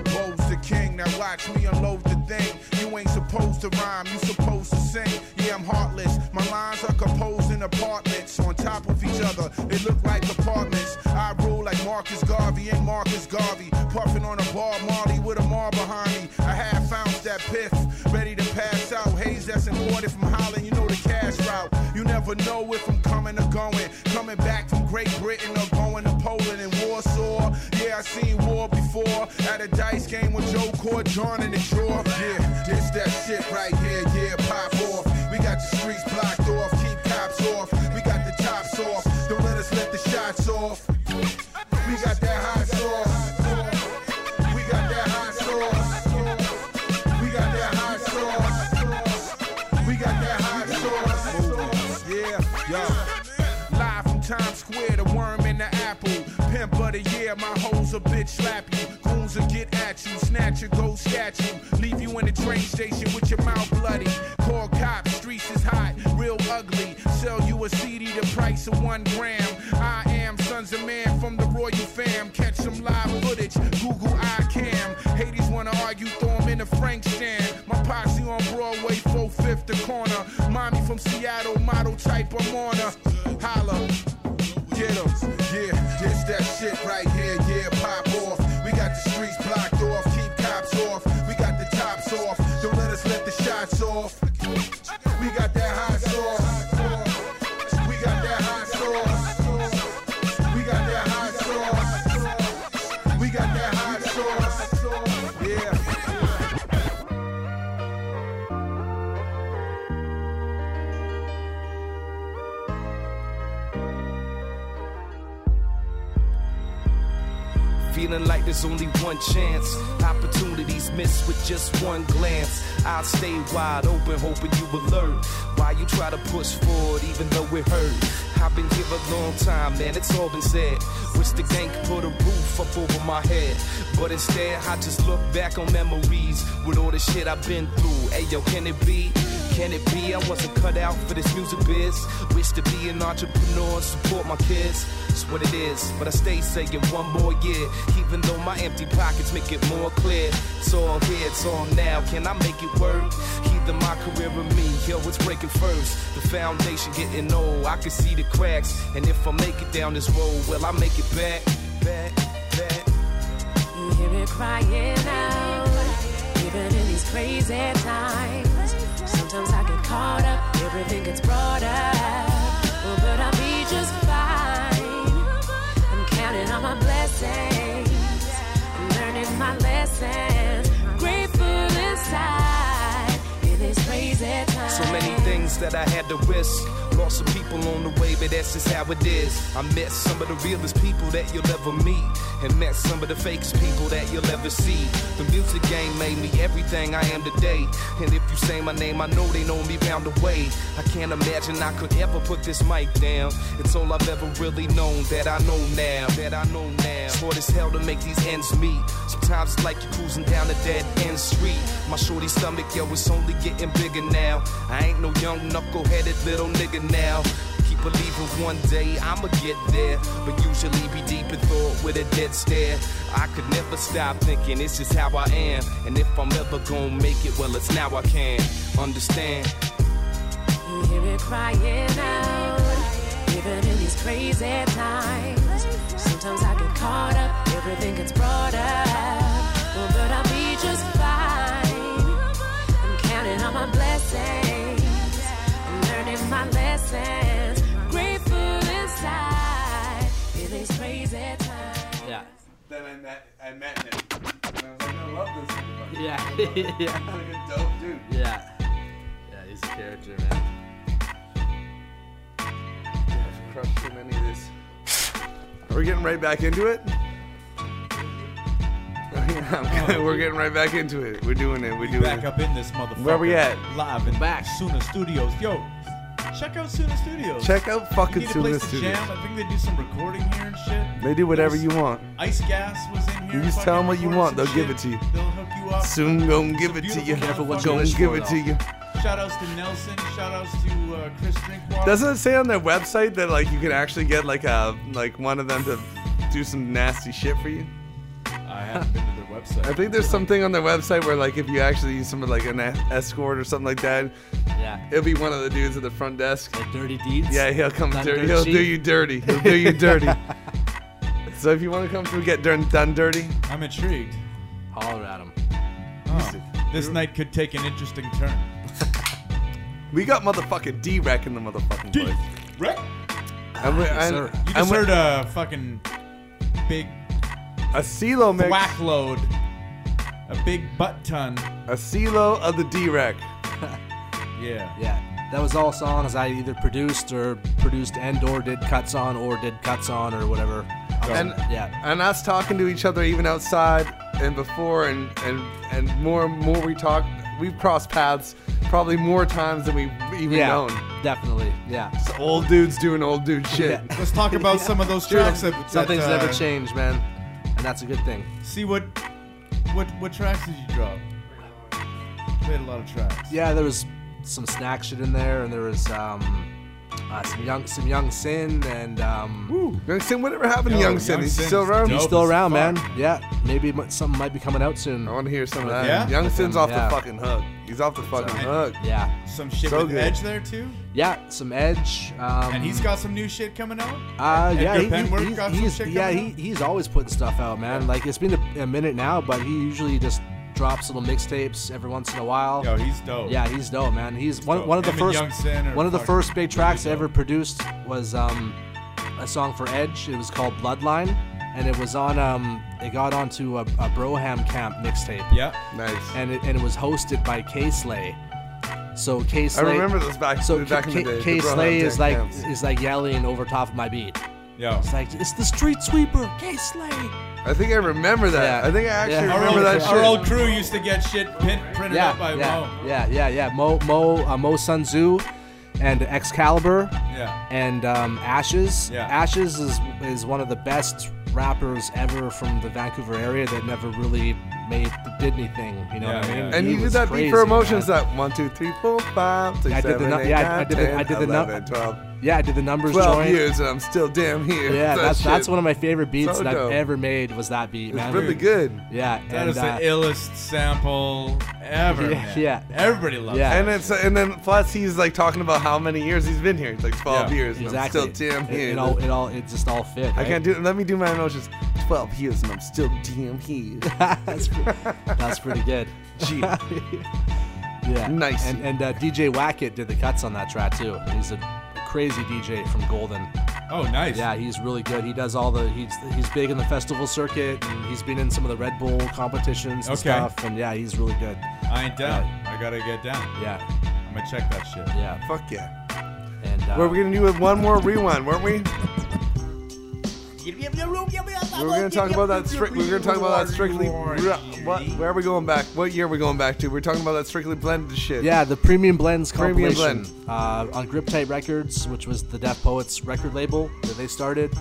S20: Bo's the king. Now watch me unload the thing. You ain't supposed to rhyme. You supposed to sing. Yeah, I'm heartless. My lines are composed in apartments on top of each other. It look like apartments. I rule like Marcus Garvey ain't Marcus Garvey. Puffing on a bar Marley with a mar behind me. I had found that piff, ready to pass out. Haze that's imported from Holland. You know the cash route. You never know if I'm coming or going. Coming back from Great Britain or going to Poland and Warsaw. Yeah, I seen war before. At a dice game with Joe Cord, John in the drawer. Yeah, this that shit right here. Yeah, pop off. We got the streets blocked off. Keep cops off. We got the tops off. Don't let us let the shots off. We got that hot sauce. We got that hot sauce. We got that hot sauce. We got that hot sauce. Yeah, yo. Live from Times Square, the worm in the apple. Pimp of the year, my hoes a bitch slap you. Goons will get at you, snatch your gold statue. Leave you in the train station with your mouth bloody. Call cops, streets is hot, real ugly. Sell you a CD, the price of one gram. I am sons of man from the royal fam. Catch some live footage, Google iCam. Hades wanna argue, throw 'em in a Frank stand. My posse on Broadway, 4-5th the corner. Mommy from Seattle, model type, I'm on her. Holla, get 'em, yeah. This that shit right here, yeah, pop off. We got the streets blocked off, keep cops off. We got the tops off, don't let us let the shots off. We got that hot sauce. We got that hot sauce. We got that hot sauce. We got that hot sauce. Yeah.
S19: Feeling like there's only one chance. Opportunities missed with just one glance. I'll stay wide open, hoping you alert. Why you try to push forward, even though it hurt? I've been here a long time, man, it's all been said. Wish the gang could put a roof up over my head. But instead, I just look back on memories with all the shit I've been through. Hey, yo, can it be? Can it be I wasn't cut out for this music biz? Wish to be an entrepreneur and support my kids. It's what it is, but I stay saying one more year. Even though my empty pockets make it more clear. It's all here, it's all now. Can I make it work? Either my career or me, yo, it's breaking first. The foundation getting old, I can see the cracks. And if I make it down this road, will I make it back? Back, back.
S10: You hear it crying out, even in these crazy times. Sometimes I get caught up, everything gets brought up. Oh, but I'll be just fine. I'm counting on my blessings, I'm learning my lessons. Grateful inside in these crazy times.
S19: So many things that I had to risk. Lost some people on the way, but that's just how it is. I met some of the realest people that you'll ever meet, and met some of the fakest people that you'll ever see. The music game made me everything I am today. And if you say my name, I know they know me round the way. I can't imagine I could ever put this mic down. It's all I've ever really known that I know now. That I know now. It's hard as hell to make these ends meet. Sometimes it's like you're cruising down a dead end street. My shorty stomach, yo, it's only getting bigger now. I ain't no young knuckle-headed little nigga now. Keep believing one day I'ma get there. But usually be deep in thought with a dead stare. I could never stop thinking, it's just how I am. And if I'm ever gonna make it, well, it's now I can understand.
S10: You hear it crying out, even in these crazy times. Sometimes I get caught up, everything gets brought up. Well, but I'll be just fine. I'm counting on my blessings, I'm learning my lessons. Grateful inside, in these crazy times.
S1: Yeah. Then I met I met him. And I was like, I love this. motherfucker."
S4: Yeah.
S1: He's
S4: Yeah.
S1: like a dope dude.
S4: Yeah. Yeah, he's a character, man.
S1: I've crushed too many of these. Are we getting right back into it? We're getting right back into it. We're doing it. We're doing
S3: back
S1: it.
S3: up in this motherfucker.
S1: Where we at?
S3: Live in back. Suna Studios. Yo, check out Suna Studios.
S1: Check out fucking
S3: You need a
S1: Suna
S3: place to
S1: Studios.
S3: Jam. I think they do some recording here and shit.
S1: They do whatever you want.
S3: Ice Gas was in here.
S1: You just tell them what you
S3: fucking
S1: want. They'll
S3: recording
S1: give it to
S3: some
S1: you.
S3: shit. They'll hook you up.
S1: Soon gonna
S3: It's
S1: give
S3: a
S1: it to
S3: beautiful
S1: you. Careful what you
S3: motherfucking
S1: wish
S3: show,
S1: for, give it to
S3: though.
S1: you.
S3: Shout outs to Nelson. Shout outs to uh, Chris Drinkwater.
S1: Doesn't it say on their website that like you can actually get like a like one of them to do some nasty shit for you?
S3: I haven't been to their website.
S1: I think there's something on their website where like if you actually use someone like an es- escort or something like that,
S4: Yeah.
S1: it'll be one of the dudes at the front desk.
S4: dirty deeds.
S1: Yeah, he'll come
S4: Done
S1: dirty.
S4: dirt
S1: He'll do
S4: cheap.
S1: you dirty. He'll do you dirty. so if you want to come through, get done, done dirty.
S3: I'm intrigued.
S4: Holler at him.
S3: Oh, this night could take an interesting turn.
S1: We got motherfucking D-Rack in the motherfucking place.
S3: Right?
S1: And we- and-
S3: you just
S1: and we-
S3: heard a fucking big
S1: a CeeLo mix.
S3: whack load, a big butt ton.
S1: A CeeLo of the D-Rack.
S3: Yeah.
S4: Yeah. That was all songs I either produced or produced and or did cuts on or did cuts on or whatever.
S1: And
S4: yeah.
S1: and us talking to each other even outside and before and and and more and more we talk, we've crossed paths probably more times than we've even
S4: yeah.
S1: known.
S4: Definitely. Yeah.
S1: It's old dudes doing old dude shit.
S3: Let's talk about some of those
S4: True.
S3: tracks. That,
S4: Some things
S3: that, uh,
S4: never change, man. And that's a good thing.
S3: See what, what, what tracks did you drop? Played a lot of tracks.
S4: Yeah, there was some snack shit in there, and there was um, uh, some young some young sin and um.
S1: Young Sin, whatever happened to Yo, Young Sin? Young He's Sin's still around?
S4: He's
S1: dope
S4: still
S1: as
S4: around,
S1: fuck.
S4: man. Yeah, maybe mu- something might be coming out soon. I
S1: want to hear some of that. Young Sin's off the fucking hook. He's off the fucking hook.
S4: Yeah.
S3: Some shit
S1: So
S3: with
S1: good.
S3: Edge there too.
S4: Yeah, some edge. Um,
S3: And he's got some new shit coming out.
S4: Uh,
S3: Edgar
S4: yeah, he,
S3: Penworth
S4: he,
S3: got
S4: he-
S3: some
S4: he's,
S3: shit
S4: yeah,
S3: coming
S4: he, he's always putting stuff out, man. Like it's been a, a minute now, but he usually just drops little mixtapes every once in a while.
S3: Yo, he's dope.
S4: Yeah, he's dope, man. He's,
S3: dope.
S4: one, one of the
S3: Him and Young
S4: first
S3: Sin are
S4: one of the
S3: fucking
S4: first big tracks I ever produced was um, a song for Edge. It was called Bloodline, and it was on um, it got onto a, a Broham Camp mixtape.
S3: Yeah,
S1: nice.
S4: And it and it was hosted by K Slay. So K Slay.
S1: remember this back-
S4: So
S1: back in the
S4: K,
S1: day, the
S4: K
S1: Broham
S4: Slay is
S1: Camp
S4: like
S1: camps.
S4: is like yelling over top of my beat.
S3: Yeah.
S4: It's like it's the street sweeper, K Slay.
S1: I think I remember that.
S4: Yeah.
S1: I think I actually
S4: Yeah.
S1: remember
S3: Our,
S1: that
S3: old, our
S1: shit.
S3: old crew used to get shit pin, printed
S4: yeah,
S3: up by Mo.
S4: yeah, yeah, yeah, yeah. Mo, Mo, uh, Mo Sun Tzu, and Excalibur,
S3: Yeah.
S4: and um, Ashes.
S3: Yeah.
S4: Ashes is is one of the best rappers ever from the Vancouver area that never really made did anything. You know what I
S1: Yeah,
S4: mean?
S1: yeah. And
S4: He
S1: you did
S4: was
S1: that
S4: crazy,
S1: beat for emotions.
S4: man.
S1: That one, two, three, four, five, six,
S4: I did the
S1: seven,
S4: nu-
S1: eight,
S4: yeah, I-
S1: nine,
S4: I did the- I
S1: 10,
S4: did the nu-
S1: 11, 12.
S4: Yeah, I did the numbers.
S1: 12
S4: joint.
S1: years and I'm still damn here.
S4: Yeah,
S1: That
S4: that's that's
S1: shit.
S4: one of my favorite
S1: So
S4: beats that I've
S1: dope.
S4: ever made. Was that beat?
S1: It's
S4: man.
S1: really good.
S4: Yeah,
S3: That
S4: and,
S3: is
S4: uh,
S3: the illest sample ever.
S4: Yeah,
S3: man.
S4: yeah.
S3: Everybody loves
S4: Yeah.
S3: it.
S1: And it's and then plus he's like talking about how many years he's been here. It's like 12
S4: Yeah,
S1: years.
S4: Exactly.
S1: And I'm still damn
S4: It-
S1: here.
S4: It, all, it all, it just all fit.
S1: I
S4: right?
S1: can't do it. Let me do my emotions. 12 years and I'm still damn here.
S4: that's, That's pretty good.
S1: Gee.
S4: yeah.
S1: Nice.
S4: And, and uh, DJ Wackett did the cuts on that track too. He's a crazy DJ from Golden.
S3: Oh, nice.
S4: Yeah, he's really good. He does all the. He's he's big in the festival circuit. And he's been in some of the Red Bull competitions and
S3: Okay.
S4: stuff. And yeah, he's really good.
S3: I ain't down. I gotta get down.
S4: Yeah.
S3: I'm gonna check that shit.
S4: Yeah.
S1: Fuck yeah.
S4: And uh,
S1: Were we gonna do with one more rewind, weren't we? We were gonna talk about that. Stri- we were gonna talk about that strictly. What? Where are we going back? What year are we going back to? We're talking about that strictly blended shit.
S4: Yeah, the Premium Blends
S1: Premium
S4: compilation Uh, on Grip Tight Records, which was the Deaf Poets record label that they started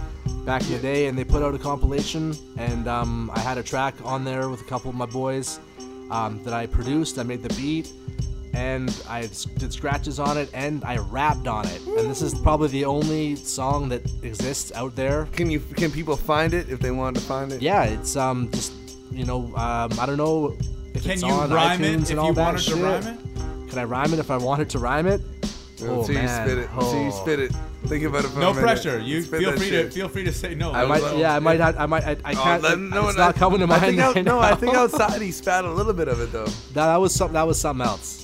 S4: back in the day, and they put out a compilation. And um, I had a track on there with a couple of my boys um, that I produced. I made the beat. and I s- did scratches on it and I rapped on it. And this is probably the only song that exists out there.
S1: Can you can people find it if they want to find it?
S4: Yeah, it's um just you know um I don't know. If
S3: Can
S4: it's
S3: you
S4: on
S3: rhyme it
S4: iTunes
S3: if
S4: and all
S3: you
S4: that
S3: wanted to
S4: shit.
S3: rhyme it?
S4: Can I rhyme it if I wanted to rhyme it? Oh,
S1: Until you spit it. Until you spit it. Think about it for
S4: No
S1: a minute.
S4: pressure. You
S1: Spit
S4: feel
S1: that
S4: free to-
S1: shit.
S6: Feel free to say no.
S4: I might, yeah, I might, have, I might, I, I
S1: Oh,
S4: can't.
S1: let- no,
S4: it's
S1: no,
S4: not coming to
S1: I
S4: mind.
S1: think out-
S4: right
S1: no, I think
S4: now.
S1: outside he spat a little bit of it though.
S4: That, that was something. That was something else.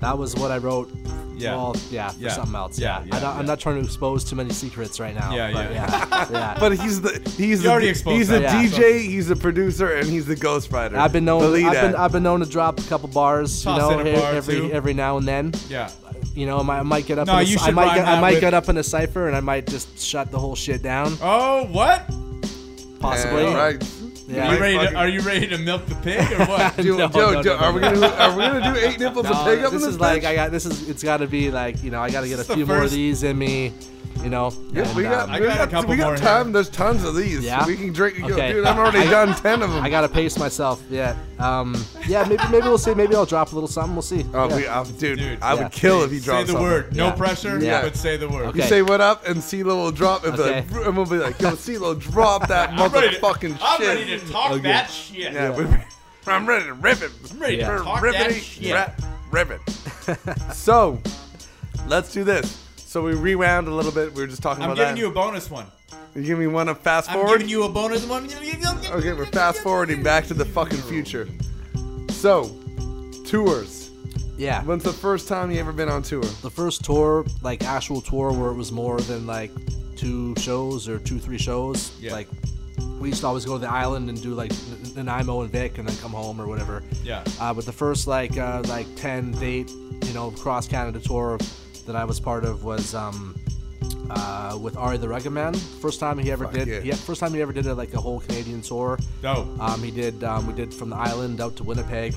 S4: That was what I wrote.
S1: Yeah.
S4: Well, yeah, for
S1: Yeah.
S4: something else.
S1: Yeah,
S4: Yeah.
S1: yeah,
S4: I don't,
S1: yeah.
S4: I'm not trying to expose too many secrets right now.
S1: Yeah,
S4: but
S1: yeah.
S4: yeah. yeah.
S1: But he's the he's
S4: You
S1: the,
S4: already
S1: he's
S4: exposed
S1: the
S4: that, yeah.
S1: DJ, he's the producer, and he's the ghostwriter.
S4: I've been known.
S1: Believe
S4: I've
S1: that.
S4: been, I've been known to drop a couple bars, you
S1: Toss
S4: know,
S1: in a
S4: here-
S1: bar or
S4: every
S1: two.
S4: every now and then.
S1: Yeah.
S4: You know, I might, I might get up.
S1: No,
S4: in a,
S1: you
S4: I
S1: should
S4: might
S1: rhyme
S4: get,
S1: that
S4: I might
S1: with-
S4: get up in a cipher, and I might just shut the whole shit down.
S6: Oh, what?
S4: Possibly.
S1: Yeah, right.
S4: Yeah.
S6: Are you ready? To, are you ready to milk the pig or what?
S4: No, no, no, no, no. No,
S6: in
S4: This is like I got this is it's got to be like you know I got to get a
S1: This is the
S4: few more of
S1: first-
S4: these in me, you know.
S1: Yeah,
S4: and,
S1: we got,
S4: um,
S1: we got, we got time. There's tons of these.
S4: Yeah?
S1: We can drink.
S4: Okay.
S1: Dude, I'm already
S4: I-
S1: done ten of them.
S4: I gotta pace myself. Yeah. Um. Yeah. Maybe. Maybe we'll see. Maybe I'll drop a little something. We'll see.
S1: Oh,
S4: yeah.
S1: we, uh, dude, I would kill if he dropped
S6: the
S1: something.
S6: word. No Yeah. pressure, but say the word.
S1: You
S6: Okay.
S1: say what up, and CeeLo will drop it.
S6: Okay.
S1: But and we'll be like, yo, CeeLo, drop that
S6: I'm ready to-
S1: motherfucking shit.
S6: I'm ready to talk Okay. that shit.
S1: Yeah,
S6: Yeah.
S1: we're- I'm ready to rip it.
S6: I'm ready to
S1: Rip-
S6: talk
S1: rip
S6: that
S1: it,
S6: shit.
S1: rap- Rip it. so, let's do this. So we rewound a little bit. We were just talking
S6: I'm
S1: about
S6: giving
S1: that.
S6: you a bonus one.
S1: You give me one of fast
S6: I'm
S1: forward.
S6: giving you a bonus one.
S1: Okay, we're fast forwarding back to the fucking future. So, tours.
S4: Yeah.
S1: When's the first time you ever been on tour?
S4: The first tour, like actual tour, where it was more than like two shows or two three shows.
S6: Yeah.
S4: Like we used to always go to the island and do like N- N- Nanaimo and Vic, and then come home or whatever.
S6: Yeah.
S4: Uh, but the first like uh, like ten date, you know, cross Canada tour that I was part of was um, uh, with Ari the Rugged Man. First time he ever
S6: Fuck
S4: did.
S6: yeah.
S4: Yeah. First time he ever did a, like a whole Canadian tour.
S6: Dope.
S4: Um, he did. Um, we did from the island out to Winnipeg,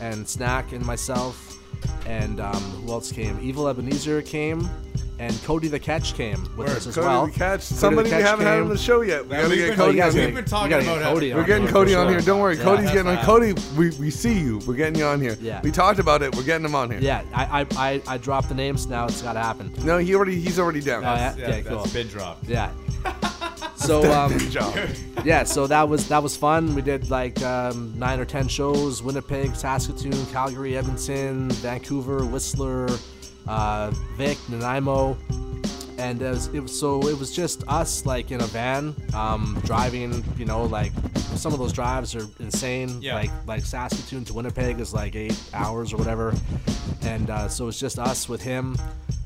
S4: and Snack and myself, and um, who else came? Evil Ebenezer came. And Cody the Catch came with us as
S1: Cody
S4: well.
S1: the Catch.
S4: Cody the
S1: Somebody we
S4: Catch
S1: haven't had
S4: came.
S1: on the show yet. We
S4: Yeah,
S1: gotta
S4: we've
S1: get
S4: been-
S1: Cody
S4: you guys
S1: on here.
S4: We've been talking You gotta get about Cody it. on
S1: We're getting
S4: here,
S1: Cody
S4: for
S1: on
S4: sure.
S1: here. Don't worry.
S4: Yeah.
S1: Cody's getting on.
S4: Yeah.
S1: Cody, we, we see you. We're getting you on here.
S4: Yeah.
S1: We talked about it. We're getting him on here.
S4: Yeah, I, I, I, I dropped the names. Now it's got to happen.
S1: No, he already he's already down.
S4: Oh, yeah? Okay, cool.
S6: been dropped.
S4: Yeah. So
S1: That's
S4: um,
S1: been dropped.
S4: yeah, so that was that was fun. We did like um, nine or ten shows: Winnipeg, Saskatoon, Calgary, Edmonton, Vancouver, Whistler, uh, Vic, Nanaimo, and it was, it was so it was just us like in a van um, driving. You know, like some of those drives are insane.
S6: Yeah.
S4: Like like Saskatoon to Winnipeg is like eight hours or whatever, and uh, so it's just us with him.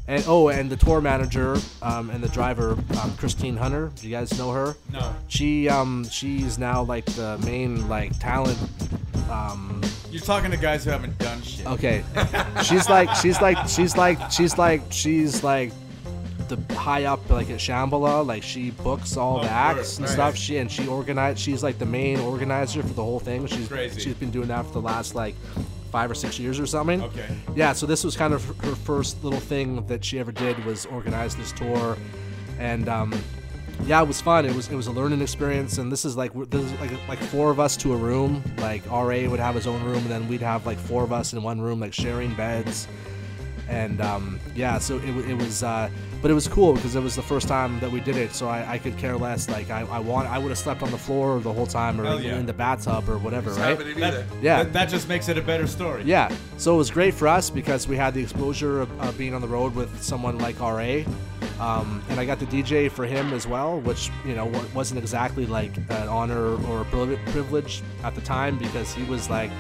S4: And oh, and the tour manager um, and the driver, um, Christine Hunter. Do you guys know her?
S6: No.
S4: She um she's now like the main like talent. Um,
S6: You're talking to guys who haven't done shit.
S4: okay, she's like she's like she's like she's like she's like the high up like at Shambhala. Like she books all
S6: Oh,
S4: the
S6: word.
S4: acts and
S6: Nice.
S4: stuff. She and she organized. She's like the main organizer for the whole thing. She's
S6: Crazy.
S4: she's been doing that for the last like five or six years or something.
S6: Okay.
S4: Yeah, so this was kind of her first little thing that she ever did was organize this tour, and um, yeah, it was fun. It was it was a learning experience, and this is like we're- there's like like four of us to a room. Like Ra would have his own room, and then we'd have like four of us in one room, like sharing beds, and um, yeah, so it, wa- it was. Uh, but it was cool because it was the first time that we did it, so I, I could care less. Like I, I want I would have slept on the floor the whole time, or
S6: Hell
S4: in-
S6: Oh, yeah.
S4: in the bathtub, or whatever,
S6: It's
S4: right?
S6: happening either.
S4: yeah,
S6: That, that just makes it a better story.
S4: yeah. So it was great for us because we had the exposure of, of being on the road with someone like RA. Um, and I got the DJ for him as well, which, you know, wa- wasn't exactly like an honor or a privi- privilege at the time because he was like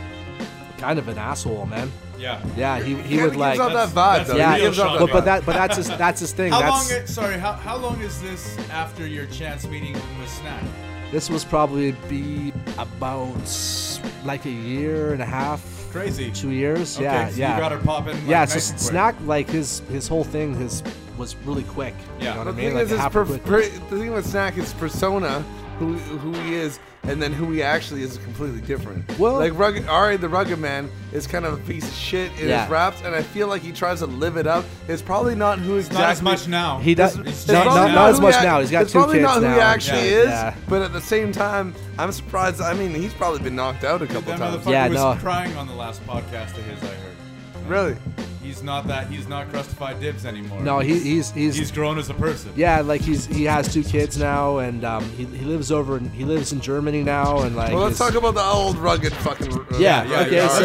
S4: kind of an asshole, man.
S6: Yeah.
S4: Yeah, he, he
S6: Yeah,
S4: would
S6: he gives
S4: like.
S6: off that vibe, That's- though.
S4: Yeah,
S6: He gives off
S4: but,
S6: that
S4: but
S6: vibe.
S4: that but that's his that's his thing.
S6: How
S4: that's,
S6: long? Sorry. How, how long is this after your chance meeting with Snack?
S4: This was probably be about like a year and a half.
S6: Crazy.
S4: Two years.
S6: Okay,
S4: yeah,
S6: so you
S4: yeah.
S6: got her popping, like,
S4: yeah,
S6: nice
S4: so
S6: and quick.
S4: Snack like his his whole thing his was really quick. You know what
S1: the
S4: I mean?
S1: thing
S4: Like
S1: is,
S4: it
S1: is
S4: happened
S1: per-
S4: quick.
S1: per- the thing with Snack is persona, who who he is, and then who he actually is is completely different.
S4: Well-
S1: like rugged, Ari the Rugged Man is kind of a piece of shit in
S4: Yeah.
S1: his raps, and I feel like he tries to live it up. It's probably not who exactly.
S6: not as much now.
S4: He does-
S1: It's-
S4: it's
S1: it's
S4: not-
S1: probably
S4: not- not as
S1: who
S4: much
S1: he ac-
S4: now. He's got
S1: it's
S4: two
S1: probably
S4: kids
S1: not who he
S4: now.
S1: actually
S4: Yeah.
S1: is.
S4: Yeah.
S1: But at the same time, I'm surprised. I mean, he's probably been knocked out a couple
S6: That
S1: times.
S6: motherfucker was crying on the last podcast of his. I heard. Um,
S1: Really?
S6: He's not that. He's not crustified dibs anymore.
S4: No, he, he's he's
S6: he's grown as a person.
S4: Yeah, like he's he has two kids now, and um, he, he lives over in, he lives in Germany now, and like
S1: well, let's
S4: is-
S1: talk about the old rugged fucking. uh,
S4: yeah, okay,
S1: all
S4: so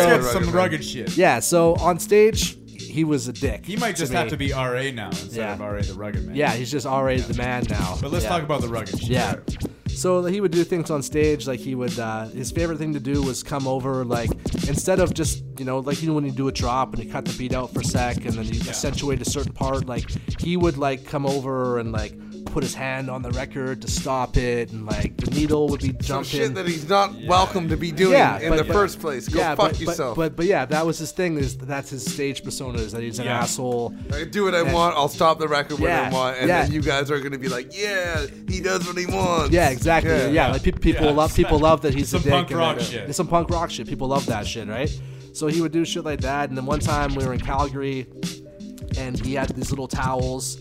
S1: right,
S4: Yeah, so on stage he was a dick.
S6: He might just
S4: me.
S6: have to be RA now instead of RA the rugged man.
S4: Yeah, he's just already the man now.
S6: But let's
S4: Yeah.
S6: talk about the rugged shit.
S4: Yeah. So he would do things on stage, like he would. Uh, his favorite thing to do was come over, like instead of just you know, like you know when you do a drop and you cut the beat out for a sec and then you accentuate a certain part, like he would like come over and like put his hand on the record to stop it, and like the needle would be
S1: Some
S4: jumping.
S1: shit that he's not welcome to be doing
S4: Yeah,
S1: in
S4: but-
S1: the
S4: but-
S1: first place. Go
S4: yeah,
S1: fuck
S4: but, but-
S1: yourself.
S4: But, but yeah, that was his thing. Is that's his stage persona is that he's an
S1: Yeah.
S4: asshole.
S1: I do what I
S4: And-
S1: want. I'll stop the record when I
S4: Yeah,
S1: want, and
S4: yeah.
S1: then you guys are gonna be like, "Yeah, he does what he wants."
S4: Yeah, exactly. Yeah, like pe- people love people love that he's
S1: Some
S4: a dick
S1: punk
S4: and
S1: rock
S4: that-
S1: shit.
S4: It's some punk rock shit. People love that shit, right? So he would do shit like that. And then one time we were in Calgary, and he had these little towels,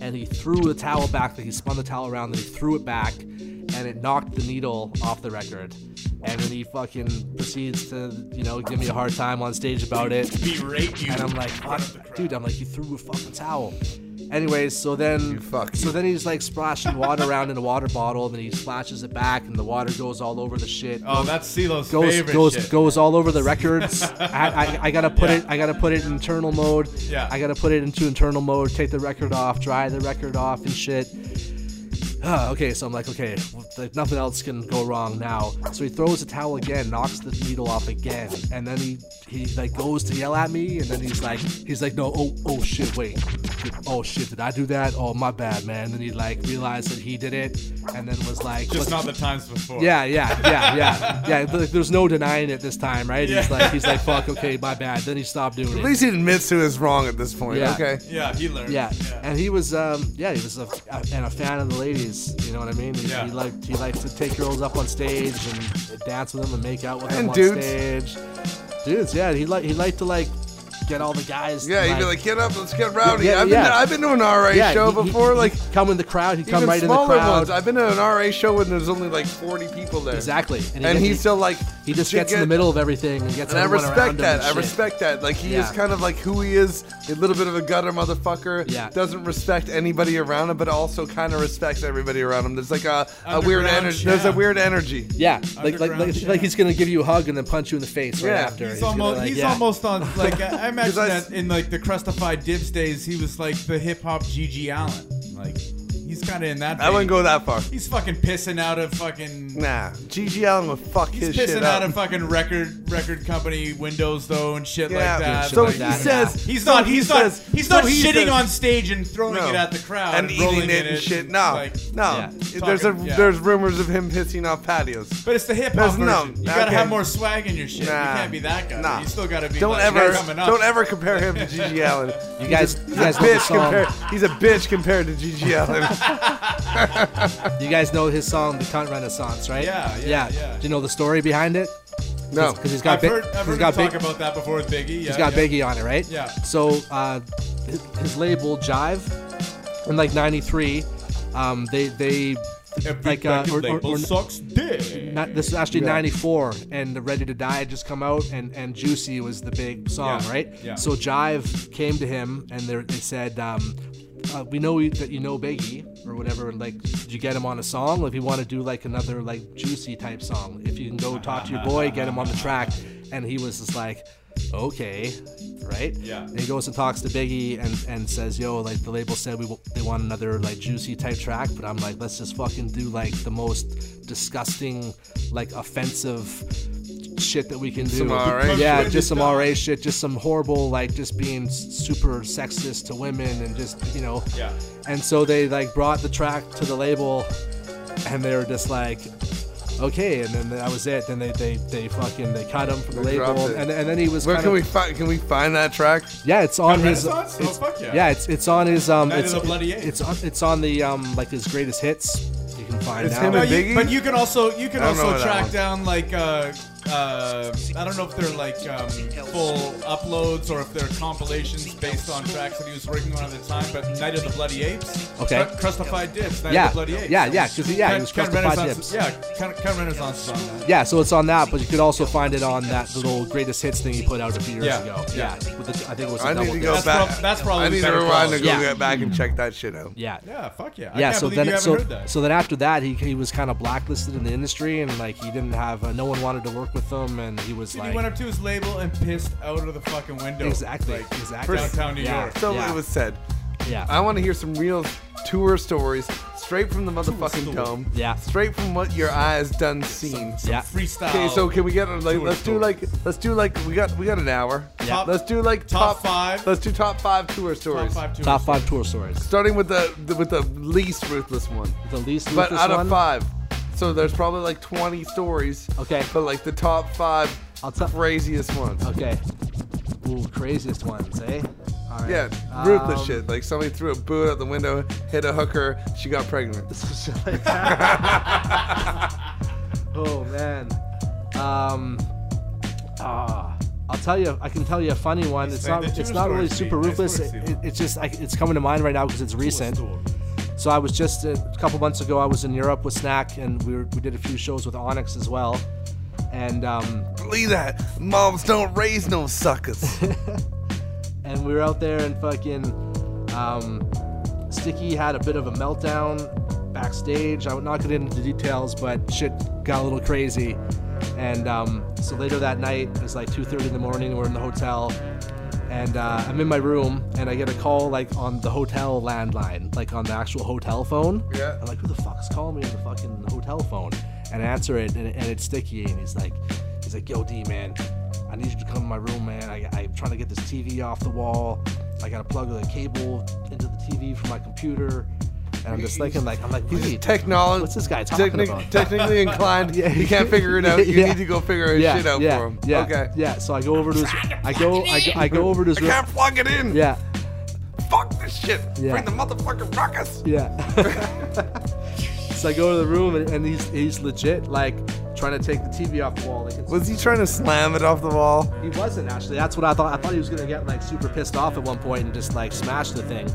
S4: and he threw the towel back. That he spun the towel around, then he threw it back, and it knocked the needle off the record. And then he fucking proceeds to, you know, give me a hard time on stage about it.
S6: Berate you.
S4: And I'm like, "Fuck, dude, I'm like, you threw a fucking towel. Anyways, so then so then he's like splashing water around in a water bottle, and then he splashes it back, and the water goes all over the shit.
S6: Oh, that's CeeLo's
S4: goes,
S6: favorite
S4: goes,
S6: shit.
S4: Goes all over the records. I, I, I gotta put
S6: Yeah.
S4: it. I gotta put it in internal mode.
S6: Yeah.
S4: I gotta put it into internal mode. Take the record off. Dry the record off and shit. Ah, okay, so I'm like, okay, well, like, nothing else can go wrong now. So he throws the towel again, knocks the needle off again, and then he he like goes to yell at me, and then he's like, he's like, no, oh oh shit, wait, oh shit, did I do that? Oh my bad, man. Then he like realized that he did it, and then was like,
S6: Just
S4: "Let's-
S6: not the times before.
S4: yeah, yeah, yeah, yeah, yeah. th- Like, there's no denying it this time, right?
S6: Yeah.
S4: He's like, he's like, fuck, okay, my bad. Then he stopped doing it.
S1: At least he admits who is wrong at this point. Okay.
S6: Yeah, he learned.
S4: Yeah. and he was, um, yeah, he was a, a and a fan of the ladies. You know what I mean? He, he liked he liked to take girls up on stage and dance with them and make out with them
S1: And
S4: on
S1: dudes.
S4: stage. Dudes, yeah, he like he liked to like get all the guys.
S1: Yeah, he'd be like, "Get up, let's get rowdy." I've been, I've been to an RA
S4: Yeah,
S1: show
S4: he- he-
S1: before, like
S4: he'd come in the crowd, he'd come
S1: even
S4: right in the
S1: smaller
S4: crowd.
S1: ones. I've been to an RA show when there's only like 40 people there.
S4: Exactly,
S1: and,
S4: he-
S1: he's still like
S4: he just
S1: "You
S4: gets in the
S1: get-"
S4: middle of everything and gets
S1: and I
S4: everyone around him
S1: respect that.
S4: and
S1: I
S4: shit.
S1: respect that. Like he is
S4: Yeah.
S1: kind of like who he is, a little bit of a gutter motherfucker.
S4: Yeah.
S1: Doesn't respect anybody around him, but also kind of respects everybody around him. There's like a, a weird
S4: Underground,
S1: energy. There's
S4: yeah.
S1: a weird energy.
S4: Yeah, like like, like, like he's gonna give you a hug and then punch you in the face right
S1: Yeah.
S4: after.
S1: He's
S4: gonna,
S1: almost-
S4: like,
S3: He's
S4: yeah.
S3: almost on like I, I imagine
S4: 'Cause I-
S3: that in like the crustified dibs days, he was like the hip hop Gigi Allen. Like he's kind of in that.
S1: I wouldn't
S3: vein.
S1: go that far.
S3: He's fucking pissing out of fucking.
S1: Nah, Gigi Allen would fuck
S3: He's
S1: his
S3: pissing
S1: shit
S3: out
S1: up.
S3: of fucking record record company windows though and shit
S1: Yeah.
S3: like that.
S1: So
S3: Like,
S1: he
S3: yeah.
S1: says-
S3: he's
S1: so
S3: not.
S1: he
S3: He's
S1: says-
S3: not. He's
S1: so
S3: not
S1: he
S3: shitting
S1: says-
S3: on stage and throwing
S1: No.
S3: it at the crowd
S1: and,
S3: rolling in
S1: eating it and shit. No,
S3: like,
S1: no.
S3: yeah.
S1: There's a
S3: Talking- yeah.
S1: there's rumors of him pissing off patios.
S3: But it's the hip hop
S1: There's
S3: version.
S1: no-
S3: you gotta
S1: okay.
S3: have more swag in your shit.
S1: Nah.
S3: You can't be that guy.
S1: Nah.
S3: You still gotta be.
S1: Don't
S3: like,
S1: ever
S3: coming up.
S1: don't ever compare him to Gigi Allen.
S3: You
S1: He's
S3: guys-
S1: a-
S3: you
S1: he's
S3: guys
S1: a
S3: know the
S1: bitch
S3: song.
S1: compared. He's a bitch compared to Gigi Allen.
S4: you guys know his song, "The Cunt Renaissance,'s right?
S1: Yeah, yeah, yeah.
S4: Do you know the story behind it?
S1: No.
S4: because he's got
S1: I've
S4: Bi-
S1: heard- I've
S4: he's
S1: heard him
S4: got
S1: talk
S4: Big-
S1: about that before with Biggie.
S4: he's
S1: Yeah,
S4: got
S1: yeah.
S4: Biggie on it, right?
S1: Yeah.
S4: So uh, his, his label Jive in like '93, um, they they like uh,
S6: fucking
S4: or, or,
S6: label
S4: or-
S6: sucks dick.
S4: Not, this is actually
S6: Yeah.
S4: '94, and the Ready to Die had just come out, and and Juicy was the big song,
S6: Yeah.
S4: right?
S6: Yeah.
S4: So Jive came to him, and they're- they said. Um, uh, we know you- that you know Biggie or whatever. Like, did you get him on a song? If you want to do like another like juicy type song, if you can go talk to your boy, get him on the track. And he was just like, okay, right? Yeah. And he goes and talks to Biggie and, and says, yo, like the label said we w- they want another like juicy type track, but I'm like, let's just fucking do like the most disgusting, like offensive shit that we can do.
S1: Some RA
S4: yeah,
S1: shit.
S4: just some RA shit, just some horrible like just being s- super sexist to women and just you know.
S6: Yeah.
S4: And so they like brought the track to the label, and they were just like, okay, and then that was it. Then they they, they fucking they cut him from the
S1: They
S4: label,
S1: dropped it.
S4: and, and then he was.
S1: Where
S4: kind
S1: can
S4: of-
S1: we find? Can we find that track?
S4: Yeah, it's on his.
S1: Renaissance? Oh,
S4: it's-
S1: fuck yeah.
S4: it's it's on his um.
S1: Night of
S4: it's,
S1: the Bloody Eight.
S4: it's on it's on the um like his greatest hits. You can find
S1: It's
S4: out.
S1: him and
S4: No, you-
S1: Biggie?
S4: but
S3: But you can also you can
S4: I don't know
S3: also
S4: that
S3: track
S4: one.
S3: down like uh,
S6: uh, I don't know if they're like um, full uploads or if they're compilations based on tracks that he was working on at the time. But Night of the Bloody Apes,
S4: Okay.
S6: Cru- Crustified Dips, Night
S4: Yeah.
S6: of the Bloody Apes.
S4: Yeah, yeah, 'cause, yeah, it was
S6: Ken- Ken
S4: Crustified
S6: Renaissance-
S4: Dips.
S6: Yeah, Ken, Ken Renaissance is on that.
S4: Yeah, so it's on that, but you could also find it on that little greatest hits thing he put out a few years
S6: Yeah,
S4: ago.
S6: yeah.
S4: with the, I think it was. a
S1: I need
S4: double
S1: to go
S4: disc.
S1: back. I need to rewind and go get back and check that shit out.
S4: Yeah.
S6: Yeah, fuck yeah. I
S4: Mm. yeah,
S6: can't
S4: so
S6: believe
S4: then
S6: you haven't
S4: so,
S6: heard that.
S4: so then after that he, he was kind of blacklisted in the industry and like he didn't have uh, no one wanted to work with him and he was
S6: Dude,
S4: like
S6: he went up to his label and pissed out of the fucking window.
S4: Exactly,
S6: Like,
S4: exactly.
S6: Downtown New
S4: Yeah.
S6: York.
S1: So it was said.
S4: Yeah.
S1: I want to hear some real tour stories straight from the motherfucking dome.
S4: Yeah.
S1: Straight from what your eyes done seen.
S4: yeah.
S6: freestyle
S1: Okay, so can we get like
S6: tour
S1: let's do like let's do like we got we got an hour.
S4: Yeah.
S1: Let's do like
S6: Top
S1: top,
S6: five.
S1: Let's do top five tour stories.
S6: five tour
S4: top five tour stories.
S1: Starting with the, the with the least ruthless one.
S4: The least
S1: But
S4: ruthless
S1: out of
S4: one?
S1: five, so there's probably like 20 stories.
S4: Okay.
S1: But like the top five craziest ones.
S4: Okay. Ooh, craziest ones, eh? All right.
S1: Yeah, ruthless
S4: Um,
S1: shit. Like somebody threw a boot out the window, hit a hooker, she got pregnant.
S4: Oh man. Um. Ah. I'll tell you. I can tell you a funny one. It's
S6: man,
S4: not.
S6: the tour
S4: It's not really
S6: stories,
S4: super
S6: man.
S4: ruthless. It, it- it's just. I, it's coming to mind right now because it's recent. So I was just uh, a couple months ago. I was in Europe with Snack, and we, were, we did a few shows with Onyx as well. And um,
S1: Believe that moms don't raise no suckers.
S4: and we were out there and fucking um, Sticky had a bit of a meltdown backstage. I'm not getting into the details, but shit got a little crazy. And um, so later that night, it's like 2:30 in the morning. We're in the hotel, and uh, I'm in my room, and I get a call like on the hotel landline, like on the actual hotel phone.
S1: Yeah.
S4: I'm like, who the fuck's calling me on the fucking hotel phone? And I answer it, and, and it's Sticky, and he's like, he's like, yo, D man, I need you to come to my room, man. I, I'm trying to get this TV off the wall. I gotta plug a cable into the TV from my computer. And I'm just thinking, like, I'm like, wait,
S1: technology.
S4: What's this guy talking
S1: technic-
S4: about?
S1: technically inclined. You can't figure it out. You need to go figure his shit out
S4: yeah,
S1: for him.
S4: Yeah,
S1: Okay.
S4: Yeah. So I go over to his. I go. I go, I go over to his.
S1: I
S4: room.
S1: can't plug it in.
S4: Yeah.
S1: Fuck this shit.
S4: Yeah.
S1: Bring the motherfucking ruckus.
S4: Yeah. so I go to the room and, and he's he's legit like trying to take the TV off the wall. Like it's-
S1: Was he trying to slam it off the wall?
S4: He wasn't actually. That's what I thought. I thought he was gonna get like super pissed off at one point and just like smash the thing.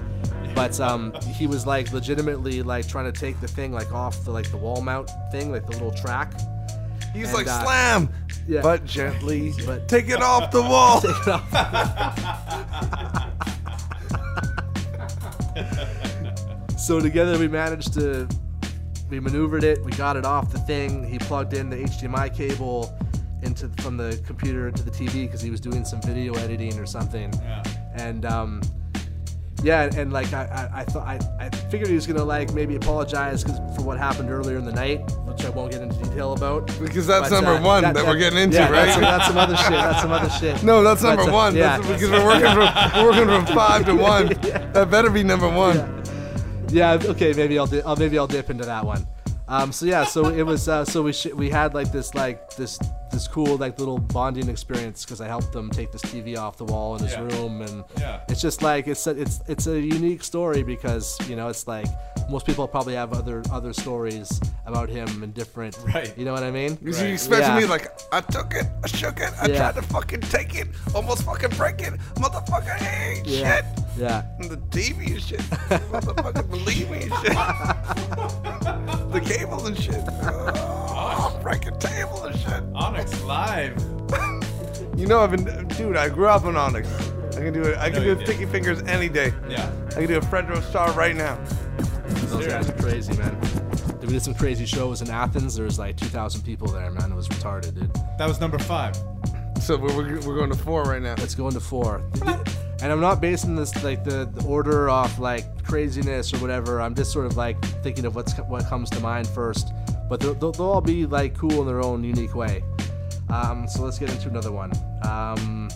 S4: But um, he was like legitimately like trying to take the thing like off the like the wall mount thing, like the little track.
S1: He's
S4: And,
S1: like,
S4: uh,
S1: slam,
S4: yeah.
S1: but gently.
S4: But
S1: take it off the wall.
S4: Take it off. So together we managed to we maneuvered it, we got it off the thing. He plugged in the HDMI cable into from the computer to the TV because he was doing some video editing or something.
S6: Yeah.
S4: And um, yeah, and, and like I, I, I thought I, I figured he was gonna like maybe apologize 'cause- for what happened earlier in the night, which I won't get into detail about. uh,
S1: Because that's number one that, we're getting into,
S4: yeah,
S1: right?
S4: That's, that's some other shit. That's some other shit.
S1: No, that's
S4: But,
S1: number
S4: uh,
S1: one.
S4: yeah.
S1: That's because we're working from we're working from five to one. That better be number one.
S4: Yeah. Okay. Maybe I'll, di- I'll maybe I'll dip into that one. Um, so yeah. So it was. Uh, so we sh- we had like this like this this cool like little bonding experience because I helped them take this TV off the wall in his
S6: Yeah.
S4: room and
S6: Yeah.
S4: it's just like it's a, it's it's a unique story because you know it's like most people probably have other other stories about him and different. Right. You know what I mean?
S1: Because you expected me like I took it, I shook it, I
S4: Yeah.
S1: tried to fucking take it, almost fucking break it, motherfucker, hey,
S4: Yeah.
S1: shit.
S4: Yeah.
S1: And the TV and shit, motherfucker, believe me and shit. the cables and shit. Oh, breaking table and shit.
S6: Onyx live.
S1: You know I've been, dude. I grew up on Onyx. I can do it. I can
S6: No, you
S1: do
S6: didn't.
S1: sticky fingers any day.
S6: Yeah.
S1: I can do a Fredro Star right now.
S4: Those guys are crazy, man. We did some crazy shows in Athens. There was like 2,000 people there, man. It was retarded, dude.
S6: That was number five.
S1: So we're, we're, we're going to four right now.
S4: Let's go into four. And I'm not basing this like the, the order off like craziness or whatever. I'm just sort of like thinking of what's what comes to mind first. But they'll, they'll, they'll all be like cool in their own unique way. Um, so let's get into another one. Um,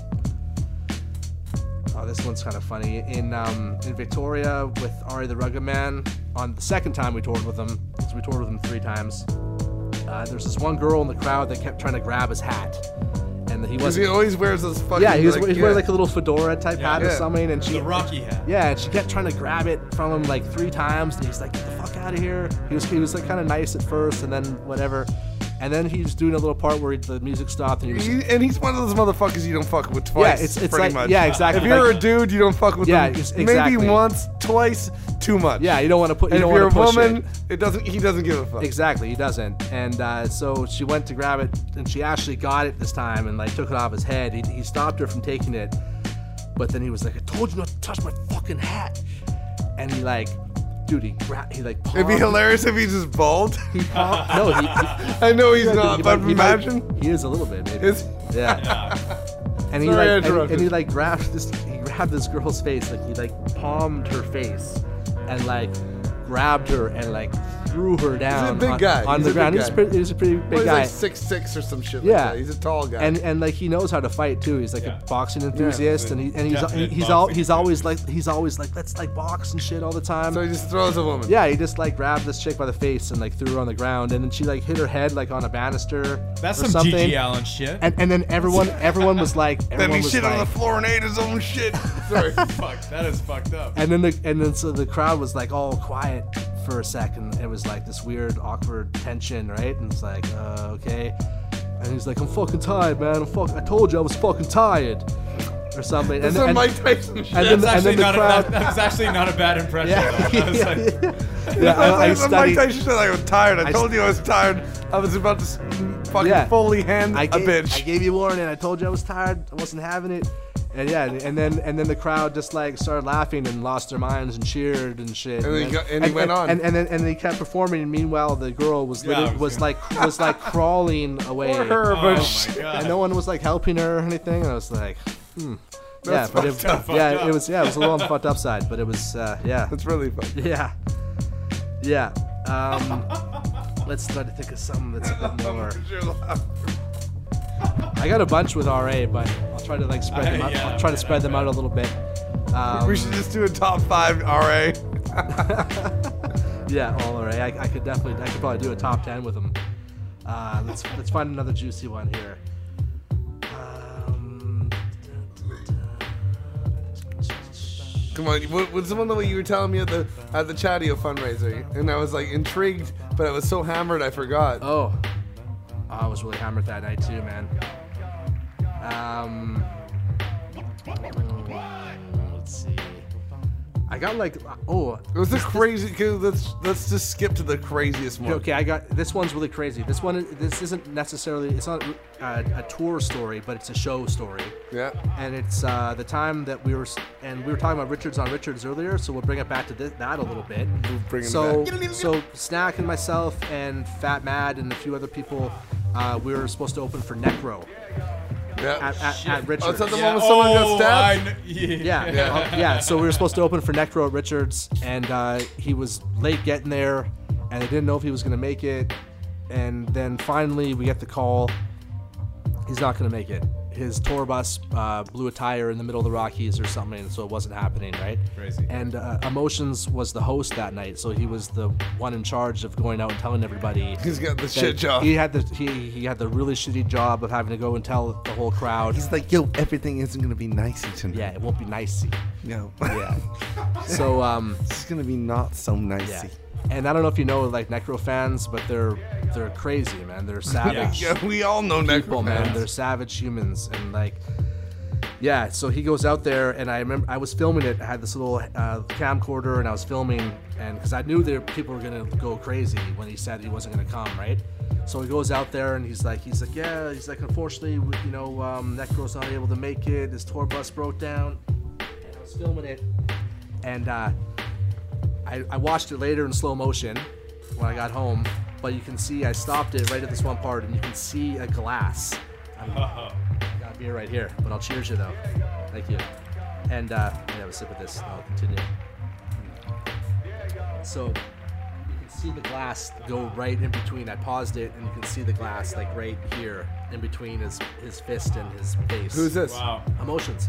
S4: Oh, this one's kind of funny. In um, in Victoria with Ari the Rugged Man, on the second time we toured with him, so we toured with him three times. Uh, there's this one girl in the crowd that kept trying to grab his hat, and he
S1: 'Cause
S4: was
S1: he always wears those fucking,
S4: yeah. He was,
S1: like,
S4: he was wearing
S1: yeah.
S4: like a little fedora type hat or
S1: Yeah.
S4: something, and she
S6: The Rocky hat.
S4: yeah, and she kept trying to grab it from him like three times, and he's like, "Get the fuck out of here!" He was he was like kind of nice at first, and then whatever. And then he's doing a little part where the music stopped and he was
S1: He- and he's one of those motherfuckers you don't fuck with twice.
S4: Yeah, it's- it's
S1: pretty
S4: like-
S1: much.
S4: yeah, exactly.
S1: If you're
S4: Like-
S1: a dude, you don't fuck with
S4: Yeah,
S1: them.
S4: it's-
S1: Maybe
S4: exactly.
S1: once, twice, too much.
S4: Yeah, you don't want to put. You
S1: And
S4: don't
S1: if you're
S4: want to
S1: a
S4: push
S1: woman,
S4: it.
S1: doesn't. He doesn't give a fuck.
S4: Exactly, he doesn't. And uh, so she went to grab it, and she actually got it this time, and like took it off his head. He, he stopped her from taking it, but then he was like, "I told you not to touch my fucking hat," and he like, dude, he gra- he like.
S1: It'd be
S4: palmed-
S1: hilarious if he's just bald.
S4: He palmed- no, he,
S1: I know he's
S4: Yeah, dude,
S1: not,
S4: he
S1: but
S4: might- he might-
S1: imagine.
S4: he is a little bit, maybe.
S1: Is-
S4: yeah. And he
S1: Sorry I
S4: like and,
S1: interrupted.
S4: and he like grabbed this he grabbed this girl's face like he like palmed her face and like grabbed her and like threw her down
S1: He's a big
S4: on,
S1: guy.
S4: on
S1: he's
S4: the
S1: a big
S4: ground. He's
S1: guy.
S4: pretty he's a pretty big
S1: Well, he's
S4: guy.
S1: like six six or some shit.
S4: yeah,
S1: like that. he's a tall guy.
S4: and and like he knows how to fight too. He's like a boxing enthusiast, and he and he's
S1: Definite
S4: he's all he's always like he's always like let's like box and shit all the time. So
S1: he just throws a woman.
S4: Yeah, he just like grabbed this chick by the face and like threw her on the ground, and then she like hit her head like on a banister.
S6: That's
S4: or
S6: some
S4: something.
S6: G.G. Allen shit.
S4: And, and then everyone everyone was like everyone
S1: then he
S4: was
S1: shit
S4: like,
S1: on the floor and ate his own shit. Sorry. Fuck, that is fucked up.
S4: And then the and then so the crowd was like all quiet for a second. It was like this weird, awkward tension, right? And it's like, uh, okay. And he's like, I'm fucking tired, man. I'm fuck. I told you I was fucking tired, or something.
S6: That's
S4: and then
S6: some Mike
S4: and,
S6: Tyson
S4: and
S6: shit. That's
S4: then, and
S6: actually
S4: then the
S6: not a-
S4: crowd.
S6: that- that's actually not a bad impression, though. That was
S4: yeah,
S6: like-
S4: yeah.
S1: Yeah,
S4: I- I
S1: I, I, Mike
S4: studied-
S1: Tyson said I was tired. I,
S4: I
S1: told
S4: s-
S1: you I was tired. I was about to s- fucking
S4: Yeah.
S1: fully hand
S4: I
S1: a
S4: gave,
S1: bitch.
S4: I gave you warning. I told you I was tired. I wasn't having it. And yeah, and, and then and then the crowd just like started laughing and lost their minds and cheered and shit.
S1: And he
S4: then-
S1: got- and he went on.
S4: And, and then and they kept performing. And meanwhile, the girl was
S1: Yeah, I
S4: literally-
S1: was
S4: was like was like crawling away.
S1: Poor her, but Oh sh- my God.
S4: and no one was like helping her or anything. And I was like, hmm.
S1: That's
S4: yeah, but
S1: fucked
S4: it,
S1: up. Fucked
S4: yeah,
S1: up.
S4: it was yeah, it was a little on the fucked up side, but it was uh, yeah.
S1: That's really fucked. up.
S4: Yeah. Yeah. Um, let's try to think of something that's a bit more. I got a bunch with RA, but I'll try to like spread them
S1: Uh,
S4: out.
S1: yeah,
S4: I'll try to spread them out a little bit. Um,
S1: we should just do a top five RA.
S4: yeah, all RA. I, I could definitely, I could probably do a top ten with them. Uh, let's let's find another juicy one here. Um,
S1: Come on, what, what's the one that you were telling me at the at the Chadio fundraiser? And I was like intrigued, but I was so hammered I forgot.
S4: Oh, I was really hammered that night too, man. Um, let's see. I got like oh,
S1: it was the crazy. 'cause Let's let's just skip to the craziest one.
S4: Okay, I got this one's really crazy. This one, this isn't necessarily it's not a, a tour story, but it's a show story.
S1: Yeah.
S4: And it's uh, the time that we were s- and we were talking about Richards on Richards earlier, so we'll bring it back to thi- that a little bit.
S1: bring it
S4: so
S1: back.
S4: so Snack and myself and Fat Mad and a few other people, uh, we were supposed to open for Necro.
S1: Yeah.
S4: At, at, at Richards.
S1: Oh, is that the one where someone got
S4: Oh,
S1: stabbed?
S4: I kn- yeah. Yeah. uh, yeah, So we were supposed to open for Necro at Richards, and uh, he was late getting there, and I didn't know if he was going to make it. And then finally, we get the call. He's not going to make it. His tour bus uh, blew a tire in the middle of the Rockies or something, so it wasn't happening, right?
S6: Crazy.
S4: And uh, Emotions was the host that night, so he was the one in charge of going out and telling everybody.
S1: He's got the
S4: that
S1: shit job.
S4: He had the he, he had the really shitty job of having to go and tell the whole crowd.
S1: He's like, yo, everything isn't gonna be nicey tonight.
S4: Yeah, it won't be nicey.
S1: No.
S4: Yeah. So um,
S1: it's gonna be not so nicey.
S4: yeah. And I don't know if you know like Necro fans, but they're they're crazy, man. They're savage.
S1: Yeah, we all know Necro
S4: people, man.
S1: fans.
S4: They're savage humans, and like, yeah. So he goes out there, and I remember I was filming it. I had this little uh, camcorder, and I was filming, and because I knew there people were gonna go crazy when he said he wasn't gonna come, right? So he goes out there, and he's like, he's like, yeah, he's like, unfortunately, we- you know, um, Necro's not able to make it. His tour bus broke down. And I was filming it, and uh, I, I watched it later in slow motion when I got home, but you can see I stopped it right at this one part, and you can see a glass. I'm, I got a beer right here, but I'll cheers you though. Thank you. And uh, I'm gonna have a sip of this. and I'll continue. So you can see the glass go right in between. I paused it, and you can see the glass like right here in between his his fist and his face.
S1: Who's this? Wow.
S4: Emotions,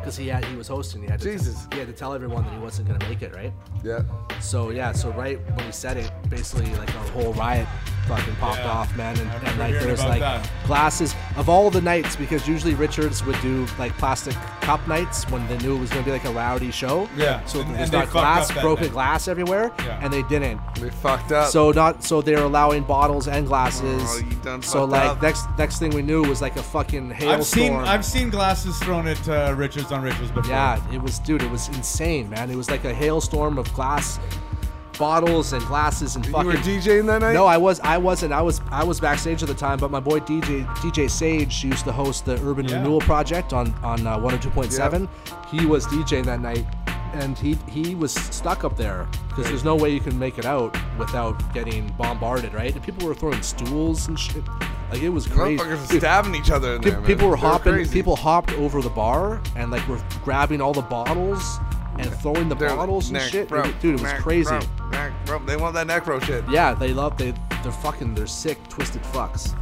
S4: because he had he was hosting. He had to
S1: Jesus.
S4: he had to tell everyone that he wasn't gonna make it, right?
S1: Yeah.
S4: So yeah, so right when he said it, basically like a whole riot fucking popped
S1: Yeah.
S4: off, man. And,
S1: I
S4: and
S1: remember
S4: like there
S1: hearing
S4: was
S1: about
S4: like
S1: that.
S4: glasses of all the nights because usually Richards would do like plastic cup nights when they knew it was gonna be like a rowdy show.
S1: Yeah.
S4: So
S1: And-
S4: there's
S1: and they
S4: not
S1: fucked
S4: glass,
S1: up that
S4: broken
S1: night.
S4: glass everywhere,
S1: Yeah.
S4: and they didn't.
S1: They fucked up.
S4: So not so they're allowing bottles and glasses.
S1: Oh, you done
S4: so
S1: fucked
S4: like
S1: up.
S4: next next thing we knew was like a fucking hailstorm.
S6: I've seen I've seen glasses thrown at uh, Richards on Richards before.
S4: Yeah, it was, dude, it was insane, man. It was like a hailstorm of glass bottles and glasses and fucking.
S1: were DJing that night?
S4: No, I was, I wasn't. I was, I was backstage at the time. But my boy DJ DJ Sage used to host the Urban Renewal Project on on uh, one or two point seven. He was DJing that night, and he he was stuck up there because there's no way you can make it out without getting bombarded, right? And people were throwing stools and shit. Like it was crazy.
S1: Motherfuckers
S4: Dude,
S1: stabbing each other in
S4: Pe-
S1: there, man.
S4: people were
S1: They were
S4: hopping.
S1: crazy.
S4: People hopped over the bar and like were grabbing all the bottles and throwing the bottles and
S1: Neck,
S4: shit.
S1: bro.
S4: It- dude, it was
S1: Neck,
S4: crazy.
S1: bro. Neck, bro. They want that necro shit.
S4: Yeah, they love they. They're fucking. They're sick, twisted fucks.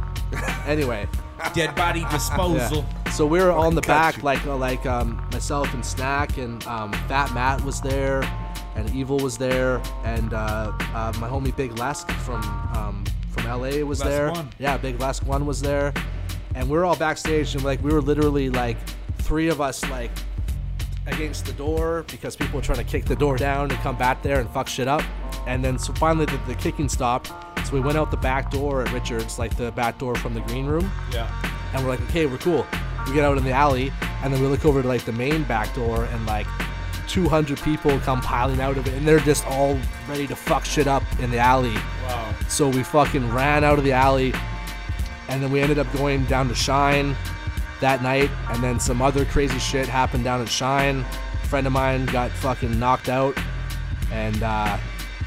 S4: anyway,
S6: dead body disposal.
S4: Yeah. So we were on the back, like uh, like um, myself and Snack and um, Fat Matt was there, and Evil was there, and uh, uh, my homie Big Lesk from um, from LA was
S6: Lesk
S4: there.
S6: One.
S4: Yeah, Big Lesk One was there, and we were all backstage, and like we were literally like three of us like against the door because people were trying to kick the door down and come back there and fuck shit up. And then so finally the, the kicking stopped. So we went out the back door at Richards, like the back door from the green room.
S6: Yeah.
S4: And we're like, okay, we're cool. We get out in the alley and then we look over to like the main back door and like 200 people come piling out of it and they're just all ready to fuck shit up in the alley.
S6: Wow.
S4: So we fucking ran out of the alley and then we ended up going down to Shine that night, and then some other crazy shit happened down at Shine. A friend of mine got fucking knocked out, and uh,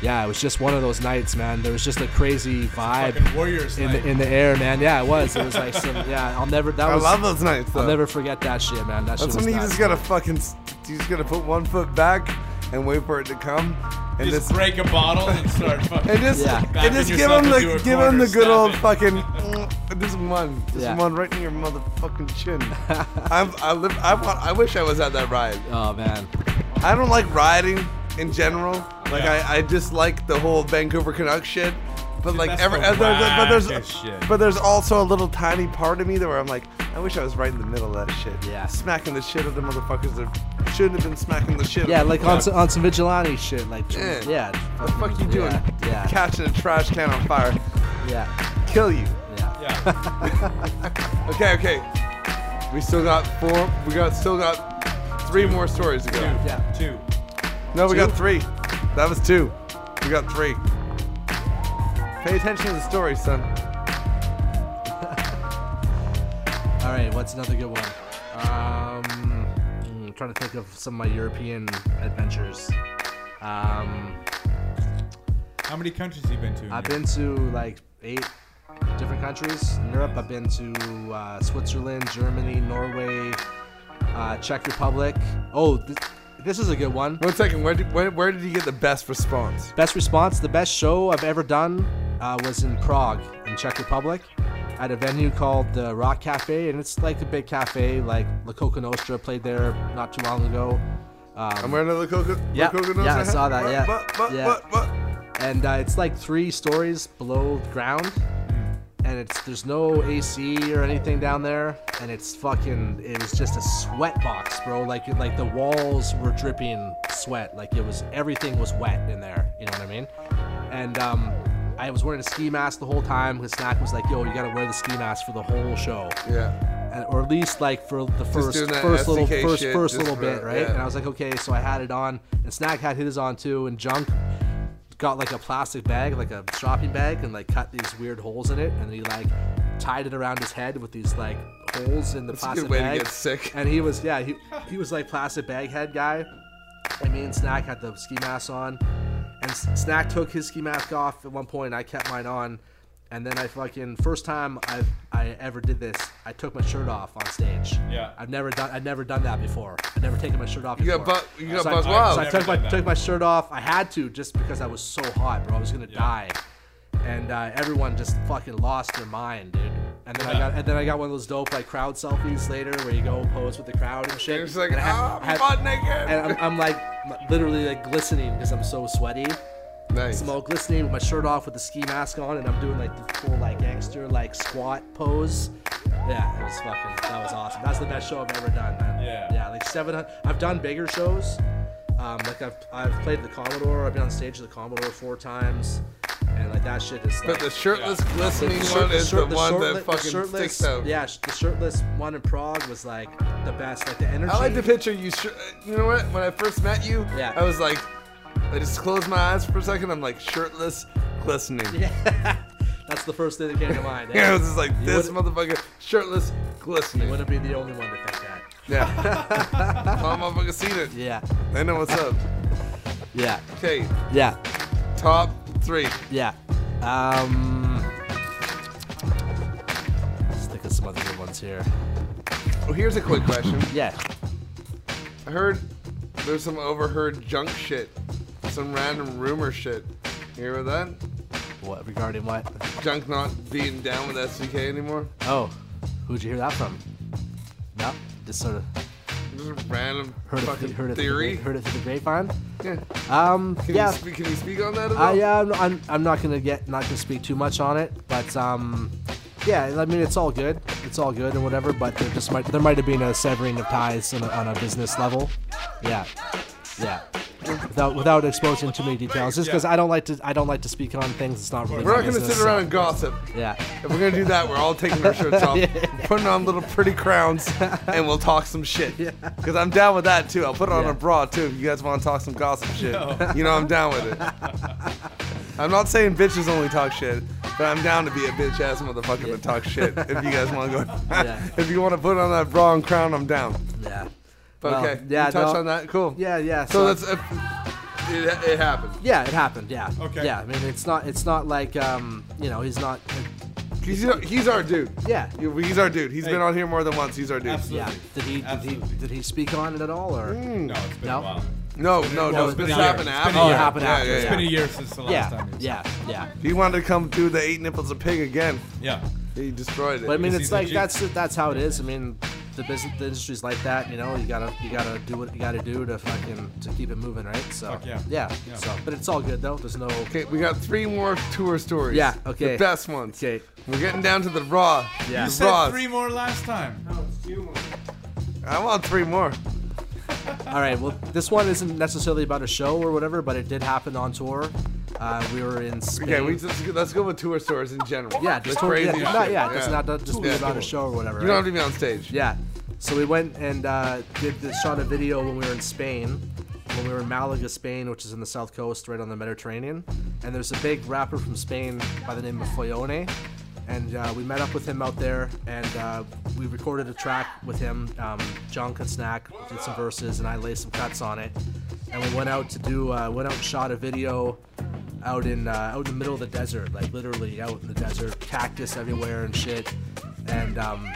S4: yeah, it was just one of those nights, man. There was just a crazy vibe
S6: fucking Warriors
S4: in
S6: night.
S4: the in the air, man. Yeah, it was. It was like some. Yeah, I'll never. That
S1: I
S4: was,
S1: love those nights,
S4: I'll
S1: though.
S4: never forget that shit, man. That shit
S1: That's
S4: was
S1: when you
S4: nuts.
S1: just gotta fucking, s- you just gotta put one foot back and wait for it to come. And
S6: Just break a bottle and start fucking.
S1: And just,
S6: bapping
S1: and just give
S6: yourself
S1: him the,
S6: into a
S1: give him
S6: corner,
S1: the good
S6: stab
S1: old
S6: it.
S1: fucking, mm, just one, just
S4: Yeah.
S1: one right in your motherfucking chin. I'm, I live, I want, I wish I was at that ride.
S4: Oh man.
S1: I don't like riding in general. Like
S6: Yeah.
S1: I, I just like the whole Vancouver Canucks shit. But
S6: Dude,
S1: like
S6: that's
S1: every,
S6: the
S1: uh, there- there- but there's,
S6: wackest shit.
S1: but there's also a little tiny part of me that where I'm like, I wish I was right in the middle of that shit. Yeah. Smacking the shit out of the motherfuckers that shouldn't have been smacking the shit.
S4: Yeah,
S1: out of
S4: like
S1: them.
S4: on some, on some vigilante shit, like
S1: Yeah.
S4: yeah.
S1: What the fuck you doing?
S4: Yeah, yeah.
S1: Catching a trash can on fire.
S4: Yeah.
S1: Kill you.
S4: Yeah.
S1: okay, okay. We still got four. We got still got three more stories to go.
S6: Two.
S4: Yeah.
S6: Two.
S1: No, we
S6: Two?
S1: got three. That was two. We got three. Pay attention to the story, son.
S4: All right, what's another good one? Um, hmm, trying to think of some of my European adventures. Um,
S3: How many countries have you been to? in
S4: I've
S3: Europe?
S4: been to like eight different countries in Europe. I've been to uh, Switzerland, Germany, Norway, uh, Czech Republic. Oh, this, this is a good one.
S1: One second. Where did where, where did you get the best response?
S4: Best response. The best show I've ever done uh, was in Prague, in Czech Republic, at a venue called the Rock Cafe, and it's like a big cafe. Like La Coca Nostra played there not too long ago. Um,
S1: I'm wearing a La Coca.
S4: yeah,
S1: La Coca Nostra
S4: yeah, I
S1: hat?
S4: saw that.
S1: What,
S4: yeah,
S1: what, what,
S4: yeah.
S1: what,
S4: And uh, it's like three stories below ground, and it's there's no AC or anything down there, and it's fucking. It was just a sweat box, bro. Like like the walls were dripping sweat. Like it was everything was wet in there. You know what I mean? And um, I was wearing a ski mask the whole time because Snack was like, "Yo, you gotta wear the ski mask for the whole show."
S1: Yeah.
S4: and, or at least like for the first
S1: doing that
S4: first little
S1: SDK
S4: first
S1: shit,
S4: first
S1: just
S4: little
S1: for-
S4: bit, right?
S1: yeah.
S4: And I was like, okay, so I had it on, and Snack had his on too, and Junk got like a plastic bag, like a shopping bag, and like cut these weird holes in it, and he like tied it around his head with these like holes in the
S1: That's a good
S4: plastic
S1: way to
S4: bag.
S1: get sick.
S4: And he was yeah he he was like plastic bag head guy. I mean, Snack had the ski mask on, and S- Snack took his ski mask off at one point. And I kept mine on, and then I fucking first time I I ever did this, I took my shirt off on stage.
S6: Yeah.
S4: I've never done I've never done that before. I've never taken my shirt off.
S1: You got
S4: before.
S1: bu- you got
S4: so I-
S1: buzzed
S4: I,
S1: wild.
S4: So I
S1: Never
S4: took my
S1: done that.
S4: took my shirt off. I had to just because I was so hot, bro. I was gonna die, and uh, everyone just fucking lost their mind, dude. And then I
S1: Yeah.
S4: got and then I got one of those dope like crowd selfies later where you go pose with the crowd and shit.
S1: It's like,
S4: And I had-
S1: ah,
S4: I had-
S1: butt naked.
S4: and I'm, I'm like literally like glistening because I'm so sweaty.
S1: Nice.
S4: So I'm all glistening with my shirt off with the ski mask on, and I'm doing like the full like gangster like squat pose. Yeah, it was fucking. That was awesome. That's the best show I've ever done, man. Yeah. Yeah, like 700. I've done bigger shows. Um, like I've I've played the Commodore. I've been on stage at the Commodore four times, and like that shit is.
S1: But
S4: like-
S1: the shirtless glistening
S4: The
S1: one is the one that
S4: shirtlet- the
S1: fucking
S4: shirtless-
S1: sticks out.
S4: Yeah, sh- the shirtless one in Prague was like the best. Like the energy.
S1: I like to picture you. Sh- you know what? When I first met you,
S4: Yeah.
S1: I was like, I just closed my eyes for a second. I'm like shirtless, glistening.
S4: That's the first thing that came to mind.
S1: Yeah, I was just like,
S4: You
S1: this
S4: wouldn't-
S1: motherfucker, shirtless, glistening. You
S4: wouldn't be the only one to think that.
S1: Yeah. All motherfuckers seen it.
S4: Yeah.
S1: They know what's up.
S4: Yeah.
S1: Okay.
S4: Yeah.
S1: Top three.
S4: Yeah. Um. Let's think of some other good ones here.
S1: Well, here's a quick question.
S4: Yeah.
S1: I heard there's some overheard junk shit, some random rumor shit. You hear about that?
S4: What regarding what?
S1: Junk not being down with SDK anymore.
S4: Oh, who'd you hear that from? No, just sort of
S1: Just a random
S4: heard it.
S1: fucking
S4: through- heard it. through the
S1: theory.
S4: gra- Heard it through the grapevine.
S1: Yeah.
S4: Um.
S1: Can
S4: yeah.
S1: You speak, can you speak on that at all?
S4: I, yeah, I'm, I'm, I'm not gonna get not gonna speak too much on it, but um, yeah, I mean it's all good, it's all good and whatever. But there just might there might have been a severing of ties on a, on a business level, yeah, yeah. Without without exposing too many details, just because I don't like to I don't like to speak on things it's not really.
S1: We're
S4: my
S1: not going to
S4: business,
S1: sit around
S4: so-
S1: and gossip.
S4: Yeah.
S1: If we're going to do that, we're all taking our shirts off, putting on little pretty crowns, and we'll talk some shit. Because I'm down with that too. I'll put on
S4: Yeah.
S1: a bra too if you guys want to talk some gossip shit. You know, I'm down with it. I'm not saying bitches only talk shit, but I'm down to be a bitch ass motherfucker to talk shit if you guys want to go.
S4: Yeah.
S1: if you want to put on that bra and crown, I'm down.
S4: Yeah.
S1: But
S4: Well,
S1: okay.
S4: yeah,
S1: You touched
S4: no.
S1: on that. Cool.
S4: Yeah, yeah.
S1: So, uh,
S4: so-
S1: that's. If, it, it happened.
S4: Yeah, it happened. Yeah.
S1: Okay.
S4: Yeah, I mean it's not it's not like um you know he's not.
S1: He's he's our dude.
S4: Yeah.
S1: He's our dude. He's
S4: Hey.
S1: been on here more than once. He's our dude.
S4: Yeah. Did he did he did he speak on it at all or?
S1: No,
S4: it's been no? a while.
S1: Hmm. No, no, no. It's been happened after.
S4: Oh, it happened after.
S1: It's
S4: yeah. yeah. Yeah, yeah.
S1: He wanted to come do the eight nipples of pig again.
S6: Yeah.
S1: He destroyed it.
S4: But I mean, it's like that's that's how it is. I mean, the business, the industry's like that. You know, you gotta you gotta do what you gotta do to fucking to keep it moving, right? So
S1: Fuck yeah.
S4: yeah.
S1: Yeah.
S4: So, but it's all good though. There's no.
S1: Okay, we got three more tour stories.
S4: Yeah, okay.
S1: The best ones.
S4: Okay.
S1: We're getting down to the raw. The
S4: Yeah. You
S3: said
S1: raws.
S3: three more last time. No, it's two more.
S1: I want three more.
S4: All right. Well, this one isn't necessarily about a show or whatever, but it did happen on tour. Uh, we were in Spain.
S1: Okay, we just let's go with tour stories in general.
S4: Yeah, just
S1: The
S4: totally-
S1: crazy
S4: yeah, not-
S1: shit.
S4: yeah, it's not- not just be about a show or whatever,
S1: You don't
S4: right?
S1: have to be on stage.
S4: Yeah. So we went and uh, did the, shot a video when we were in Spain, when we were in Malaga, Spain, which is in the south coast, right on the Mediterranean. And there's a big rapper from Spain by the name of Foyone. And uh, we met up with him out there, and uh, we recorded a track with him. Um, John Kutznak did some verses, and I laid some cuts on it. And we went out to do, uh, went out and shot a video out in uh, out in the middle of the desert, like literally out in the desert, cactus everywhere and shit. And um,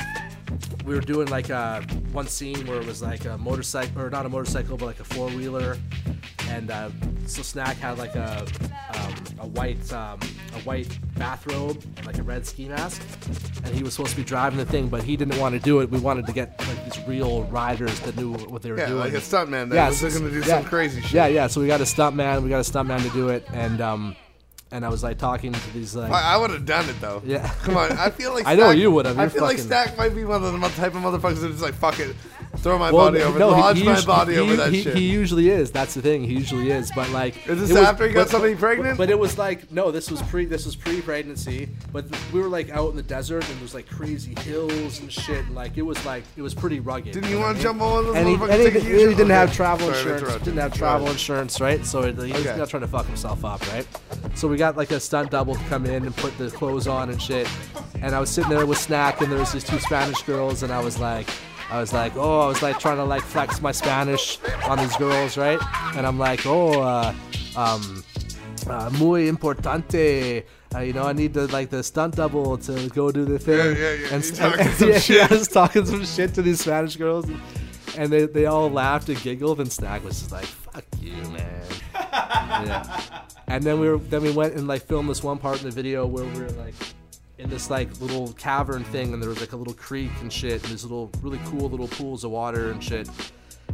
S4: we were doing like uh one scene where it was like a motorcycle or not a motorcycle but like a four wheeler and uh, so snack had like a um, a white um, a white bathrobe and like a red ski mask and he was supposed to be driving the thing but he didn't want to do it we wanted to get like these real riders that knew what they were
S1: Yeah,
S4: doing
S1: like a stuntman that was
S4: so-
S1: looking to do some crazy shit.
S4: yeah yeah so we got a stuntman we got a stuntman to do it and um and I was like talking to these like
S1: I, would have done it though.
S4: Yeah.
S1: Come on, I feel like
S4: I know
S1: Stack-
S4: you would have.
S1: I
S4: You're
S1: feel like
S4: fucking-
S1: Stack might be one of the mo- type of motherfuckers that's just like fuck it, throw my
S4: Well,
S1: body over,
S4: no, he-
S1: lodge
S4: he
S1: my
S4: usu-
S1: body
S4: he-
S1: over that
S4: he-
S1: shit.
S4: He usually is. That's the thing. He usually is. But like, is
S1: this after he got somebody pregnant?
S4: But, it was like, no, this was pre, this was pre-pregnancy. But th- we were like out in the desert, and there's like crazy hills and shit. And like, it was like, it was pretty rugged.
S1: Didn't
S4: you
S1: you
S4: know
S1: want
S4: what
S1: to
S4: I
S1: jump
S4: mean?
S1: on one of those
S4: And he,
S1: motherfuckers?
S4: and he,
S1: taking
S4: he
S1: you-
S4: didn't have
S1: Okay.
S4: travel
S1: Sorry to
S4: insurance.
S1: interrupt
S4: Didn't
S1: you.
S4: have
S1: Go
S4: travel
S1: ahead.
S4: insurance, right? So it- he's
S1: Okay.
S4: not trying to fuck himself up, right? So we got like a stunt double to come in and put the clothes on and shit. And I was sitting there with snack, and there was these two Spanish girls, and I was like, I was like, oh, I was like trying to like flex my Spanish on these girls, right? And I'm like, oh, uh, um, uh, muy importante. Uh, you know, I need the like the stunt double to go do the thing.
S1: yeah, yeah. You're
S4: And, st-
S1: talking some
S4: yeah, yeah,
S1: shit.
S4: I was talking some shit to these Spanish girls, and they, they all laughed and giggled. And Snack was just like, "Fuck you, man." yeah. And then we were then we went and like filmed this one part in the video where we were like in this like little cavern thing, and there was like a little creek and shit, and these little really cool little pools of water and shit.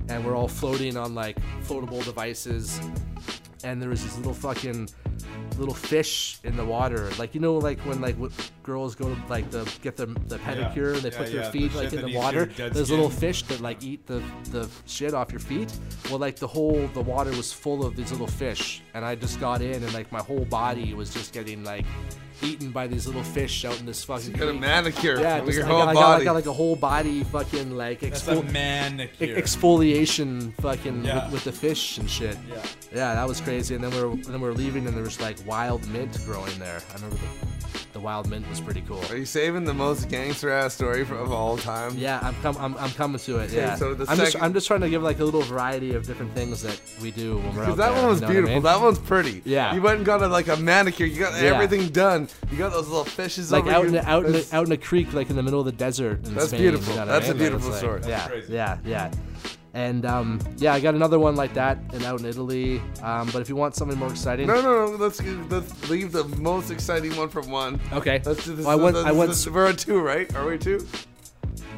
S4: And we're all floating on like floatable devices, and there was these little fucking little fish in the water. Like you know, like when like what girls go to like the get their the
S1: Yeah.
S4: pedicure, and they
S1: Yeah,
S4: put their
S1: yeah, the
S4: feet
S1: shit
S4: like in
S1: that
S4: the
S1: you
S4: water.
S1: see in dead
S4: There's little
S1: skin.
S4: fish that like eat the the shit off your feet. Well, like the whole the water was full of these little fish, and I just got in, and like my whole body was just getting like. Eaten by these little fish out in this fucking.
S1: You got a
S4: creek.
S1: manicure
S4: Yeah,
S1: of
S4: just-
S1: your
S4: I
S1: whole
S4: got, I got,
S1: body.
S4: I got like a whole body fucking like
S1: That's a
S4: exfol-
S1: manicure.
S4: exfoliation fucking
S1: Yeah.
S4: with, with the fish and shit.
S1: Yeah.
S4: Yeah, that was crazy. And then we were and then we were leaving, and there was like wild mint growing there. I remember the, the wild mint was pretty cool.
S1: Are you saving the most gangster ass story for, of all time?
S4: Yeah, I'm com- I'm, I'm coming to it.
S1: Okay,
S4: Yeah.
S1: so the
S4: I'm just
S1: second-
S4: I'm just trying to give like a little variety of different things that we do when we're out
S1: Because that
S4: there,
S1: one was
S4: you know what I
S1: beautiful.
S4: mean?
S1: That one's pretty.
S4: Yeah.
S1: You went and got a, like a manicure. You got
S4: Yeah.
S1: everything done. You got those little fishes
S4: like
S1: over
S4: out
S1: you.
S4: in the, out in the,
S1: That's-
S4: out in a creek, like in the middle of the desert. In
S1: That's
S4: Spain,
S1: beautiful.
S4: you know what I
S1: That's a
S4: mean? Like,
S1: beautiful
S4: it's
S1: story.
S4: Like, yeah,
S1: That's crazy.
S4: yeah, yeah. And um, yeah, I got another one like that, and out in Italy. Um, but if you want something more exciting,
S1: No, no, no. Let's, let's leave the most exciting one from one.
S4: Okay.
S1: Let's do this.
S4: Well, I went-
S1: this-
S4: I went-
S1: this- we're on two, right? Are we two?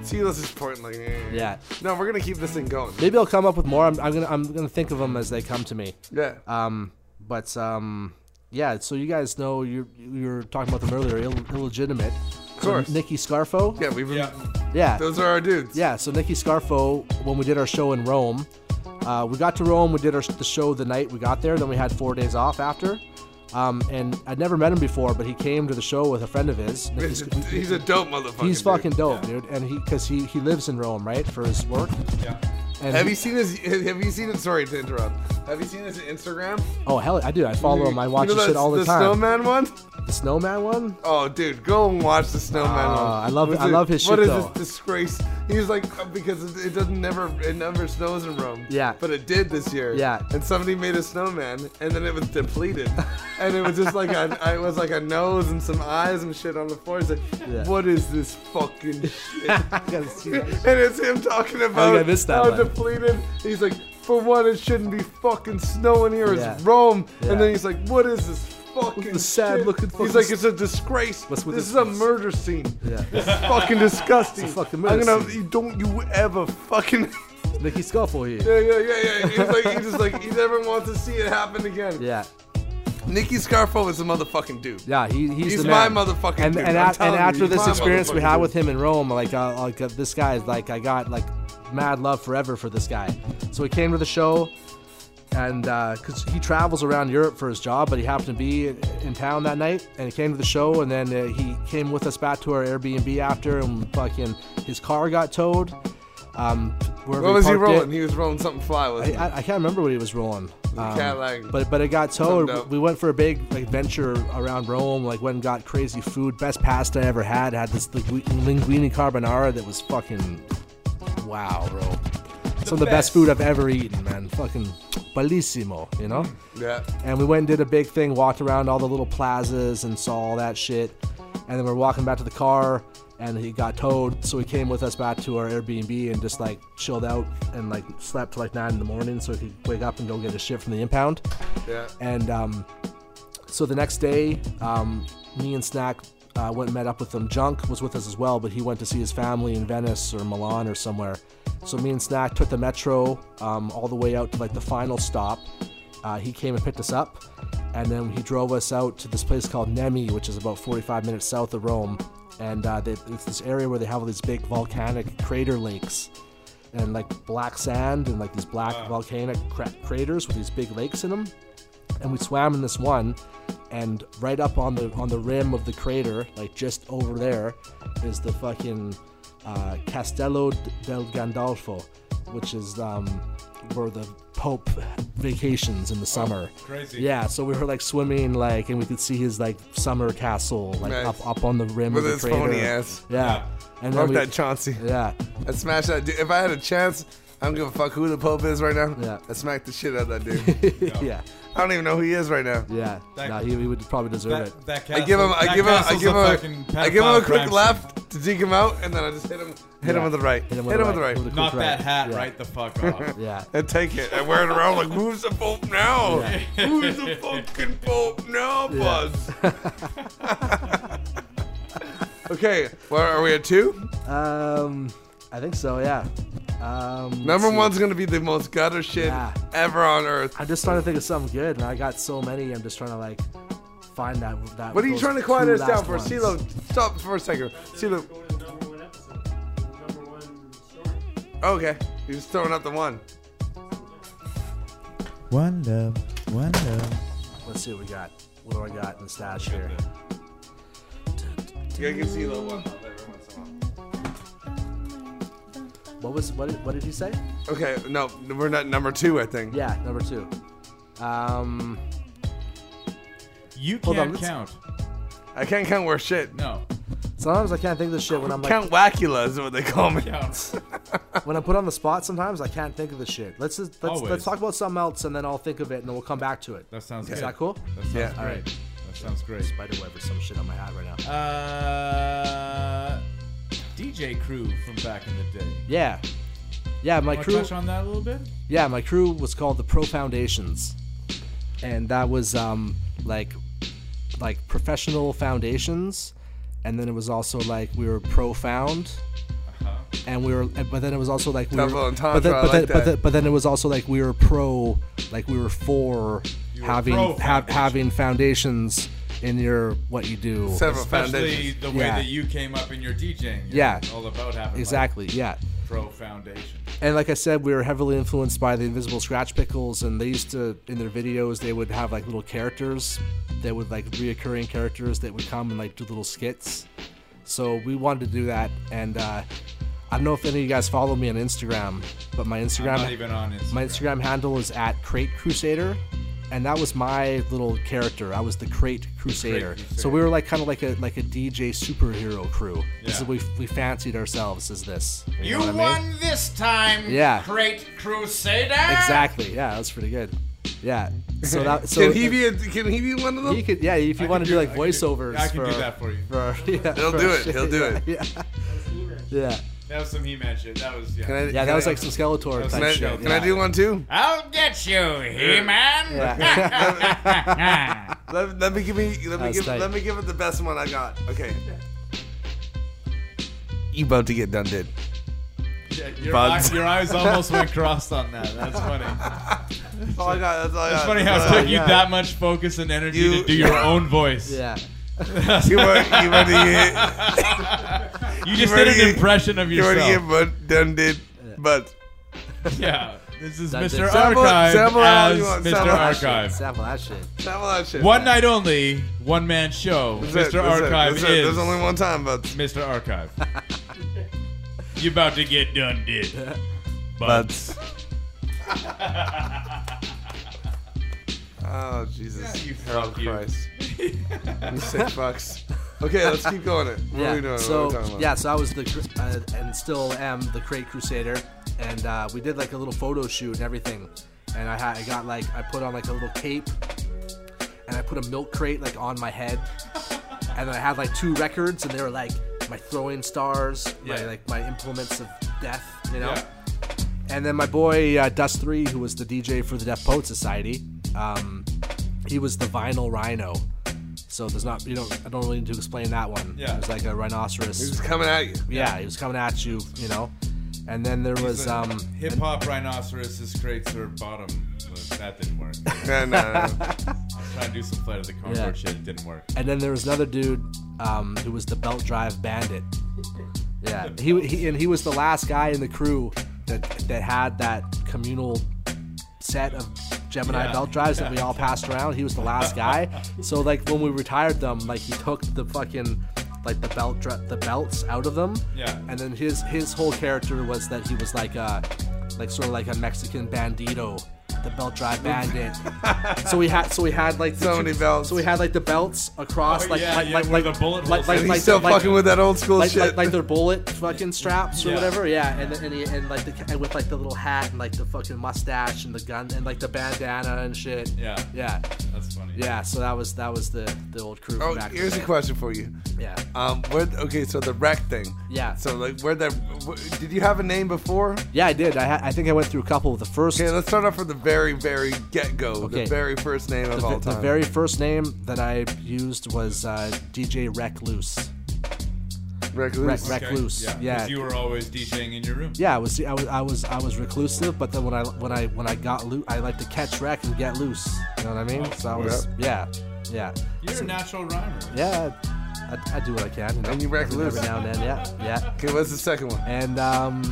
S1: See, this is Portland. Like, eh.
S4: Yeah.
S1: No, we're gonna keep this thing going.
S4: maybe I'll come up with more. I'm, I'm gonna I'm gonna think of them as they come to me.
S1: Yeah.
S4: Um, but um, yeah. So you guys know you you were talking about them earlier, Ill, illegitimate. Of
S1: course.
S4: Nikki Scarfo.
S1: Yeah, we've been.
S4: Yeah.
S1: Those are our dudes.
S4: Yeah, so Nikki Scarfo, when we did our show in Rome, uh, we got to Rome, we did our, the show the night we got there, then we had four days off after. Um, and I'd never met him before, but he came to the show with a friend of his. Nikki
S1: He's
S4: Sc-
S1: a, he's a dope motherfucker.
S4: He's fucking dope, dude. And he, because he, he lives in Rome, right, for his work.
S1: Yeah.
S4: And
S1: have
S4: he-
S1: you seen his? Have you seen him? Sorry to interrupt. Have you seen his Instagram?
S4: Oh hell, I do. I follow him. I
S1: You
S4: watch
S1: know
S4: his shit
S1: that-
S4: all the,
S1: the
S4: time.
S1: snowman one.
S4: The snowman one.
S1: Oh, dude, go and watch the Snowman
S4: Ah,
S1: one.
S4: I love-
S1: What's
S4: I
S1: it-
S4: love his
S1: What is
S4: shit, though.
S1: this disgrace? He's like uh, because it, it doesn't never it never snows in Rome.
S4: Yeah.
S1: But it did this year.
S4: Yeah.
S1: And somebody made a snowman, and then it was depleted, and it was just like a it was like a nose and some eyes and shit on the floor. He's like,
S4: Yeah.
S1: what is this fucking shit?
S4: and
S1: it's him talking about
S4: I missed that
S1: how
S4: one.
S1: depleted. He's like, for one, it shouldn't be fucking snowing here. It's
S4: Yeah.
S1: Rome.
S4: Yeah.
S1: And then he's like, what is this fucking
S4: the sad
S1: shit?
S4: looking
S1: He's
S4: fucking
S1: like,
S4: s-
S1: it's a disgrace.
S4: What's
S1: This,
S4: with
S1: is
S4: this-
S1: a murder scene.
S4: Yeah.
S1: This is fucking disgusting.
S4: It's a fucking
S1: I'm
S4: murder
S1: gonna,
S4: scene.
S1: you don't you ever fucking.
S4: Nikki Scarfo here.
S1: yeah, yeah, yeah, yeah. He's like, he just like, he never wants to see it happen again.
S4: Yeah.
S1: Nicky Scarfo is a motherfucking dude.
S4: Yeah, he, he's,
S1: He's
S4: the
S1: my
S4: man.
S1: motherfucking
S4: and,
S1: dude.
S4: And,
S1: I'm
S4: a-
S1: telling
S4: and
S1: you,
S4: after
S1: he's
S4: this
S1: my
S4: experience we
S1: motherfucking
S4: had
S1: dude.
S4: with him in Rome, like uh, like uh, this guy, is like I got like mad love forever for this guy. So he came to the show, and because he travels around Europe for his job, but he happened to be in, in town that night, and he came to the show, and then uh, he came with us back to our Airbnb after, and fucking his car got towed. Um, wherever
S1: What was he
S4: parked it.
S1: rolling? He was rolling something fly,
S4: I,
S1: wasn't he?
S4: I, I can't remember what he was rolling. Um,
S1: Cadillac.
S4: but but it got towed.
S1: Something dope.
S4: We went for a big like venture around Rome. Like went and got crazy food. Best pasta I ever had. Had this like, linguine carbonara that was fucking wow, bro. Some of the best.
S1: best.
S4: food I've ever eaten, man. Fucking bellissimo, you know.
S1: Yeah.
S4: And we went and did a big thing, walked around all the little plazas and saw all that shit. And then we're walking back to the car and he got towed. So he came with us back to our Airbnb and just like chilled out and like slept till like nine in the morning so he could wake up and go get his shit from the impound.
S1: Yeah.
S4: And um, so the next day, um, me and Snack uh, went and met up with them. Junk was with us as well, but he went to see his family in Venice or Milan or somewhere. So me and Snack took the metro um, all the way out to like the final stop. Uh, he came and picked us up, and then he drove us out to this place called Nemi, which is about 45 minutes south of Rome. And uh, they, it's this area where they have all these big volcanic crater lakes and like black sand and like these black volcanic cra- craters with these big lakes in them and we swam in this one and right up on the on the rim of the crater like just over there is the fucking uh, castello del gandolfo which is um, where the pope vacations
S1: Oh,
S4: in the summer
S6: crazy.
S4: yeah so we were like swimming like and we could see his like summer castle like
S1: Nice.
S4: up up on the rim
S1: With
S4: of the
S1: his
S4: crater
S1: phony ass.
S4: yeah, and then
S1: Fuck
S4: we,
S1: that Chauncey.
S4: Yeah.
S1: I'd smash that dude. If I had a chance, I don't give a fuck who the Pope is right now. Yeah. I'd smack the shit out of that dude.
S4: yeah.
S1: I don't even know who he is right now.
S4: Yeah.
S1: That-
S4: no, he, he would probably deserve
S1: That-
S4: it
S1: that I give him. I give him. I give him. A, I give him a quick left to dig him out, and then I just hit him. Hit him
S4: Yeah.
S1: with the right.
S4: Hit him with the right. With a quick
S6: Knock that
S4: right.
S6: hat
S4: Yeah.
S6: right the fuck off.
S4: yeah.
S1: And take it. And wear it around like, who's the Pope now? Who's the fucking Pope now,
S6: Yeah.
S1: Buzz? okay. Where are we at two?
S4: Um, I think so. Yeah. Um, let's
S1: Number
S4: see.
S1: one's gonna be the most gutter shit
S4: Yeah.
S1: ever on earth.
S4: I'm just trying to think of something good, and I got so many. I'm just trying to like find that. that
S1: What are you
S4: those
S1: trying to quiet
S4: two
S1: us down
S4: last
S1: for?
S4: ones.
S1: CeeLo, stop for a second. CeeLo. Okay. He was throwing up the one.
S21: One love, one love.
S4: Let's see what we got. What do I got in the stash here?
S1: You gotta give CeeLo one.
S4: What was what? Did, what did you say?
S1: Okay, no, we're not number two, I think.
S4: Yeah, number two. Um,
S3: you
S4: Hold on, can't let's- count.
S1: I can't count worth shit.
S3: No.
S4: Sometimes I can't think of this shit when I'm like
S1: Count Wacula is what they call me.
S4: when I'm put on the spot. Sometimes I can't think of this shit. Let's just, let's,
S1: Always.
S4: let's talk about something else and then I'll think of it and then we'll come back to it.
S3: That sounds
S4: Is
S3: good.
S4: that cool?
S3: That sounds
S4: All right.
S3: great. That sounds great.
S4: Spider web or some shit on my hat right now.
S3: Uh, DJ crew from back in the day.
S4: Yeah. Yeah, my
S3: Wanna
S4: crew.
S3: touch on that a little bit?
S4: Yeah, my crew was called the Pro Foundations, and that was um like like professional foundations, and then it was also like we were profound.
S3: Uh-huh.
S4: And we were, but then it was also like we
S1: Double
S4: were,
S1: entendre,
S4: but then,
S1: I
S4: but,
S1: like
S4: then, but,
S1: that.
S4: then, but then it was also like we were pro, like we were for having
S1: pro
S4: ha- having foundations in your what you do.
S3: Especially the way
S4: Yeah.
S3: that you came up in your DJing. You're
S4: Yeah.
S3: All about having like,
S4: Exactly, yeah.
S3: Pro foundation.
S4: And like I said, we were heavily influenced by the Invisible Scratch Pickles, and they used to in their videos they would have like little characters that would like reoccurring characters that would come and like do little skits. So we wanted to do that, and uh, I don't know if any of you guys follow me on Instagram, but my Instagram
S3: not even on Instagram.
S4: my Instagram handle is at Crate Crusader, and that was my little character. I was the Crate Crusader. So we were like kind of like a like a DJ superhero crew. This is what we we fancied ourselves as this. You, know what I mean?
S3: this time,
S4: Yeah.
S3: Great Crusader.
S4: Exactly. Yeah, that was pretty good. Yeah. So that. So
S1: can he be? A, can he be one of them?
S4: He could. Yeah, if you want to do like voiceovers.
S3: I can
S4: for,
S3: do that for you.
S4: for- yeah,
S1: He'll
S4: for
S1: do
S4: our
S1: it,
S4: shit,
S1: he'll do it.
S4: Yeah. Yeah.
S3: That was some He-Man shit. That was yeah.
S1: Can I-
S4: Yeah, that was like some Skeletor
S1: Can
S4: type
S1: I,
S4: shit,
S1: Can I
S4: yeah.
S1: do one too?
S3: I'll get you, He-Man.
S1: let, let me give me let me
S3: was
S1: give
S3: tight.
S1: let me give it the best one I got. Okay. You about to get done, did.
S3: Yeah, your,
S1: Bugs.
S3: eye- your eyes almost went crossed on that. That's funny.
S1: That's all I got. That's all I
S3: It's
S1: got.
S3: funny how it
S1: That's all I
S3: took you
S1: got.
S3: that much focus and energy
S1: You-
S3: to do your own voice.
S4: Yeah.
S1: you were you were the
S3: You just did an impression of
S1: You already
S3: yourself.
S1: get but done did but
S3: Yeah, this is
S1: Done did.
S3: Mr.
S1: Sample-
S3: Archive
S1: sample all
S3: as
S1: you want,
S3: Mr.
S1: sample all that shit.
S3: Archive.
S4: Sample that shit.
S1: Sample that shit.
S3: One night only, one man show.
S1: That's
S3: Mr.
S1: it, that's it,
S3: Archive
S1: that's
S3: is.
S1: it. There's only one time, but
S3: Mr. Archive. you about to get done, did.
S1: Buds. Oh Jesus!
S3: Yeah, you
S1: Harold
S3: fuck you.
S1: Christ. You sick fucks. Okay, let's keep going. It. What
S4: yeah.
S1: are we doing?
S4: So
S1: what are we talking about?
S4: yeah, so I was the cr- uh, and still am the Crate Crusader, and uh, we did like a little photo shoot and everything, and I had I got like I put on like a little cape, and I put a milk crate like on my head, and then I had like two records, and they were like my throwing stars, my
S3: Yeah.
S4: like my implements of death, you know.
S3: Yeah.
S4: And then my boy uh, Dust Three, who was the DJ for the Deaf Poet Society, um, he was the vinyl rhino. So there's not you don't I don't really need to explain that one.
S1: Yeah.
S4: It was like a rhinoceros.
S1: He was coming at you.
S4: Yeah, he was coming at you. You know. And then there was um.
S3: Hip hop rhinoceros is great to her bottom. Look, that didn't work.
S1: Yeah, no, no, no.
S3: I was trying to do some flight of the Concord
S4: Yeah.
S3: shit. It didn't work.
S4: And then there was another dude um, who was the belt drive bandit. Yeah, he, he and he was the last guy in the crew that that had that communal set of Gemini
S3: Yeah.
S4: belt drives that
S3: Yeah.
S4: we all passed around. He was the last guy. so like when we retired them, like he took the fucking like the belt dri- the belts out of them.
S3: Yeah.
S4: And then his his whole character was that he was like a like sort of like a Mexican bandito, the belt drive bandit. so we had so we had like the
S1: So
S4: two-
S1: many belts.
S4: So we had like the belts across
S1: Oh,
S4: like
S1: yeah,
S4: like
S1: yeah,
S4: like
S1: where
S4: like
S1: the bullet
S4: like
S1: holes
S4: like
S1: are. He's
S4: like
S1: still
S4: like-
S1: fucking with that old school
S4: like,
S1: shit.
S4: like, like their bullet fucking straps or
S1: Yeah.
S4: whatever. Yeah, and then- and, he, and like the and with like the little hat and like the fucking mustache and the gun and like the bandana and shit.
S3: Yeah.
S4: Yeah.
S3: That's funny.
S4: Yeah. So that was that was the the old crew.
S1: Oh,
S4: from back in the
S1: here's a
S4: day.
S1: question for you.
S4: Yeah.
S1: Um, where? Okay, so the wreck thing.
S4: Yeah.
S1: So like, where that? wh- Did you have a name before?
S4: Yeah, I did. I ha- I think I went through a couple. The first.
S1: Okay, let's start off from the very, very get go.
S4: Okay.
S1: The very first name of
S4: the,
S1: all
S4: ve-
S1: time.
S4: the very first name that I used was uh, DJ Recluse.
S1: Recluse.
S4: Rec-
S3: Okay,
S4: Recluse.
S3: Yeah. 'cause
S4: yeah.
S3: You were always DJing in your room.
S4: Yeah, I was, I was I was I was reclusive, but then
S3: Oh,
S4: when I when I when I got loose, I like to catch wreck and get loose. You know what I mean? So I was yeah. Yeah.
S6: You're a natural rhymer.
S4: Yeah, I, I do what I can.
S1: And you wreck
S4: every,
S1: loose.
S4: every now and then. Yeah, yeah.
S1: Okay, what's the second one?
S4: And um,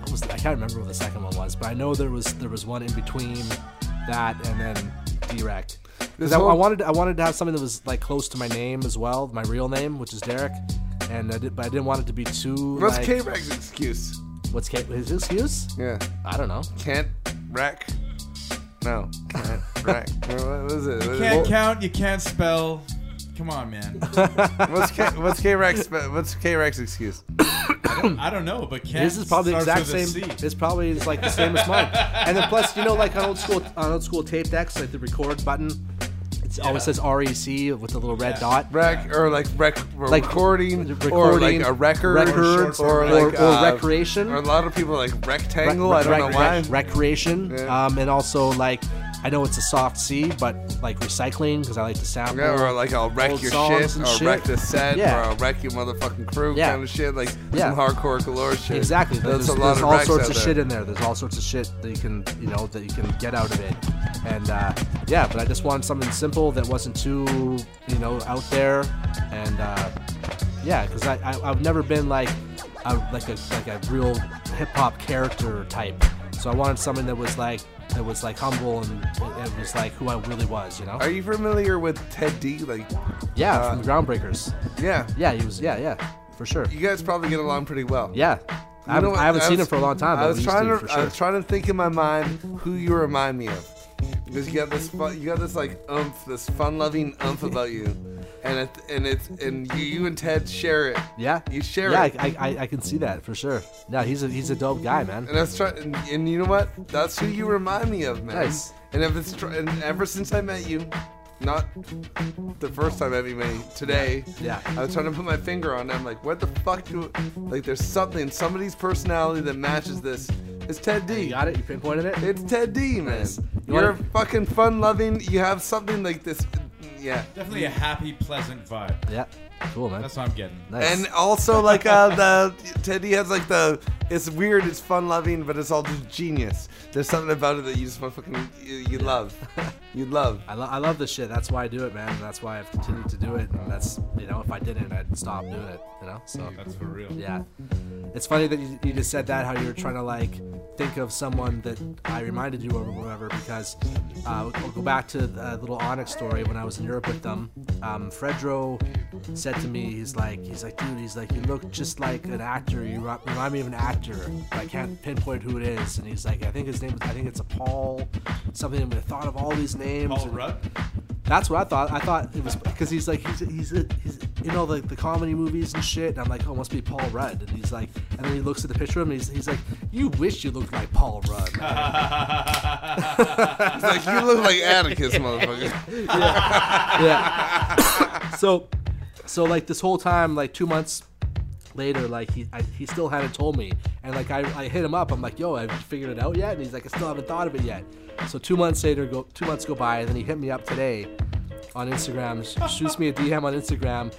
S4: what was I can't remember what the second one was, but I know there was there was one in between that and then Direct.
S1: This
S4: Because I, I
S1: whole-
S4: wanted I wanted to have something that was like close to my name as well, my real name, which is Derek, and I did, but I didn't want it to be too.
S1: What's
S4: like,
S1: K-Rex excuse?
S4: What's K- his excuse?
S1: Yeah.
S4: I don't know.
S1: Can't wreck. No. Can't wreck. what was it?
S3: You can't count. You can't spell. Come on, man.
S1: what's K- what's K-Rex? What's K-Rex excuse?
S3: I don't, I don't know, but can't.
S4: His is probably the exact
S3: starts with a
S4: same.
S3: C.
S4: It's probably is like the same as mine. And then plus, you know, like on old school on old school tape decks, like the record button, it always says REC with the little red dot.
S1: Rec or like rec or recording, or like a record
S4: record,
S1: or,
S4: or,
S1: like
S4: or
S1: uh,
S4: recreation.
S1: Or a lot of people like
S4: Rec-
S1: rectangle.
S4: rec-
S1: I don't
S4: rec-
S1: know why.
S4: rec- recreation, um, and also like I know it's a soft C, but like recycling because I like to sample.
S1: Yeah, or like I'll wreck
S4: old
S1: your
S4: songs
S1: shit,
S4: and
S1: or wreck the set,
S4: Yeah.
S1: or I'll wreck your motherfucking crew
S4: Yeah.
S1: kind of shit, like
S4: Yeah.
S1: some hardcore galore shit.
S4: Exactly.
S1: That's
S4: There's,
S1: a lot
S4: there's
S1: of
S4: all
S1: wrecks
S4: sorts
S1: out
S4: of
S1: there.
S4: shit in there. There's all sorts of shit that you can, you know, that you can get out of it. And uh, yeah, but I just wanted something simple that wasn't too, you know, out there. And uh, yeah, because I, I I've never been like a like a like a real hip hop character type. So I wanted something that was like that was like humble and it, it was like who I really was, you know.
S1: Are you familiar with Ted D? Like,
S4: Yeah,
S1: uh,
S4: from the Groundbreakers.
S1: yeah,
S4: yeah, he was, yeah, yeah, for sure.
S1: You guys probably get along pretty well.
S4: Yeah,
S1: You
S4: I haven't-
S1: know what?
S4: I haven't seen
S1: was-
S4: him for a long time,
S1: I
S4: but
S1: was
S4: we used
S1: trying
S4: to,
S1: to,
S4: for
S1: I
S4: sure.
S1: was trying to think in my mind who you remind me of, because you got this, fu- you got this like umph, this fun-loving umph about you, and it, and it's and you, you and Ted share it.
S4: Yeah,
S1: you share
S4: yeah,
S1: it.
S4: I, I, I can see that for sure. No, he's a he's a dope guy, man.
S1: And that's try- and, and you know what? That's who you remind me of, man.
S4: Nice.
S1: And if it's tr- and ever since I met you, not the first time I met you, today.
S4: Yeah.
S1: I was trying to put my finger on. It. I'm like, what the fuck? Do like? There's something, somebody's personality that matches this. It's Ted D. You
S4: got it. You pinpointed it.
S1: It's Ted D, man.
S6: You
S1: You're
S6: wanna-
S1: fucking fun-loving. You have something like this. Yeah.
S6: Definitely a happy, pleasant vibe.
S4: Yeah. Cool, man.
S6: That's what I'm getting.
S1: And also, like uh, the Teddy has like the it's weird, it's fun loving, but it's all just genius. There's something about it that you just wanna fucking you, you love, you love.
S4: I, lo- I love this shit. That's why I do it, man. And that's why I've continued to do it. And that's you know, if I didn't, I'd stop doing it. You know, so
S6: that's for real.
S4: Yeah, it's funny that you, you just said that. How you were trying to like think of someone that I reminded you of or whatever. Because uh, we'll go back to the little Onyx story when I was in Europe with them. Um, Fredro said to me, he's like, he's like, dude, he's like, you look just like an actor. You ri- remind me of an actor. But I can't pinpoint who it is. And he's like, I think his name, I think it's a Paul, something. And I thought of all these names.
S6: Paul
S4: And-
S6: Rudd?
S4: that's what I thought. I thought it was because he's like he's he's he's in all the, the comedy movies and shit. And I'm like, oh, it must be Paul Rudd. And he's like, and then he looks at the picture of him. And he's he's like, you wish you looked like Paul Rudd. he's
S1: like, "You look like Atticus, motherfucker."
S4: Yeah. yeah. so, so like this whole time, like two months later, like he I, he still hadn't told me, and like I, I hit him up. I'm like, yo, have you figured it out yet? And he's like, I still haven't thought of it yet. So two months later, go two months go by, and then he hit me up today on Instagram, sh- shoots me a DM on Instagram.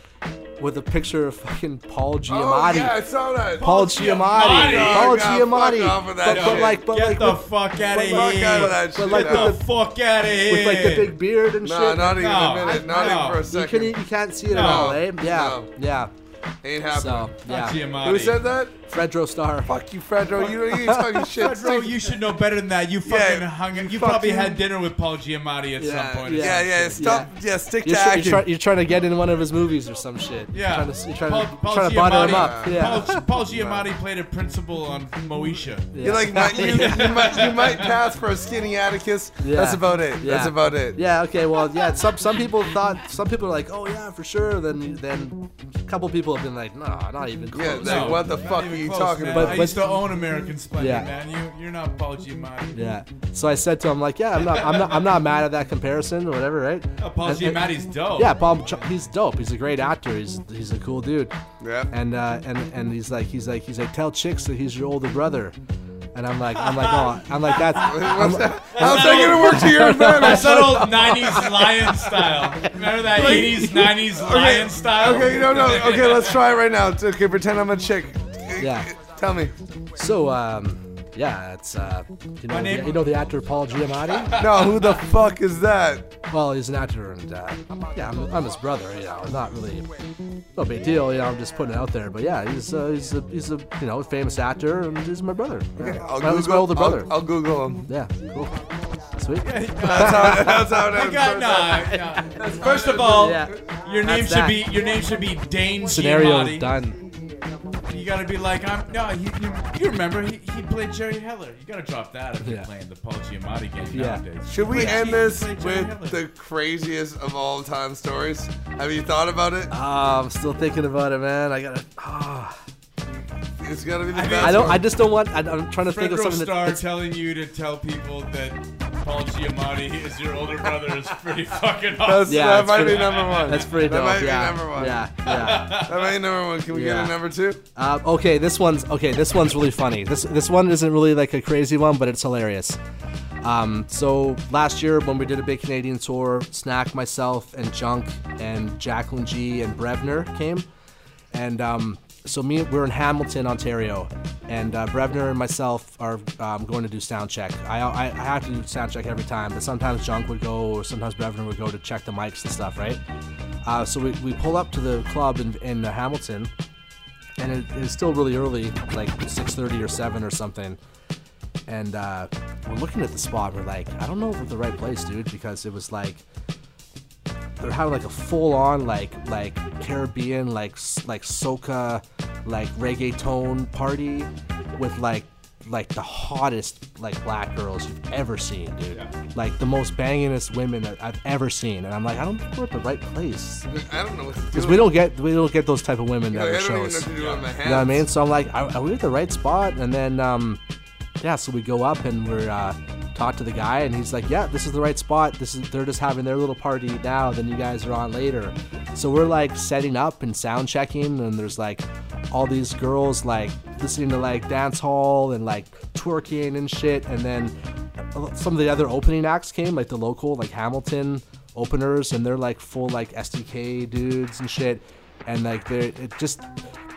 S4: With a picture of fucking Paul Giamatti.
S1: Oh, yeah, I saw that.
S4: Paul
S1: Paul
S4: Giamatti.
S1: Giamatti.
S4: Paul
S1: Oh, God, fuck
S4: Giamatti.
S1: off with that
S4: but, but
S1: shit.
S4: like, but
S1: Get
S4: like,
S1: the
S4: with-
S1: fuck
S4: but
S1: outta
S4: like-
S1: here. Fuck outta that
S4: But
S1: shit.
S4: like,
S1: Get
S4: with
S1: the
S6: fuck outta
S4: With like the
S6: here.
S4: big beard and
S1: No,
S4: shit.
S1: not even a No. minute, not even for a
S4: You,
S1: second.
S4: can, you can't see it at
S1: No.
S4: all, eh? Yeah,
S1: No.
S4: yeah.
S1: Ain't happening.
S4: So, yeah.
S1: Not Giamatti. Who said that?
S4: Fredro Star.
S1: Fuck you, Fredro. You don't even fucking shit.
S6: Fredro, you should know better than that. You fucking hung. You probably had dinner with Paul Giamatti at some point.
S1: yeah, yeah. Stop. Yeah, stick to
S4: you're, tr- you're,
S1: acting.
S4: try- you're trying to get in one of his movies or some shit.
S6: Yeah.
S4: You're trying to, you're trying
S6: Paul,
S4: to,
S6: Paul
S4: trying to
S6: Giamatti,
S4: butter him up. Yeah.
S6: Paul, Paul Giamatti played a principal on Moesha.
S1: You're like, might, you, you might, you might pass for a skinny Atticus.
S4: Yeah.
S1: That's about it. That's
S4: Yeah.
S1: about it.
S4: Yeah. Okay. Well. Yeah. Some some people thought some people are like, oh yeah, for sure. Then then a couple people have been like, no, not even close.
S1: Yeah, like, what the fuck are you talking
S6: man.
S1: about?
S6: I used to own American Splendor,
S4: Yeah.
S6: man. You, you're not Paul Giamatti.
S4: Yeah. So I said to him like, yeah, I'm not, I'm not, I'm not mad at that comparison or whatever, right?
S6: No, Paul
S4: And- and-
S6: Giamatti's dope.
S4: Yeah, Paul, Ch- he's dope. He's a great actor. He's, he's a cool dude.
S1: Yeah.
S4: And uh, and and he's like, he's like, he's like, tell chicks that he's your older brother. And I'm like, I'm like, oh, I'm like, that's. I'm,
S1: How's that gonna work to your advantage?
S6: That's that old 90s lion style. Remember that 80s, 90s lion style?
S1: Okay, no, no. Okay, let's try it right now. It's- Okay, pretend I'm a chick.
S4: Yeah.
S1: Tell me.
S4: So um, Yeah, it's uh, you know,
S1: My name-
S4: you know the actor Paul Giamatti.
S1: No, who the fuck is that?
S4: Well, he's an actor, and uh, yeah, I'm, I'm his brother. You know, not really, no big deal. You know, I'm just putting it out there. But yeah, he's uh, he's a, he's a you know famous actor, and he's my brother.
S1: Okay, I'll
S4: Well, he's my
S1: Google-
S4: older brother.
S1: I'll, I'll Google him.
S4: Yeah, cool. Sweet.
S1: that's how. That's how. It
S6: You
S1: is.
S6: got- nah, nah. First of all,
S1: Yeah.
S6: your name
S1: That's
S6: should
S1: that.
S6: be your name should be Dane
S4: Scenario
S6: Giamatti.
S4: done.
S6: You gotta be like I'm. No, he, you, you remember he, he played Jerry Heller. You gotta drop that if you're playing the Paul Giamatti game
S1: Yeah.
S6: nowadays.
S1: Should we
S6: Play-
S1: end
S6: he
S1: this
S6: played Jerry Heller.
S1: with the craziest of all time stories? Have you thought about it?
S4: Ah, I'm still thinking about it, man. I gotta. ah.
S1: It's gotta be the
S6: I mean-
S1: best.
S4: I don't.
S1: one.
S4: I just don't want. I, I'm trying to think of
S6: Fredro
S4: something
S6: Starr
S4: that.
S6: telling you to tell people that Paul Giamatti is your older brother is pretty fucking
S1: That's,
S6: awesome.
S1: that might be number one.
S4: That's pretty
S1: That
S4: dope,
S1: might
S4: yeah.
S1: be number one.
S4: Yeah, yeah.
S1: that might be number one. Can we get
S4: Yeah.
S1: a number two?
S4: Uh, okay, this one's okay. This one's really funny. This this one isn't really like a crazy one, but it's hilarious. Um, so last year when we did a big Canadian tour, Snack, myself, and Junk, and Jacqueline G and Brevner came, and um, so me we are in Hamilton, Ontario, and uh, Brevner and myself are um, going to do sound check. I, I I have to do sound check every time, but sometimes Junk would go, or sometimes Brevner would go to check the mics and stuff, right? Uh, so we, we pull up to the club in, in uh, Hamilton, and it, it was still really early, like 6:30 or 7 or something. And uh, we're looking at the spot. We're like, I don't know if we're the right place, dude, because it was like they're having like a full-on like like Caribbean like s- like soca like reggaeton party with like like the hottest like black girls you've ever seen, dude. Like the most bangingest women that I've ever seen, and I'm like, I don't think we're at the right place
S1: I don't know what to do.
S4: because we don't get we don't get those type of women
S1: Yeah,
S4: that
S1: I
S4: are
S1: don't even know
S4: shows.
S1: what to do
S4: you
S1: with
S4: know
S1: my
S4: what I mean? So I'm like, are, are we at the right spot? And then, um, yeah, so we go up and we're uh, talk to the guy, and he's like, yeah, this is the right spot. This is they're just having their little party now. Then you guys are on later. So we're like setting up and sound checking, and there's like all these girls like listening to like dance hall and like twerking and shit, and then some of the other opening acts came, like the local, like Hamilton openers, and they're like full like SDK dudes and shit, and like they're it just,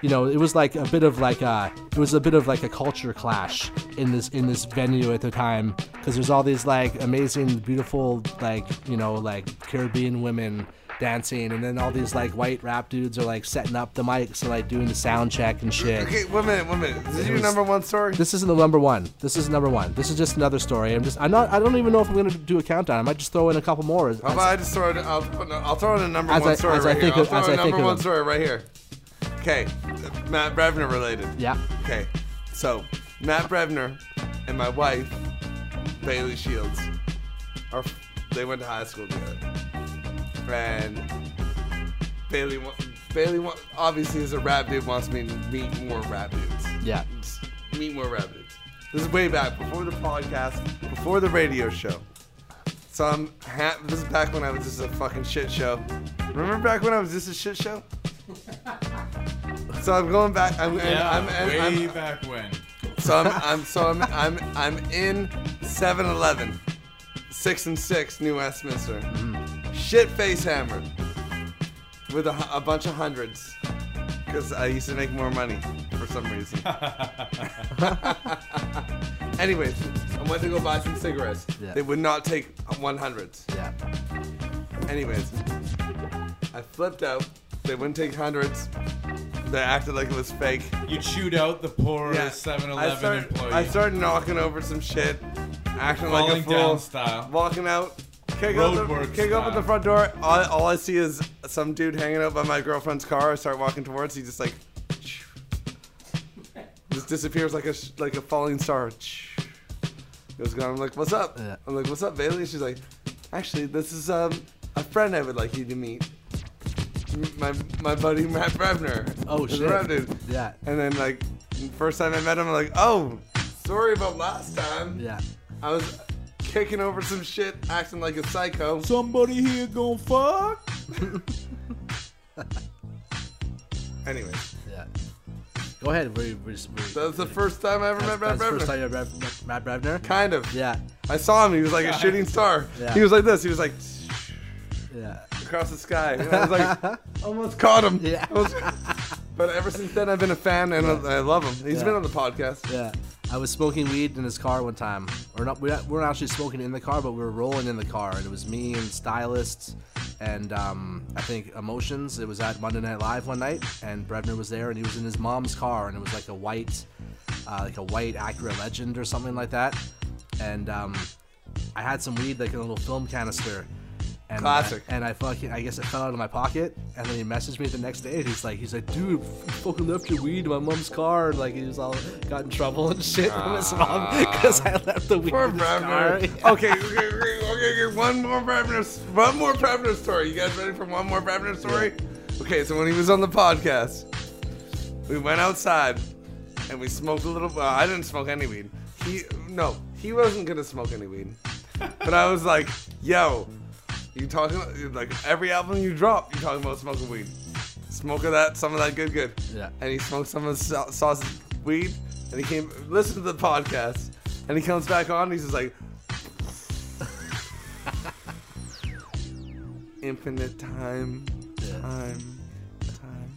S4: you know, it was like a bit of like a it was a bit of like a culture clash in this in this venue at the time because there's all these like amazing, beautiful like you know like Caribbean women dancing, and then all these like white rap dudes are like setting up the mics and like doing the sound check and shit.
S1: Okay, one minute, one minute. This
S4: It
S1: is your
S4: was-
S1: number one story.
S4: This isn't the number one. This is number one. This is just another story. I'm just. I'm not. I don't even know if I'm gonna do a countdown. I might just throw in a couple more. as-
S1: How about I just throw it? I'll, put- I'll throw in a number
S4: As
S1: one
S4: I-
S1: story
S4: as I
S1: right
S4: think
S1: here.
S4: of-
S1: I'll
S4: as
S1: throw
S4: I
S1: in
S4: think
S1: number
S4: of
S1: one
S4: them.
S1: story right here. Okay, Matt Brevner related.
S4: Yeah.
S1: Okay, so Matt Brevner and my wife Bailey Shields are they went to high school together, and Bailey wa- Bailey wa- obviously is a rap dude wants me to meet more rap dudes.
S4: Yeah.
S1: Meet more rap dudes. This is way back before the podcast, before the radio show. So I'm ha- this is back when I was just a fucking shit show. Remember back when I was just a shit show? So I'm going back. I'm, and
S6: Yeah,
S1: I'm, and
S6: way
S1: I'm,
S6: back when.
S1: So I'm, I'm so I'm I'm I'm in 7-Eleven, six and six, New Westminster. Shit face hammered with a, hu- a bunch of hundreds because I used to make more money for some reason. Anyways, I went to go buy some cigarettes.
S4: Yeah.
S1: They would not take 100s.
S4: Yeah.
S1: Anyways, I flipped out. They wouldn't take hundreds. They acted like it was fake.
S6: You chewed out the poor
S1: Yeah.
S6: 7-Eleven
S1: I started-
S6: employee.
S1: I started knocking over some shit, acting like
S6: Falling
S1: a fool,
S6: down style.
S1: walking out, kick, out the,
S6: Roadwork
S1: kick open
S6: style.
S1: the front door. All, all I see is some dude hanging out by my girlfriend's car. I start walking towards. He just like just disappears like a sh- like a falling star. It was gone. I'm like, what's up? I'm like, what's up, Bailey? She's like, actually, this is um a friend I would like you to meet. M- My my buddy Matt Brevner.
S4: Oh,
S1: He's a
S4: shit.
S1: rap dude.
S4: Yeah.
S1: And then like first time I met him, I'm like, oh, sorry about last time.
S4: Yeah.
S1: I was kicking over some shit, acting like a psycho.
S3: Somebody here gonna fuck.
S1: anyway.
S4: Yeah. Go ahead. We, we, we,
S1: That was the first time I ever
S4: That's-
S1: met Matt
S4: that's the
S1: Brevner.
S4: first time you met Matt Brevner.
S1: Kind of.
S4: Yeah.
S1: I saw him. He was like a shooting star.
S4: Yeah.
S1: He was like this. He was like
S4: Yeah.
S1: across the sky. And I was like, almost caught him.
S4: Yeah.
S1: I was- but ever since then, I've been a fan and I I love him. He's
S4: Yeah.
S1: been on the podcast.
S4: Yeah. I was smoking weed in his car one time. Or not, we weren't actually smoking in the car, but we were rolling in the car, and it was me and Stylist and um, I think Emotions. It was at Monday Night Live one night, and Brebner was there, and he was in his mom's car, and it was like a white, uh, like a white Acura Legend or something like that. And um, I had some weed, like in a little film canister. And,
S1: Classic.
S4: and I fucking, I guess it fell out of my pocket. And then he messaged me the next day, and he's like, he's like, dude, you fucking left your weed in my mom's car. And like, he was all got in trouble and shit from his mom
S1: Ah.
S4: because I left the weed
S1: Poor
S4: in his car.
S1: Bravner. Okay, okay, okay, okay, okay, one more Bravner, one more Bravner story. You guys ready for one more Bravner story? Okay, so when he was on the podcast, we went outside and we smoked a little. Well, I didn't smoke any weed. He no, he wasn't gonna smoke any weed. But I was like, yo, you talking like every album you drop, you talking about smoking weed. Smoke of that, some of that good, good.
S4: Yeah.
S1: And he smoked some of the sau- sausage weed, and he came listen to the podcast, and he comes back on, and he's just like. Infinite time, time, time.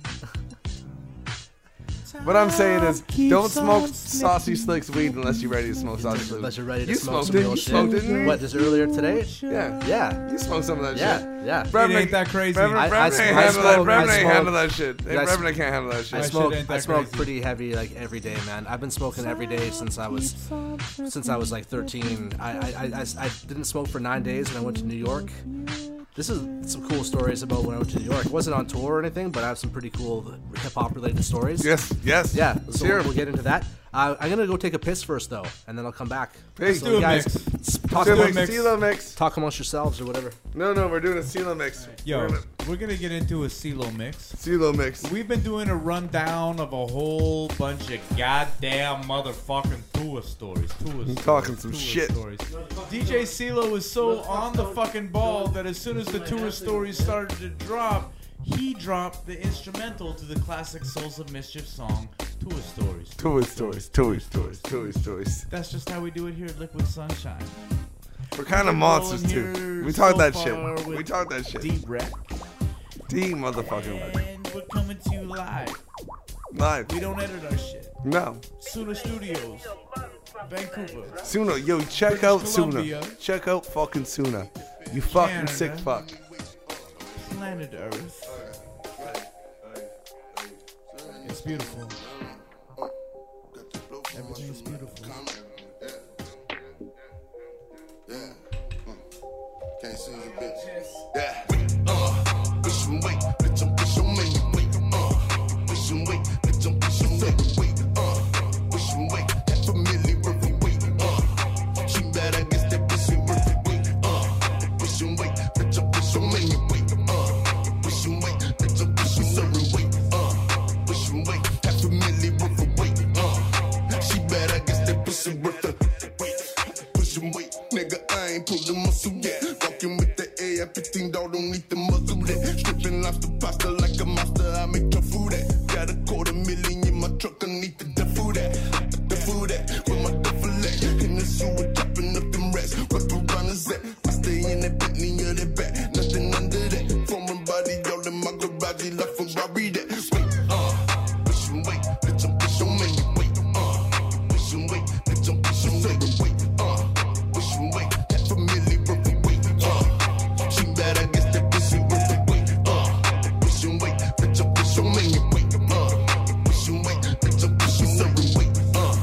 S1: What I'm saying is,
S4: Keeps
S1: don't
S4: on
S1: smoke saucy slicks weed unless you're ready to smoke saucy slicks.
S4: Unless you're ready to
S1: you
S4: smoke
S1: smoked
S4: some
S1: it.
S4: real
S1: you
S4: shit.
S1: smoked it. didn't you?
S4: What, just earlier today?
S1: Yeah.
S4: Yeah.
S1: You smoked some of that
S4: Yeah,
S1: shit.
S4: yeah.
S1: Brevin
S4: It ain't that crazy.
S1: Brevin,
S4: I- I
S1: Brevin
S4: s-
S1: can't
S4: I
S1: handle that.
S4: smoke- I
S1: Brevin ain't
S4: smoke-
S1: handle that shit. Hey,
S4: I s-
S1: Brevin can't handle that shit.
S4: I smoke. I smoke pretty heavy like every day, man. I've been smoking every day since I was since I was like 13. I I, I- I s- I didn't smoke for nine days when I went to New York. This is some cool stories about when I went to New York. It wasn't on tour or anything, but I have some pretty cool hip hop related stories.
S1: Yes, yes.
S4: Yeah.
S1: Let's
S4: So
S1: hear
S4: we'll,
S1: 'em.
S4: we'll get into that. Uh, I'm gonna go take a piss first though, and then I'll come back.
S1: Peace.
S4: So
S1: Do a
S4: you guys,
S1: mix.
S4: s- talk
S1: Do a
S4: amongst-
S1: mix. Do a mix.
S4: Talk amongst yourselves or whatever.
S1: No, no, we're doing a CeeLo mix.
S22: Yo,
S1: We're gonna-
S22: we're gonna get into a CeeLo mix.
S1: CeeLo mix.
S22: We've been doing a rundown of a whole bunch of
S3: Goddamn motherfucking tour stories. Tour
S1: I'm
S3: stories.
S1: talking some
S3: tour
S1: shit.
S3: Stories. DJ CeeLo was so on the fucking ball that as soon as the tour stories started to drop, he dropped the instrumental to the classic Souls of Mischief song, Tour Stories.
S1: Toy stories, toy stories, toy stories.
S3: That's just how we do it here at Liquid Sunshine.
S1: We're kind of
S3: We're
S1: monsters
S3: going
S1: too.
S3: here
S1: We talk
S3: so
S1: that
S3: far
S1: shit.
S3: with
S1: We talk that shit.
S3: D
S1: D motherfucking wreck.
S3: And we're coming to you live.
S1: live.
S3: We don't edit our shit.
S1: No.
S3: Suna Studios, Vancouver.
S1: Sooner, yo, check
S3: British
S1: out Sooner.
S3: Columbia.
S1: Check out fucking Sooner. You fucking sick
S3: Canada.
S1: fuck.
S3: Planet Earth. It's beautiful. Everything's beautiful.
S23: Can't see the bitch. Yeah. Uh, bitch, I'm wait. Bitch, I'm bitch, I'm wait. Wait. Uh, bitch, I'm wait. Bitch, I'm bitch, I'm wait. Wait. Uh, bitch, I'm wait. That familiar worth the wait. Uh, she bad, I guess that bitch ain't worth the wait. Uh, bitch, I'm wait. Bitch, I'm bitch, I'm wait. Wait. Uh, bitch, I'm wait. Bitch, I'm bitch, I'm serving wait. Uh, bitch, I'm wait. That familiar worth the wait. Uh, she bad, I guess that bitch ain't worth the push him weight. Nigga, I ain't pulling muscle yet. Walking with the air, everything dog don't need the muzzle it. Stripping lobster pasta like a monster, I make your food at. Got a quarter million in my truck, I need the duffel that. The food that, with my duffel at. In the sewer, chopping up them rats. Wrap around the set. I stay in that Bentley near the back. Nothing under that. Foreign body, all in my garage, left Ferrari that. Wait, uh, push him weight. Bitch, I'm push him weight. Wait, uh, push him weight. Bitch, I'm push him weight. Wait, uh, push him weight. That familiar worth the weight. Uh, she bad, I guess that pussy worth the weight. Uh, push him weight. Bitch, I'm push him weight. Wait, uh, push him weight. Bitch, I'm push him weight. Uh,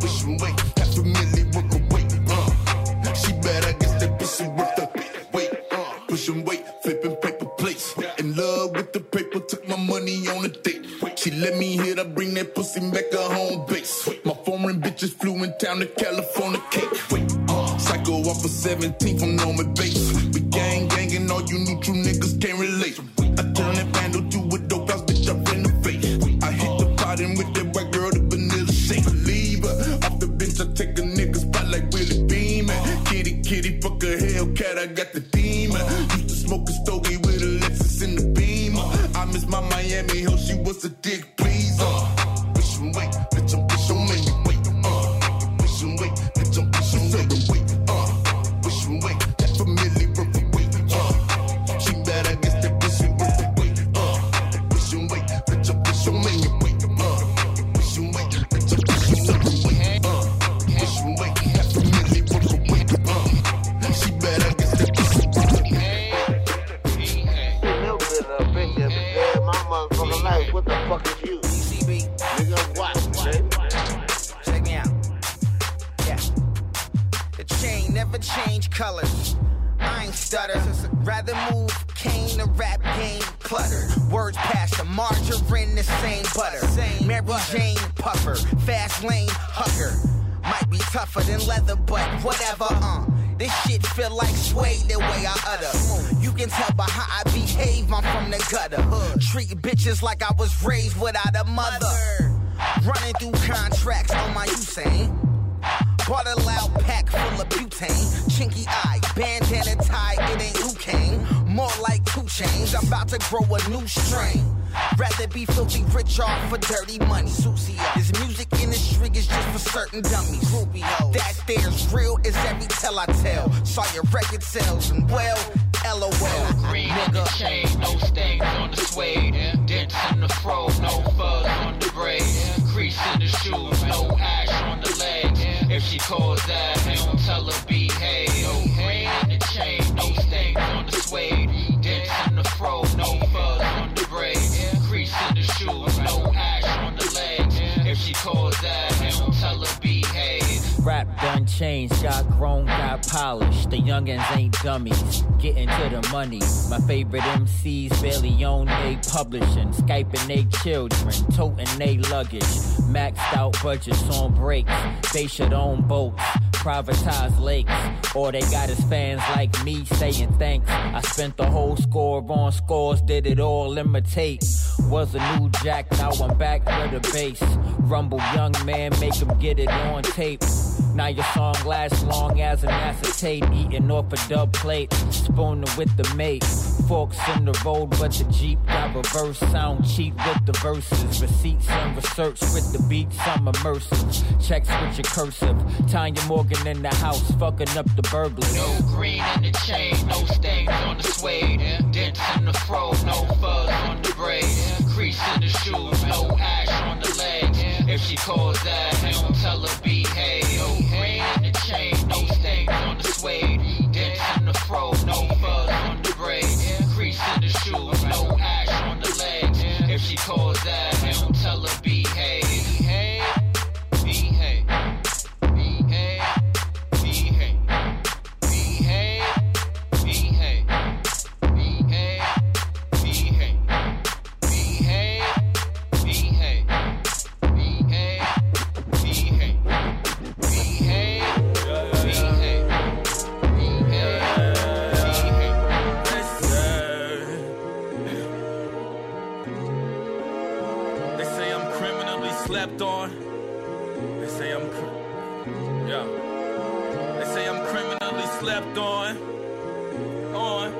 S23: push him weight. That familiar worth the weight. Uh, she bad, I guess that pussy worth the weight. Uh, push him weight. Flipping paper plates. In love with the paper, took my money on a date. She let me hit her, bring that pussy back her home base. My foreign bitches flew in town to California cake. Wait, uh, psycho off of 17 from Norman Bates. We gang gangin', all you neutral niggas can't relate. I turn that vandal to a dope house, bitch, I renovate. I hit the bottom with that white girl, the vanilla shake. Leave her off the bench, I take a nigga spot like Willie Beeman. Kitty, kitty, fuck a Hellcat, I got the demon. Used to smoke a stogie with a Lexus in the Beamer. I miss my Miami hoe, she was a dick pleaser. Push him weight, bitch, I'm push him weight, weight, uh. Push him weight, bitch, I'm push him weight, weight, uh. Push him weight, that familiar worth the weight, uh. She bad, I guess that pussy worth the weight, uh. Push him weight, bitch, I'm push him weight, weight, uh. Push him weight, bitch, I'm push him weight, uh.
S24: never change colors. I ain't stutter. Rather move cane to rap game clutter. Words past the margarine, the same butter. Mary Jane puffer, fast lane hugger. Might be tougher than leather, but whatever. Uh, this shit feel like suede the way I utter. You can tell by how I behave, I'm from the gutter. Treat bitches like I was raised without a mother. Running through contracts on my Usain. Bought a loud pack full of butane. Chinky eye, bandana tie, it ain't Liu Kang. More like two chains, I'm about to grow a new strain. Rather be filthy rich off for dirty money. Susie, this music industry is just for certain dummies. That there's real is every tell I tell. Saw your record sales and well, LOL.
S18: Green on the chain, no stains on the suede. Dents in the fro, no fuzz on the braid. Crease in the shoes, no ash on the legs. If she calls that, they don't tell her behave. No green in the chain, no stains on the suede. Dents in the fro, no fuzz on the braid. Crease in the shoes, no ash on the legs. If she calls that, they don't tell her behave.
S25: Rap done changed, got grown, got polished. The youngins ain't dummies, getting to the money. My favorite MCs barely own they publishing, Skyping they children, toting they luggage. Maxed out budgets on breaks, they should own boats. Privatized lakes, or they got his fans like me saying thanks. I spent the whole score on scores, did it all imitate. Was a new jack, now I'm back for the bass. Rumble, young man, make him get it on tape. Now your song lasts long as an acetate, eating off a dub plate, spooning with the mate. Forks in the road, but the Jeep got reverse sound cheap with the verses. Receipts and research with the beats, I'm immersive. Checks with your cursive. Tanya Morgan in the house, fucking up the burglar.
S18: No green in the chain, no stains on the suede. Dents in the fro, no fuzz on the braid. Crease in the shoes, no ash on the legs. If she calls that, they don't tell her behave. No green in the chain, no stains on the suede. Dents in the fro, no fuzz on the braid. Crease in the shoes, no ash on the legs. If she calls that, they don't tell her behave. Behave, behave, behave, behave. Behave, behave, behave, behave, behave, behave, behave, behave, behave, behave.
S26: They say I'm criminally slept on. They say I'm. cr- Yeah. They say I'm criminally slept on. On.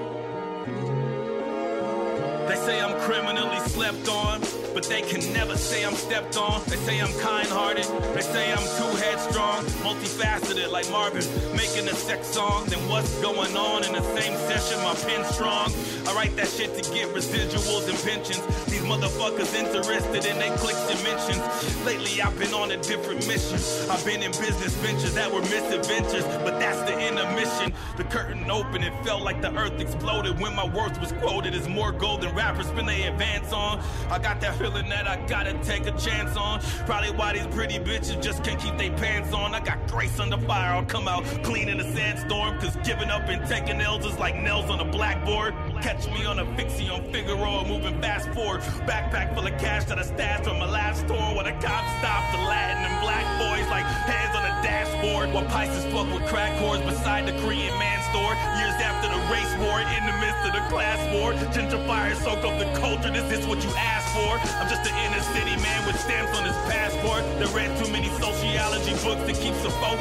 S26: They say I'm criminally slept on, but they can never say I'm stepped on. They say I'm kind-hearted, they say I'm too headstrong, multifaceted like Marvin, making a sex song. Then what's going on in the same session? My pen's strong. I write that shit to get residuals and pensions. These motherfuckers interested in they clicks and mentions. Lately I've been on a different mission. I've been in business ventures that were misadventures, but that's the intermission. The curtain opened, it felt like the earth exploded when my worth was quoted as more gold than rappers spend their advance on. I got that feeling that I gotta take a chance on. Probably why these pretty bitches just can't keep their pants on. I got grace under fire, I'll come out clean in a sandstorm, cause giving up and taking L's is like nails on a blackboard. Catch me on a fixie on Figaro, moving fast forward. Backpack full of cash that I stashed from my last store. When a cop stopped, Aladdin and black boys like hands on the dashboard. While Pisces fuck with crack whores beside the Korean man store. Years after the race war, in the midst of the class war. Gentrifiers soak up the culture, this is what you asked for. I'm just an inner city man with stamps on his passport. That read too many sociology books that keeps a 4-5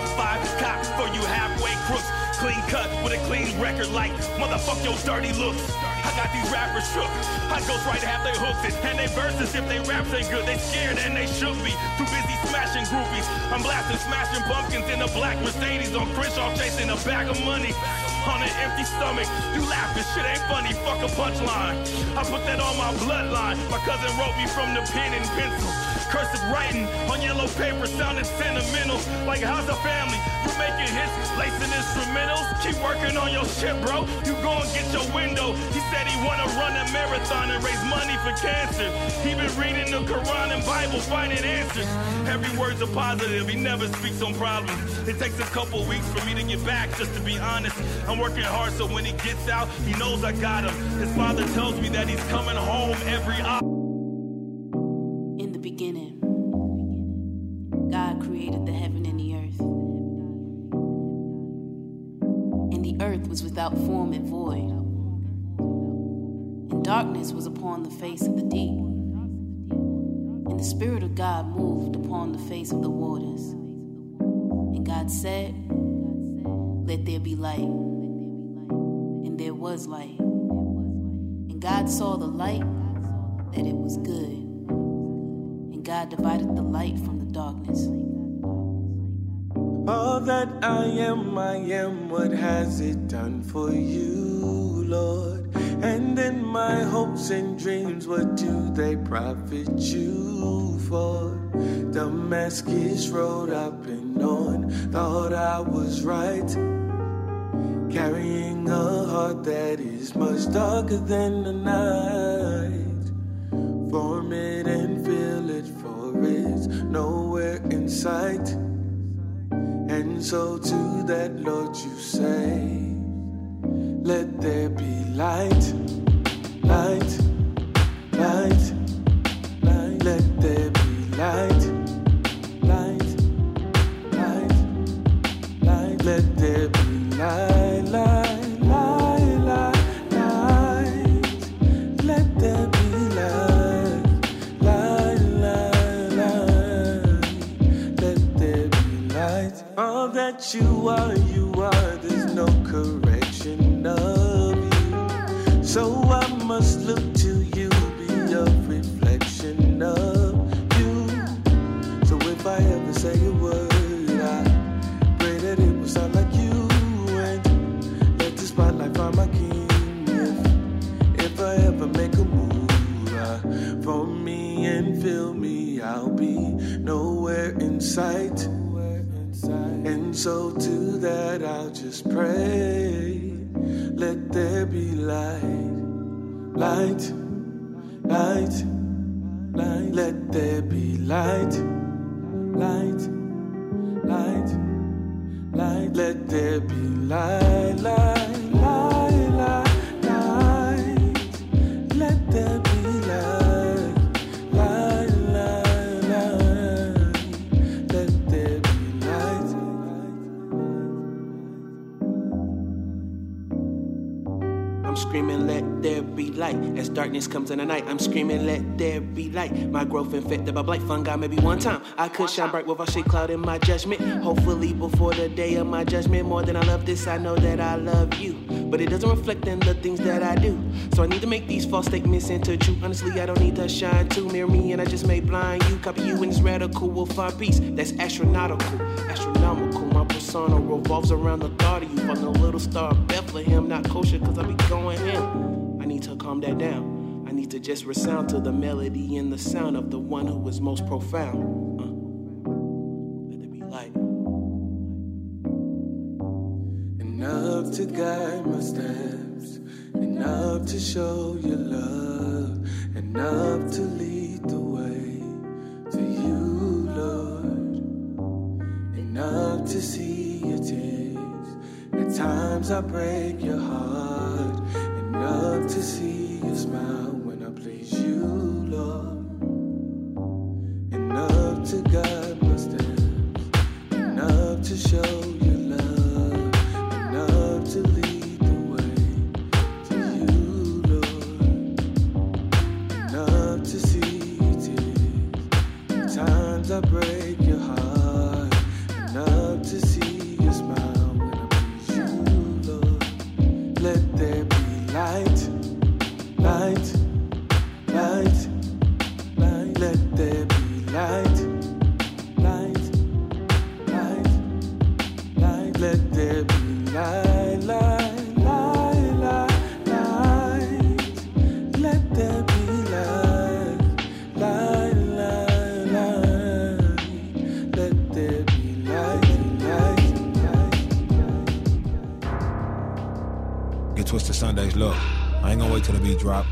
S26: cop for you halfway crooks. Clean cut with a clean record like motherfuck your dirty looks. I got these rappers shook. I ghost right half they hooks it. And they verses if they raps ain't good. They scared and they should be. Too busy smashing groupies. I'm blasting smashing pumpkins in a black Mercedes on Crenshaw chasing a bag of money. On an empty stomach, you laughing, shit ain't funny, fuck a punchline. I put that on my bloodline. My cousin wrote me from the pen and pencil. Cursive writing on yellow paper sounded sentimental. Like, how's the family? We're making hits, lacing instrumentals. Keep working on your shit, bro. You gon' get your window. He said he wanna run a marathon and raise money for cancer. He been reading the Quran and Bible, finding answers. Every word's a positive. He never speaks on problems. It takes a couple weeks for me to get back, just to be honest. I'm working hard, so when he gets out, he knows I got him. His father tells me that he's coming home every hour.
S27: In the beginning, God created the heaven and the earth. And the earth was without form and void. And darkness was upon the face of the deep. And the Spirit of God moved upon the face of the waters. And God said, Let there be light. And there was light. And God saw the light, that it was good. And God divided the light from the darkness.
S2: All that I am, I am, what has it done for you, Lord? And in my hopes and dreams, what do they profit you for? Damascus Road I've been on, thought I was right. Carrying a heart that is much darker than the night. Form it and feel it, for it's nowhere in sight. And so to that Lord you say, Let there be light, light, light, light. Let there be light, light, light, light. Let there be light, light, light, light, light. Let there be light, light, light, light. Let there be light. All that you are, you are. There's no correction of you. So I must look to you, be a reflection of you. So if I ever say a word, I pray that it will sound like you. And let the spotlight find my king. If, if I ever make a move, uh, for me and feel me, I'll be nowhere in sight. And so to that I'll just pray. Let there be light, light, light, light. Let there be light, light, light, light. Let there be light, light, light, light, light. Let there be light, light, light, light. Let there be light.
S28: I'm screaming, let there be light. As darkness comes in the night, I'm screaming, let there be light. My growth infected by blight fungi, maybe one time. I could shine bright without shade cloud in my judgment. Hopefully, before the day of my judgment, more than I love this, I know that I love you. But it doesn't reflect in the things that I do. So I need to make these false statements into true. Honestly, I don't need to shine too near me, and I just may blind you. Copy you in this radical, will find peace. That's astronautical, astronomical. My persona revolves around the thought of you. From the little star of Bethlehem, not kosher, cause I be going in. I need to calm that down. I need to just resound to the melody and the sound of the one who is most profound. Uh, let it be light.
S2: Enough to guide my steps, enough to show your love, enough to lead the way to you, Lord. Enough to see your tears. At times I break your heart, enough to see you smile when I please you, Lord. Enough to guide my steps, enough to show your love enough to lead the way to you, Lord. Enough to see you tears. Times I break your heart. Enough to see you smile when I please you, Lord. Let there be light, light, light, light. Let there be light, light, light light, let there be light, light, light, light, light. Let there be light, light, light, light. Let there be light, light, light, light.
S29: twist to Sunday's look. I ain't gonna wait till the beat drop.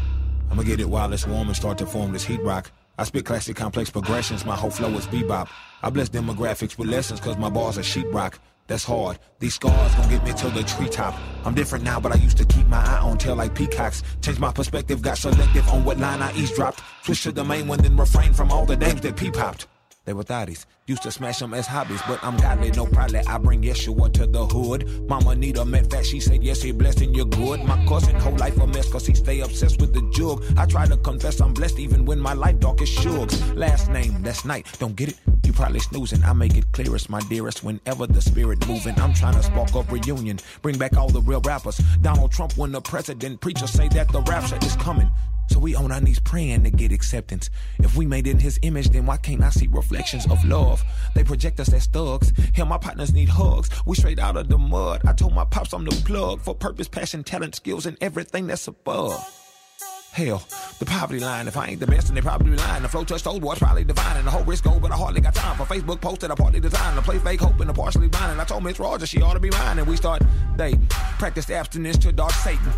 S29: I'ma get it while it's warm and start to form this heat rock. I spit classic complex progressions, my whole flow is bebop. I bless demographics with lessons cause my bars are sheetrock. That's hard. These scars gonna get me to the treetop. I'm different now, but I used to keep my eye on tail like peacocks. Changed my perspective, got selective on what line I eavesdropped. Switched to the main one, then refrain from all the dames that peep hopped. They were thotties. Used to smash them as hobbies, but I'm godly, no problem. I bring Yeshua to the hood. Mama Nita met fat, she said, Yes, he blessed and you're good. My cousin, whole life a mess, cause he stay obsessed with the jug. I try to confess I'm blessed even when my life dark as shugs. Last name, that's night, don't get it? You probably snoozing. I make it clearest, my dearest, whenever the spirit moving. I'm trying to spark up reunion, bring back all the real rappers. Donald Trump, when the president, preachers say that the rapture is coming. So we on our knees praying to get acceptance. If we made it in his image, then why can't I see reflections of love? They project us as thugs. Hell, my partners need hugs. We straight out of the mud. I told my pops I'm the plug for purpose, passion, talent, skills, and everything that's above. Hell, the poverty line. If I ain't the best, then they probably lying. The flow touch those boys probably divine. And the whole risk go, but I hardly got time for Facebook post that I partly designed. I play fake hope and I partially blind. And I told Miss Rogers she ought to be mine. And we start dating. Practiced abstinence to dark Satan.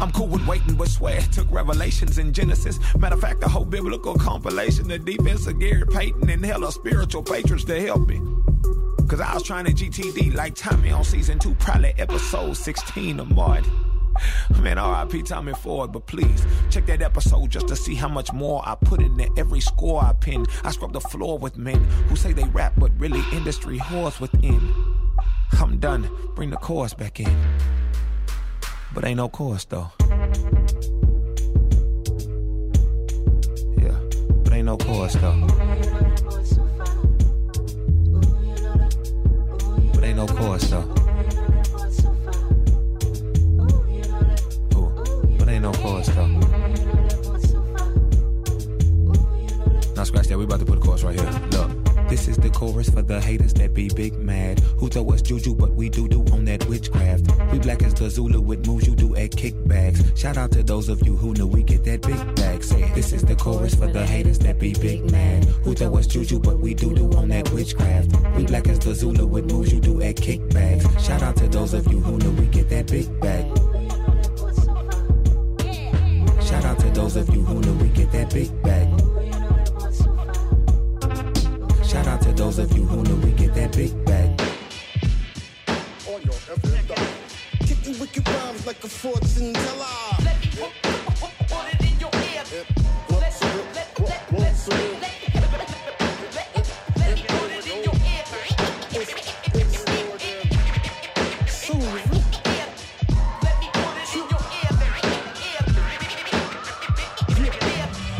S29: I'm cool with waiting, but swear it took revelations in Genesis. Matter of fact, the whole biblical compilation, the defense of Gary Payton, and hell of spiritual patrons to help me. Cause I was trying to GTD like Tommy on season two, probably episode 16 of Martin. Man, RIP Tommy Ford, but please check that episode just to see how much more I put in there. Every score I pin, I scrub the floor with men who say they rap, but really industry whores within. I'm done. Bring the chorus back in. But ain't no chorus though. Yeah, but ain't no chorus though. But ain't no chorus though. But ain't no chorus though. Now scratch that, we about to put a chorus right here. Look. This is the chorus for the haters that be big mad. Who throw us juju, but we do do on that witchcraft. We black as the Zulu with moves you do at kickbacks. Shout out to those of you who knew we get that big bag. Say, it. this is the chorus for the haters that be big mad. Who throw us juju, but we do do on that witchcraft. We black as the Zulu with moves you do at kickbacks. Shout out to those of you who knew we get that big bag. Shout out to those of you who know we get that big bag. Shout out to those of you who know we get that big bag.
S30: Kicking wicked rhymes like a fortune teller. Let me put, put, put, put it in your ear. Let, let, let, let, let, let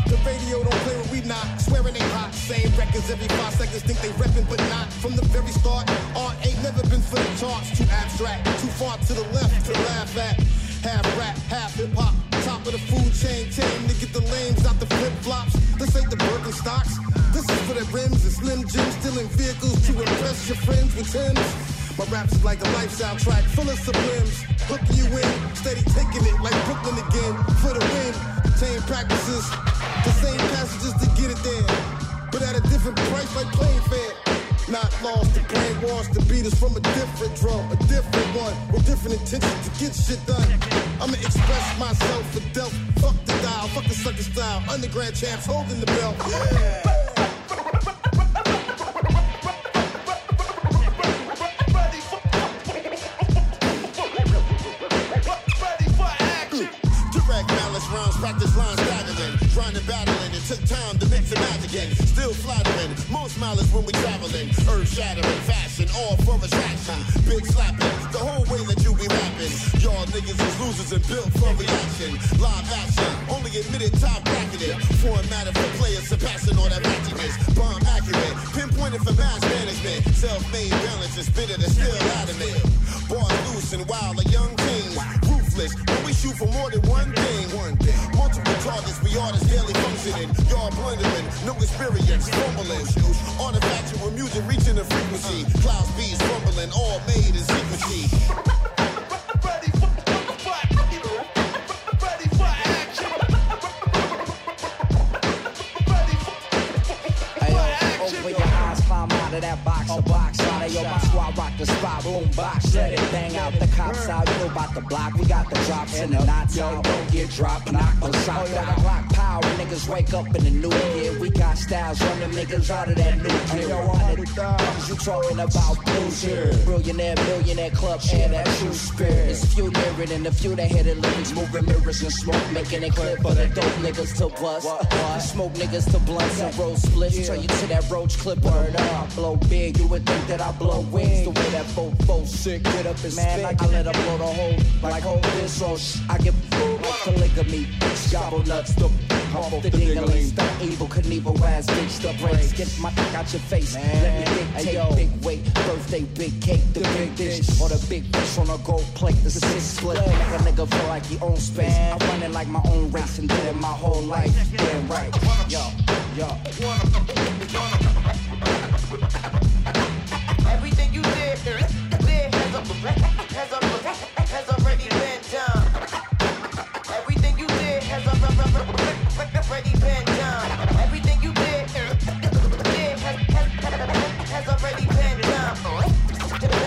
S30: The radio don't play when we not swearing they hot. Same records every five seconds, think they reppin', but not from the very start. Art ain't never been for the charts. Too abstract, too far to the left to laugh at. Half rap, half hip hop. Top of the food chain, tame to get the lames out the flip flops. This ain't the Birkenstocks. This is for the rims and slim jims, stealing vehicles to impress your friends with Tim's. My raps is like a lifestyle track full of sublims. Hooking you in, steady taking it like Brooklyn again. For the win, same practices, the same passages to get it there. But at a different price like playing fair. Not lost, the brainwashed, the beat is from a different drum, a different one, with different intentions to get shit done. I'ma express myself for death. Fuck the dial, fuck the sucker style. Undergrad champs holding the belt. Yeah. Direct balance rounds, practice lines battling, trying to battling. It took time to mix and match again. Still flattering, most mileage when we traveling. Earth shattering, fashion, all for attraction. Big slapping, the whole way that you be rapping. Y'all niggas is losers and built for reaction. Live action, only admitted top bracketed. Formatted for players surpassing all that ratchetness. Bomb accurate, pinpointed for mass management. Self-made balance is bitter and still adamant. Bars loose and wild like young teens. Ruthless, when we shoot for more than one thing. One thing. Multiple targets, we artists daily functioning. Y'all blundering, no experience, fumbling. Artifactual music reaching the frequency. Clouds, bees, rumbling, all made in secrecy.
S17: Ayo, open your eyes, climb out of that box, a box out of yo, my squad rock the spot, boom box.
S12: said it. Bang out the cops out. You know about the block. We got the drops and the knots out. Don't get dropped. Knock the shot out. Rock power. Niggas wake up in the new year. We got styles. Run them niggas out of that new gear. Cause you talking about bullshit. Billionaire, millionaire, club air that true spirit. It's few lyric and a few that hear the lyrics. Moving mirrors and smoke. Making it clear for the dope niggas to bust. Smoke niggas to blunts and roll splits. Turn you to that roach clip. Word up. Blow big. You would think that I blow wings. The way that fo fo sick get up and man, spit. I let her blow the whole like whole this or sh- I get food like polygamy. Bitch, gobble nuts. The off the dingling. Stop evil Knievel ass bitch. The brains get my dick out your face. Let me dictate big weight. Birthday big cake. The big dish or the big fish on a gold plate. The six split. Make a nigga feel like he own space. I run it like my own race and did it my whole life. Damn right. Yo, yo.
S31: Everything you did, did has, a, has, a, has already been done. Everything you did has a, already been done. Everything you did, did has, has, has already been done.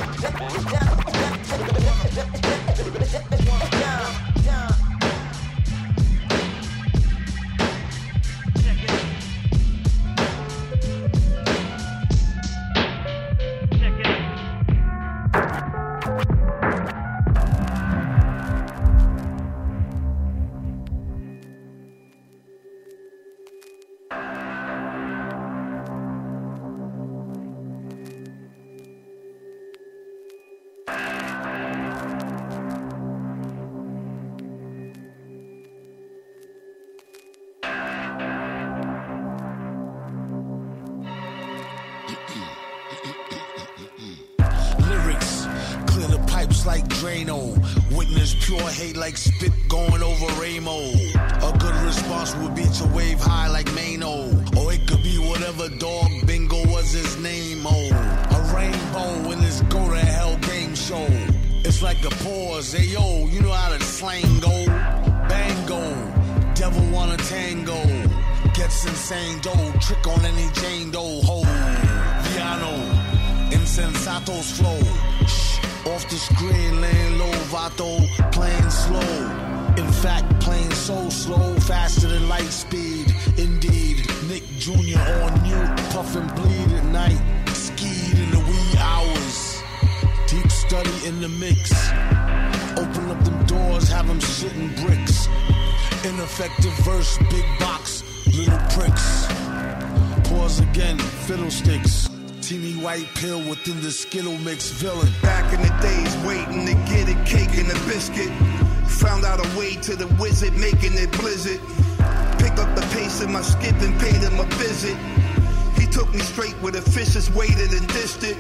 S5: Lyrics clear the pipes like Drano. Witness pure hate like spit going over Ramo. A good response would be to wave high like Mano. Or it could be whatever dog bingo was his name. Oh, a rainbow in this go to hell game show. It's like a pause. Hey yo, you know how the slang go. Bango, devil wanna tango. Gets insane dough, trick on any Jane Doe ho. Viano. Insensato's flow. Shh, off the screen, laying low, Vato, playing slow. In fact, playing so slow, faster than light speed. Indeed, Nick Jr. on you, puff and bleed at night. Skied in the wee hours. Deep study in the mix. Open up them doors, have them shitting bricks. Ineffective verse, big box, little pricks. Pause again, fiddlesticks. Teeny white pill within the Skittle mix villain.
S32: Back in the days, waiting to get a cake and a biscuit. Found out a way to the wizard, making it blizzard. Pick up the pace in my skip and paid him a visit. He took me straight with a vicious weighted and dished it.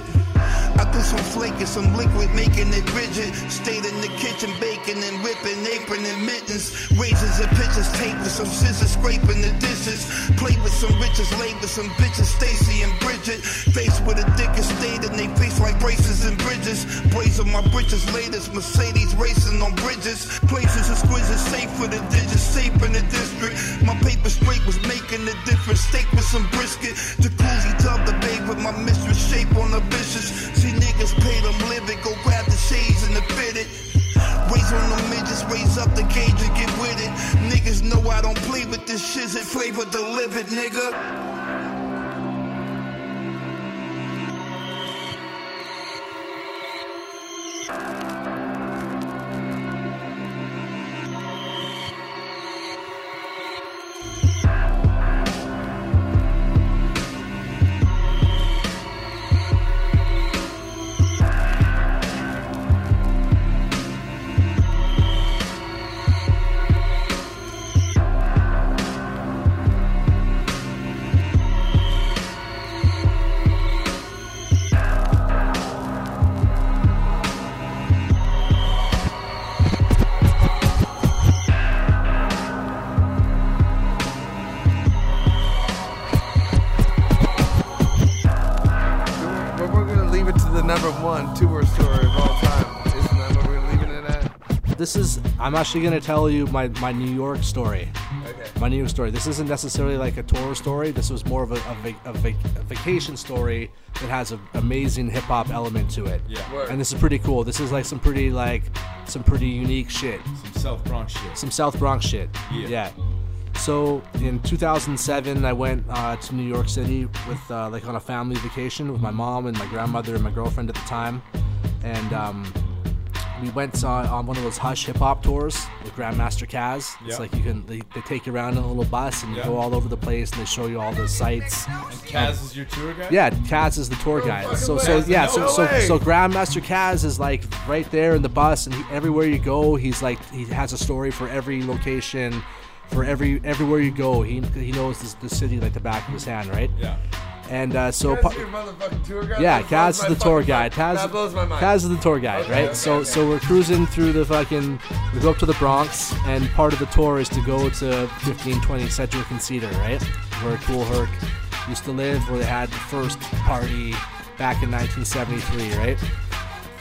S32: I threw some flake and some liquid, making it rigid. Stayed in the kitchen, baking and whipping, apron and mittens. Raisins and pitchers, tape with some scissors, scraping the dishes. Played with some riches, laid with some bitches, Stacy and Bridget. Faced with a dick and stayed in they face like braces and bridges. Brazen my britches, latest Mercedes racing on bridges. Places exquisite, safe for the digits, safe in the district. My paper straight was making a difference, steak with some brisket. Jacuzzi tub the babe with my mistress, shape on the vicious. See niggas paid them living, go grab the shades and the fitted. Raise on the midgets, raise up the cage and get with it. Niggas know I don't play with this shit, it flavor delivered, nigga.
S1: But we're gonna leave it to the number one tour story of all time. Isn't that what we're leaving it at?
S4: This is. I'm actually gonna tell you my, my New York story.
S1: Okay.
S4: my New York story. This isn't necessarily like a tour story. This was more of a, a, vac- a, vac- a vacation story that has an amazing hip hop element to it.
S2: Yeah. Word.
S4: And this is pretty cool. This is like some pretty like some pretty unique shit. Some
S2: South Bronx shit.
S4: Some South Bronx shit.
S2: Yeah.
S4: So in 2007, I went uh, to New York City with uh, like on a family vacation with my mom and my grandmother and my girlfriend at the time, and um, we went on, on one of those hush hip hop tours with Grandmaster Caz.
S2: Yeah.
S4: It's like you can they, they take you around in a little bus and you
S2: Yeah.
S4: go all over the place and they show you all the sites.
S2: Kaz is your tour guy?
S4: Yeah, Kaz is the tour guide. So,
S2: way.
S4: so yeah,
S2: No
S4: so, so,
S2: way.
S4: so Grandmaster Kaz is like right there in the bus, and he, everywhere you go, he's like he has a story for every location, for every everywhere you go, he he knows this, the city like the back of his hand, right?
S2: Yeah.
S4: And uh, so.
S16: Kaz
S4: pa-
S16: is your motherfucking tour guide?
S4: yeah,
S16: That blows
S4: Kaz
S16: my
S4: is the tour
S16: fucking
S4: guide.
S16: mind.
S4: Kaz,
S16: That blows my mind.
S4: Kaz is the tour guide,
S16: Okay,
S4: right?
S16: okay,
S4: so, so we're cruising through the fucking. We go up to the Bronx, and part of the tour is to go to 1520 Sedgwick and Cedar, right? Where Cool Herc used to live, where they had the first party back in 1973, right?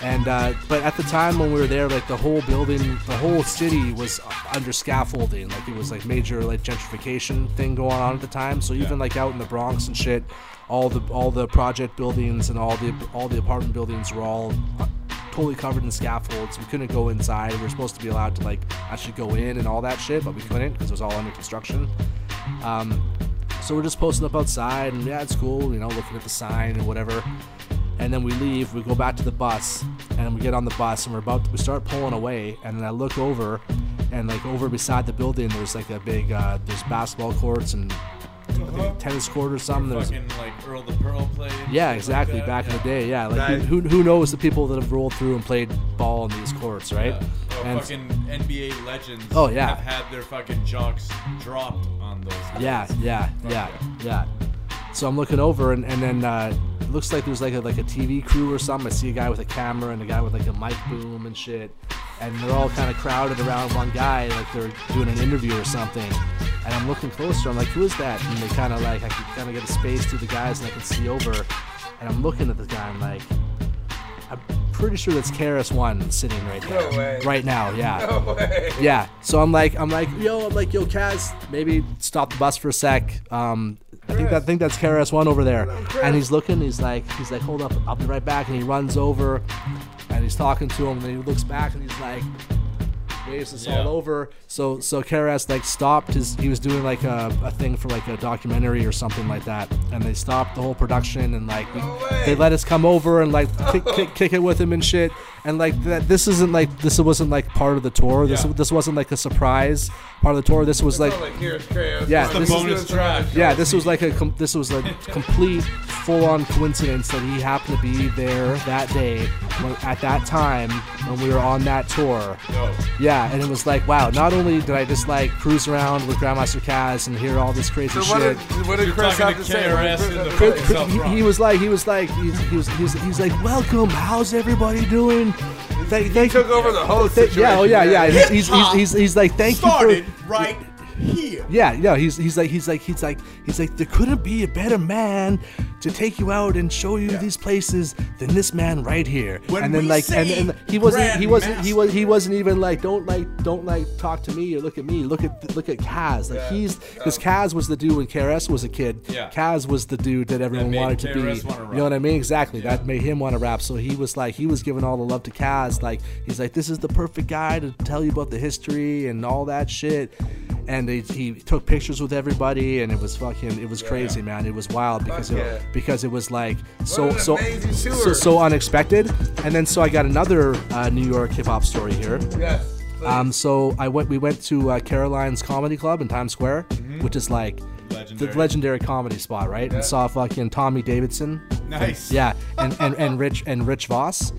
S4: And uh, but at the time when we were there, like the whole building, the whole city was under scaffolding. Like it was like major like gentrification thing going on at the time. So even like out in the Bronx and shit, all the all the project buildings and all the all the apartment buildings were all uh, totally covered in scaffolds. We couldn't go inside. We were supposed to be allowed to like actually go in and all that shit, but we couldn't because it was all under construction. Um, so we're just posting up outside, and yeah, it's cool, you know, looking at the sign and whatever. And then we leave, we go back to the bus, and we get on the bus, and we're about to, we start pulling away, and then I look over, and like over beside the building, there's like a big uh, there's basketball courts and I think a tennis court or something. There's-
S2: Fucking like Earl the Pearl played.
S4: yeah, exactly. Back in the day, yeah. Like
S2: Nice.
S4: who, who who knows the people that have rolled through and played ball in these courts, right?
S2: Oh,
S4: And-
S2: fucking NBA legends
S4: Oh, yeah.
S2: have had their fucking jocks dropped on those.
S4: Yeah,
S2: guys.
S4: yeah,
S2: Fuck
S4: yeah, yeah. So I'm looking over, and, and then uh, it looks like there's like a, like a TV crew or something. I see a guy with a camera and a guy with like a mic boom and shit, and they're all kind of crowded around one guy, like they're doing an interview or something. And I'm looking closer. I'm like, who is that? And they kind of like I can kind of get a space through the guys, and I can see over. And I'm looking at this guy. I'm like, I'm pretty sure that's Karis One sitting right there,
S16: No way.
S4: right now. Yeah.
S16: No way.
S4: Yeah. So I'm like, I'm like, yo, I'm like, yo, Kaz, maybe stop the bus for a sec. Um, I think that I think that's KRS One over there, and he's looking. He's like, he's like, hold up, I'll be right back. And he runs over, and he's talking to him, and then he looks back, and he's like, waves us all over. So so KRS like stopped his. He was doing like a, a thing for like a documentary or something like that, and they stopped the whole production and like we- they let us come over and like kick, kick, kick it with him and shit. And like that, this isn't like this wasn't like part of the tour. This this wasn't like a surprise part of the tour. This was like
S16: Like here's Kratos.
S4: yeah,
S16: It's the
S4: this is-
S16: bonus track.
S4: Yeah, this was like a com- this was a complete full-on coincidence that he happened to be there that day when, at that time when we were on that tour.
S2: Yo.
S4: Yeah, and it was like, wow. Not only did I just like cruise around with Grandmaster Caz and hear all this crazy
S16: So what
S4: shit.
S16: did, what did
S2: You're
S16: Chris have
S2: talking
S16: to
S2: to
S16: say? What did
S2: KRS
S16: Chris
S2: in
S16: have
S2: the
S16: to
S4: Chris-
S16: say?
S4: Chris- he, he was like, he was like, he's, he was, he was, he's like, welcome. How's everybody doing? They, they took
S16: over the whole
S4: Yeah, oh yeah,
S16: situation.
S4: yeah. He's, he's, he's,
S16: Hip-hop
S4: he's, he's like, thank you
S16: started
S4: for
S2: right here.
S4: Yeah, yeah. He's he's like he's like he's like he's like there couldn't be a better man to take you out and show you these places than this man right here.
S2: When
S4: and then
S2: we
S4: like and,
S2: say
S4: and he wasn't he wasn't he was he wasn't even like don't like don't like talk to me or look at me look at look at Kaz like
S2: Yeah.
S4: he's because Kaz was the dude when KRS was a kid.
S2: Yeah.
S4: Kaz was the dude that everyone
S2: made
S4: wanted to be.
S2: KRS wanna
S4: You know what I mean? Exactly. That made him want to rap. So he was like he was giving all the love to Kaz. Like he's like this is the perfect guy to tell you about the history and all that shit and they, he took pictures with everybody, and it was fucking, it was crazy, man. It was wild because
S16: Fuck
S4: it,
S16: yeah.
S4: because it was like so
S16: an
S4: so,
S16: amazing
S4: so
S16: tour.
S4: so unexpected. And then so I got another uh, New York hip hop story here.
S16: Yes.
S4: Um, so I went, we went to uh, Caroline's Comedy Club in Times Square,
S2: Mm-hmm.
S16: Mhm.
S4: which is like
S16: Legendary.
S4: the legendary comedy spot, right?
S16: Yeah.
S4: And saw fucking Tommy Davidson.
S16: Nice.
S4: Yeah, and and, and Rich and Rich Voss.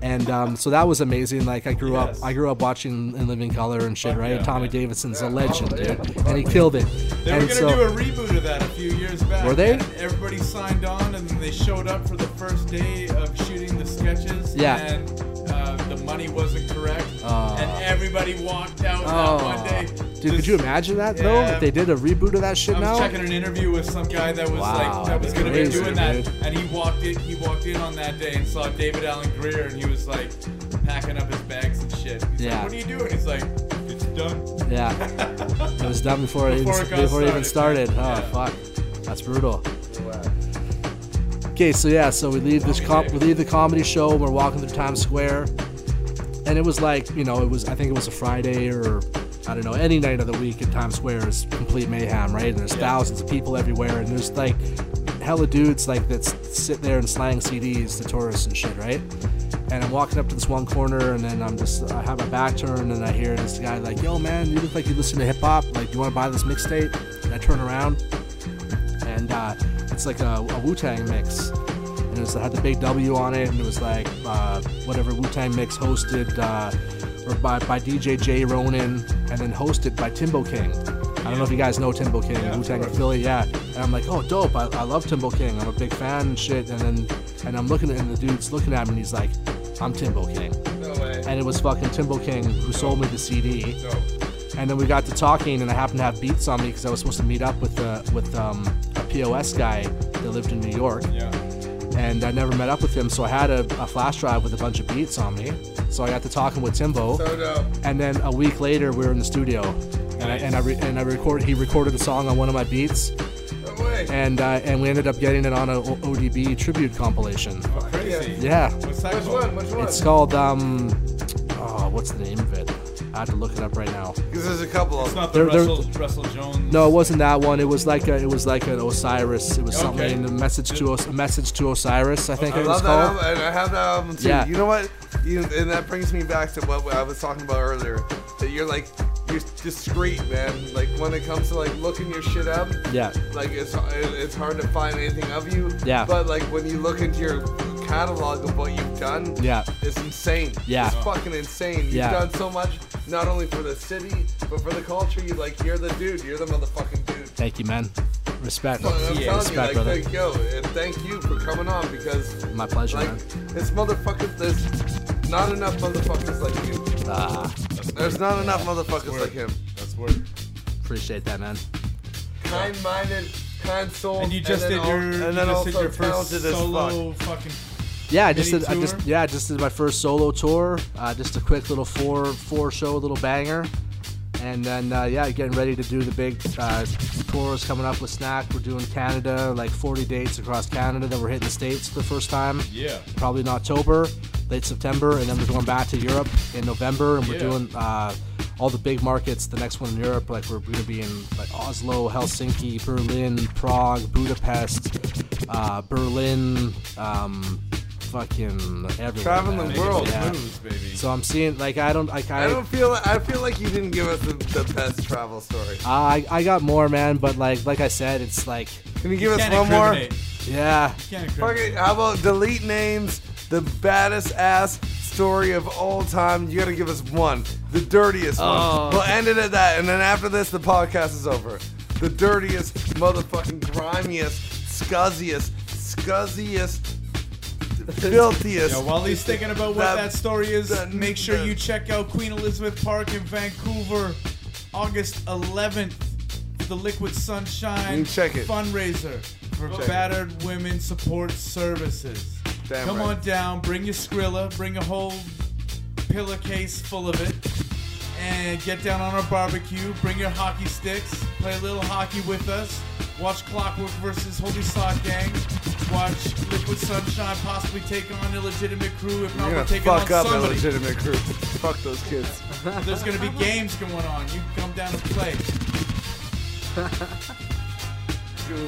S4: And um, so that was amazing. Like I grew up, I grew up watching In Living Color and shit, right?
S2: yeah,
S4: Tommy Davidson's a legend, dude, and he killed it.
S2: They
S4: and
S2: were gonna
S4: so,
S2: do a reboot of that a few years back.
S4: Were they?
S2: and everybody signed on, and then they showed up for the first day of shooting the sketches.
S4: Yeah.
S2: And uh, the money wasn't correct,
S4: Ah.
S2: and everybody walked out that
S4: oh,
S2: one day.
S4: dude, could you imagine that though?
S2: Yeah.
S4: If they did a reboot of that shit
S2: I was
S4: now?
S2: checking an interview with some guy that was
S4: Wow,
S2: like that was
S4: that'd
S2: gonna
S4: be
S2: be
S4: crazy,
S2: doing that,
S4: dude.
S2: and he walked in. He walked in on that day and saw David Allen Greer, and he was like packing up his bags and shit. He's
S4: Yeah.
S2: like, "What are you doing?" He's like, "It's done."
S4: Yeah. It was done before, it,
S1: Before
S4: even,
S1: it got
S4: before it even
S1: started.
S4: started. Oh, fuck. That's brutal. Okay, so yeah, so we leave this com- we leave the comedy show. We're walking through Times Square, and it was like you know it was I think it was a Friday or I don't know any night of the week in Times Square is complete mayhem, right? And there's thousands of people everywhere, and there's like hella dudes like that s- sit there and slang CDs to tourists and shit, right? And I'm walking up to this one corner, and then I'm just I have my back turned, and I hear this guy like, "Yo, man, you look like you listen to hip hop. Like, do you want to buy this mixtape?" And I turn around, and uh, it's like a, a Wu Tang mix. And it, was, it had the big W on it, and it was like uh, whatever Wu Tang mix hosted uh, or by, by DJ J Ronin, and then hosted by Timbo King. I don't know if you guys know Timbo King, Wu Tang Philly, yeah. And I'm like, oh, dope! I, I love Timbo King. I'm a big fan and shit. And then, and I'm looking, at, and the dude's looking at me, and he's like, I'm Timbo King.
S16: No way.
S4: And it was fucking Timbo King who sold me the CD. And then we got to talking, and I happened to have beats on me because I was supposed to meet up with uh, with um, a POS guy that lived in New York. Yeah. And I never met up with him, so I had a, a flash drive with a bunch of beats on me. So I got to talking with Timbo.
S16: So dope.
S4: And then a week later, we were in the studio, and I and I, re- and I record he recorded a song on one of my beats. And uh, and we ended up getting it on an ODB tribute compilation.
S16: Oh, Crazy.
S4: Yeah.
S16: Which one? Which one?
S4: It's called um, oh, what's the name of it? I have to look it up right now.
S1: Because there's a couple
S6: It's
S1: of
S6: not
S1: them.
S6: the
S4: They're- they're-
S6: Russell, Russell Jones.
S4: No, it wasn't that one. It was like a, it was like an Osiris. It was
S1: Okay.
S4: something a message to Os- a message to Osiris. I think
S1: I
S4: it
S1: love
S4: was
S1: that
S4: called.
S1: album, and I have that album too.
S4: Yeah.
S1: You know what? You, and that brings me back to what I was talking about earlier. That you're like, you're discreet, man. Like when it comes to like looking your shit up.
S4: Yeah.
S1: Like it's it- it's hard to find anything of you.
S4: Yeah.
S1: But like when you look into your catalog of what you've done.
S4: Yeah.
S1: It's insane.
S4: Yeah.
S1: It's fucking insane. You've
S4: Yeah.
S1: done so much, not only for the city, but for the culture. You like, you're the dude. You're the motherfucking dude.
S4: Thank you, man. Respect.
S1: Well, I'm telling you,
S4: Respect,
S1: like,
S4: brother.
S1: like, yo, and thank you for coming on because
S4: My pleasure,
S1: Like, it's motherfuckers. There's not enough motherfuckers like you.
S4: Ah.
S1: There's not enough motherfuckers like him.
S4: That's word. Appreciate that, man.
S1: Kind-minded, kind-souled,
S6: And you just
S1: then
S6: did
S1: al-
S6: your,
S1: and
S6: you
S1: then
S6: just
S1: also
S6: did your first
S1: talented as
S6: solo
S1: fuck.
S6: fucking.
S4: Yeah, I just
S6: mini
S4: did. I just
S6: tour?
S4: yeah, I just did my first solo tour. Uh, just a quick little four four show, little banger, and then uh, yeah, getting ready to do the big uh, tours coming up with Snack. We're doing Canada, like 40 dates across Canada. Then we're hitting the states for the first time.
S6: Yeah.
S4: probably in October, late September, and then we're going back to Europe in November, and we're
S6: Yeah.
S4: doing uh, all the big markets. The next one in Europe, like we're gonna be in like Oslo, Helsinki, Berlin, Prague, Budapest, uh, Berlin, um, fucking everywhere.
S1: Traveling
S4: man.
S1: the world. Moves, baby.
S4: So I'm seeing like I don't like I.
S1: I don't feel. I feel like you didn't give us the, the best travel story.
S6: Ah,
S4: I, I got more, man, but like like I said, it's like.
S1: Can you give us one more?
S4: Yeah.
S1: Fucking, how about delete names? The baddest ass story of all time. You gotta give us one. The dirtiest
S4: Oh.
S1: one. We'll end it at that. And then after this, the podcast is over. The dirtiest, motherfucking grimiest, scuzziest, scuzziest, filthiest.
S6: Yeah, while he's thinking about what
S1: That-
S6: that, story is,
S1: that-
S6: make sure
S1: that-
S6: you check out Queen Elizabeth Park in Vancouver, August 11th, for the Liquid Sunshine
S1: You check it.
S6: fundraiser for
S1: Check it.
S6: battered women support services.
S1: Damn
S6: Come
S1: right.
S6: on down, bring your Skrilla, bring a whole pillowcase full of it, and get down on our barbecue. Bring your hockey sticks, play a little hockey with us. Watch Clockwork versus Holy Sock Gang. Watch Liquid Sunshine possibly take on illegitimate crew. If
S1: You're
S6: not, we're
S1: gonna
S6: taking on
S1: fuck up a
S6: somebody.
S1: legitimate crew. Fuck those kids.
S6: There's gonna be games going on. You can come down and play.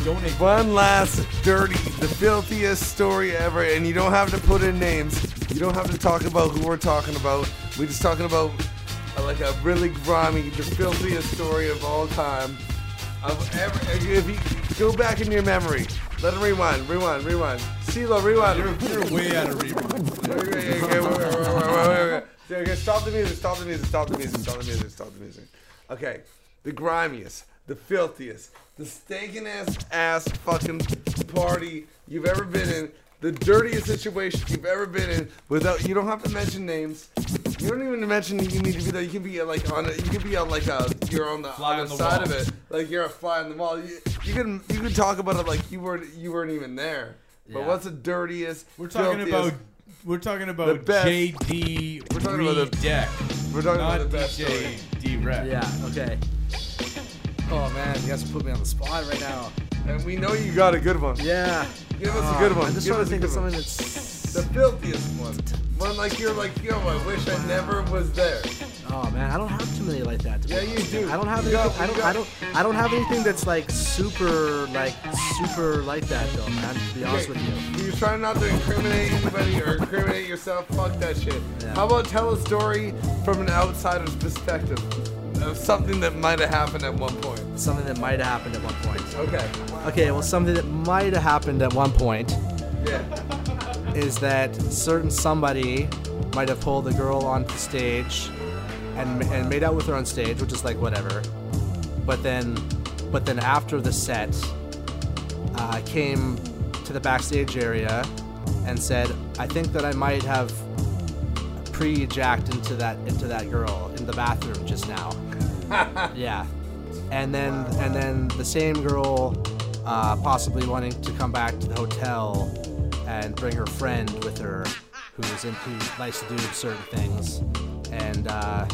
S6: Donate.
S1: One last dirty, the filthiest story ever, and you don't have to put in names. You don't have to talk about who we're talking about. We're just talking about uh, like a really grimy, the filthiest story of all time. Of ever, if you go back in your memory, let it rewind, rewind, rewind. CeeLo, rewind. You're, you're way out of rewind. Okay, stop the music, stop the music, stop the music, stop the music, stop the music. Okay, the grimiest, the filthiest, the stinking-ass ass fucking party you've ever been in, the dirtiest situation you've ever been in. Without you don't have to mention names. You don't even mention that you need to be there. You can be uh, like on a, you can be on like a you're on the other
S6: the
S1: side
S6: wall.
S1: of it. Like you're a fly on the wall. You, you can you can talk about it like you weren't you weren't even there. But
S6: Yeah.
S1: what's the dirtiest?
S6: We're talking
S1: filthiest-
S6: about we're talking
S1: The
S6: about
S1: best.
S6: JD
S1: We're talking about the-
S6: Reed Deck.
S1: We're talking
S3: Not
S1: about the best
S3: DJ
S1: D
S3: D-Rep.
S4: Yeah, okay. Oh man, you guys put me on the spot right now.
S1: And we know you got a good one.
S4: Yeah.
S1: Give us a
S4: Oh,
S1: good one.
S4: I'm just
S1: Give
S4: trying
S1: us
S4: to
S1: a
S4: think of
S1: good
S4: something
S1: one.
S4: that's
S1: the filthiest one. One like you're like, yo, I wish I never was there.
S4: Oh man, I don't have too many like that. To be
S1: Yeah, you
S4: honest.
S1: do.
S4: I don't have
S1: You got-
S4: anything. I
S1: you
S4: don't.
S1: got-
S4: I don't. I don't have anything that's like super, like super like that though, man. To be honest with you.
S1: You're trying not to incriminate anybody or incriminate yourself. Fuck that shit.
S4: Yeah.
S1: How about tell a story from an outsider's perspective of something that might have happened at one point?
S4: Something that might have happened at one point.
S1: Okay.
S4: Okay, well, something that might have happened at one point
S1: Yeah.
S4: is that certain somebody might have pulled a girl onto the stage and, and made out with her on stage, which is like whatever. But then, but then after the set, uh, came to the backstage area and said, "I think that I might have pre-jacked into that into that girl in the bathroom just now." yeah. And then and then the same girl uh, possibly wanting to come back to the hotel and bring her friend with her who's into likes to do certain things. And uh,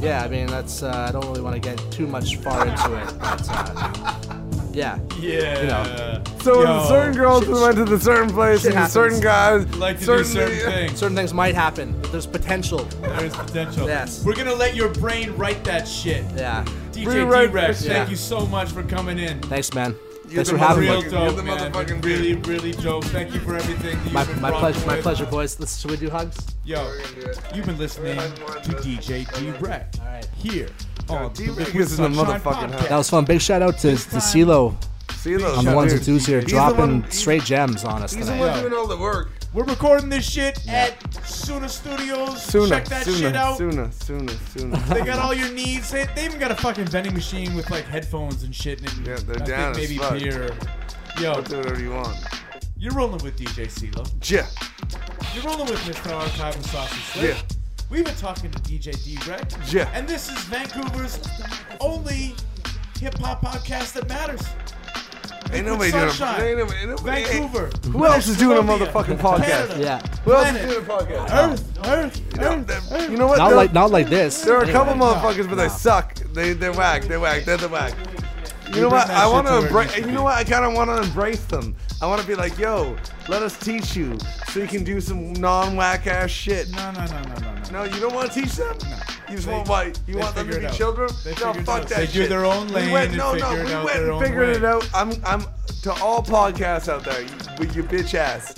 S4: yeah, I mean that's uh, I don't really want to get too much far into it, but uh, yeah, you know.
S1: So when the certain girls who went to the certain place
S4: Shit
S1: and the certain
S4: happens.
S1: guys, certain,
S4: Certain things might happen. But there's potential.
S3: There's potential.
S4: Yes.
S3: We're gonna let your brain write that shit.
S4: Yeah.
S3: DJ
S4: Rewrite
S3: T-Rex,
S4: that
S3: thank
S4: shit.
S3: you so much for coming in.
S4: Thanks, man.
S3: You're
S4: Thanks
S3: the
S4: for having
S3: real
S4: me.
S3: Dope, man. really, really dope. Thank you for everything. that
S4: My,
S3: you've been
S4: my
S3: brought
S4: pleasure, my
S3: with.
S4: pleasure, boys. Let's, should we do hugs?
S3: Yo, you've been listening to DJ D-Rex here on the Liquid
S4: This is a
S3: Sunshine
S4: motherfucking
S3: Podcast.
S4: That was fun. Big shout out to, to CeeLo.
S1: CeeLo,
S4: On the ones and
S1: dude.
S4: twos here,
S1: He's the
S4: dropping
S1: one-
S4: straight gems on us
S1: He's the
S4: tonight.
S1: one doing all the work.
S3: We're recording this shit at Suna Studios.
S1: Sooner,
S3: Check that shit
S1: sooner,
S3: out.
S1: sooner, sooner, sooner.
S3: They got all your needs. They, they even got a fucking vending machine with like headphones and shit. And yeah,
S1: they're
S3: I
S1: down as
S3: Think maybe
S1: fuck.
S3: beer. Yo,
S1: I'll do whatever you want.
S3: You're rolling with DJ CeeLo.
S1: Yeah.
S3: You're rolling with Mr. Archive and Sausage Slip.
S1: Yeah.
S3: We've been talking to DJ D-Rex.
S1: Yeah.
S3: And this is Vancouver's only hip-hop podcast that matters. Liquid
S1: Ain't nobody doing a-
S3: Sunshine.
S1: ain't nobody- ain't nobody-
S3: Vancouver.
S1: Who else is doing a motherfucking podcast?
S3: Canada.
S1: Who else is
S3: Planet.
S1: doing a podcast?
S3: Earth, Earth,
S1: You know, there- you know what?
S4: Not
S1: There-
S4: like- not like this.
S1: There are a couple
S4: Anyway.
S1: motherfuckers, but
S4: No.
S1: they suck. They they're whack. They're whack. They're the whack.
S4: We
S1: You know what?
S4: bring that
S1: I
S4: shit
S1: want
S4: to
S1: to
S4: where it
S1: embrace.
S4: needs to
S1: You
S4: be.
S1: know what? I kind of want to embrace them. I want to be like, yo, let us teach you so you can do some non-whack ass shit.
S3: No, no, no, no, no.
S1: No, you don't want to teach them. You just
S3: They-
S1: want what? You
S3: they
S1: want them to
S3: figure it
S1: be
S3: out.
S1: children?
S3: They
S1: no,
S3: figure it
S1: fuck
S3: out.
S1: that
S3: They
S1: shit.
S3: do their own
S1: We
S3: lane
S1: went-
S3: and
S1: no,
S3: figure
S1: no,
S3: it
S1: we
S3: out
S1: went
S3: their
S1: and
S3: own
S1: figured
S3: way.
S1: it out. I'm, I'm to all podcasts out there you- with your bitch ass.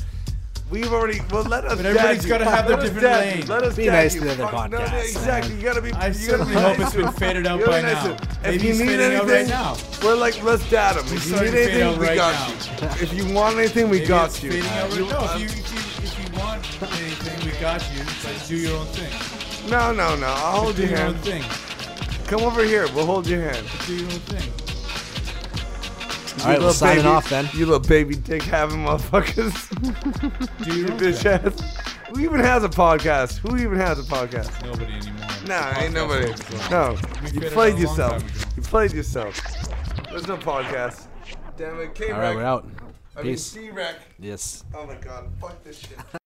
S1: We've already well let us.
S3: But everybody's
S1: dad you.
S3: gotta have their
S1: Let us
S3: different
S1: dad you.
S3: lane.
S1: Let us
S3: Be
S1: dad
S3: nice
S1: you.
S3: to the other
S1: Fuck, no,
S3: podcasts,
S1: yeah, exactly.
S3: man.
S1: You gotta be.
S3: I
S1: you gotta
S3: certainly
S1: be
S3: hope
S1: nice
S3: it's
S1: to
S3: been
S1: them.
S3: faded out
S1: You gotta
S3: by
S1: be nice to
S3: now.
S1: them. If
S3: Maybe
S1: you
S3: it's
S1: need
S3: fading out
S1: anything,
S3: right now.
S1: we're like let's dad them.
S3: It's
S1: If you
S3: starting
S1: need
S3: to fade out
S1: anything, we
S3: right
S1: got you.
S3: now.
S1: If you want anything, we
S3: Maybe
S1: got
S3: it's
S1: you.
S3: fading out right now. If you, if, you, if you want anything, we got you. But do your own thing.
S1: No, no, no. I'll hold
S3: do
S1: your
S3: your
S1: hand.
S3: own thing.
S1: Come over here. We'll hold your hand.
S3: Do your own thing.
S1: You
S4: All right, we're
S1: little
S4: signing
S1: baby-
S4: off then.
S1: You little baby dick having motherfuckers.
S3: Do you
S1: bitch ass? Who even has a podcast? Who even has a podcast?
S3: Nobody anymore.
S1: Nah,
S3: The podcast
S1: ain't nobody.
S3: is gone.
S1: No,
S3: We
S1: you
S3: figured it
S1: played
S3: out a long
S1: yourself.
S3: time ago.
S1: You played yourself. There's no podcast. Damn it, K-Rec.
S4: All right, we're out.
S1: I
S4: Peace.
S1: mean, C-Rec.
S4: Yes.
S1: Oh my god, fuck this shit.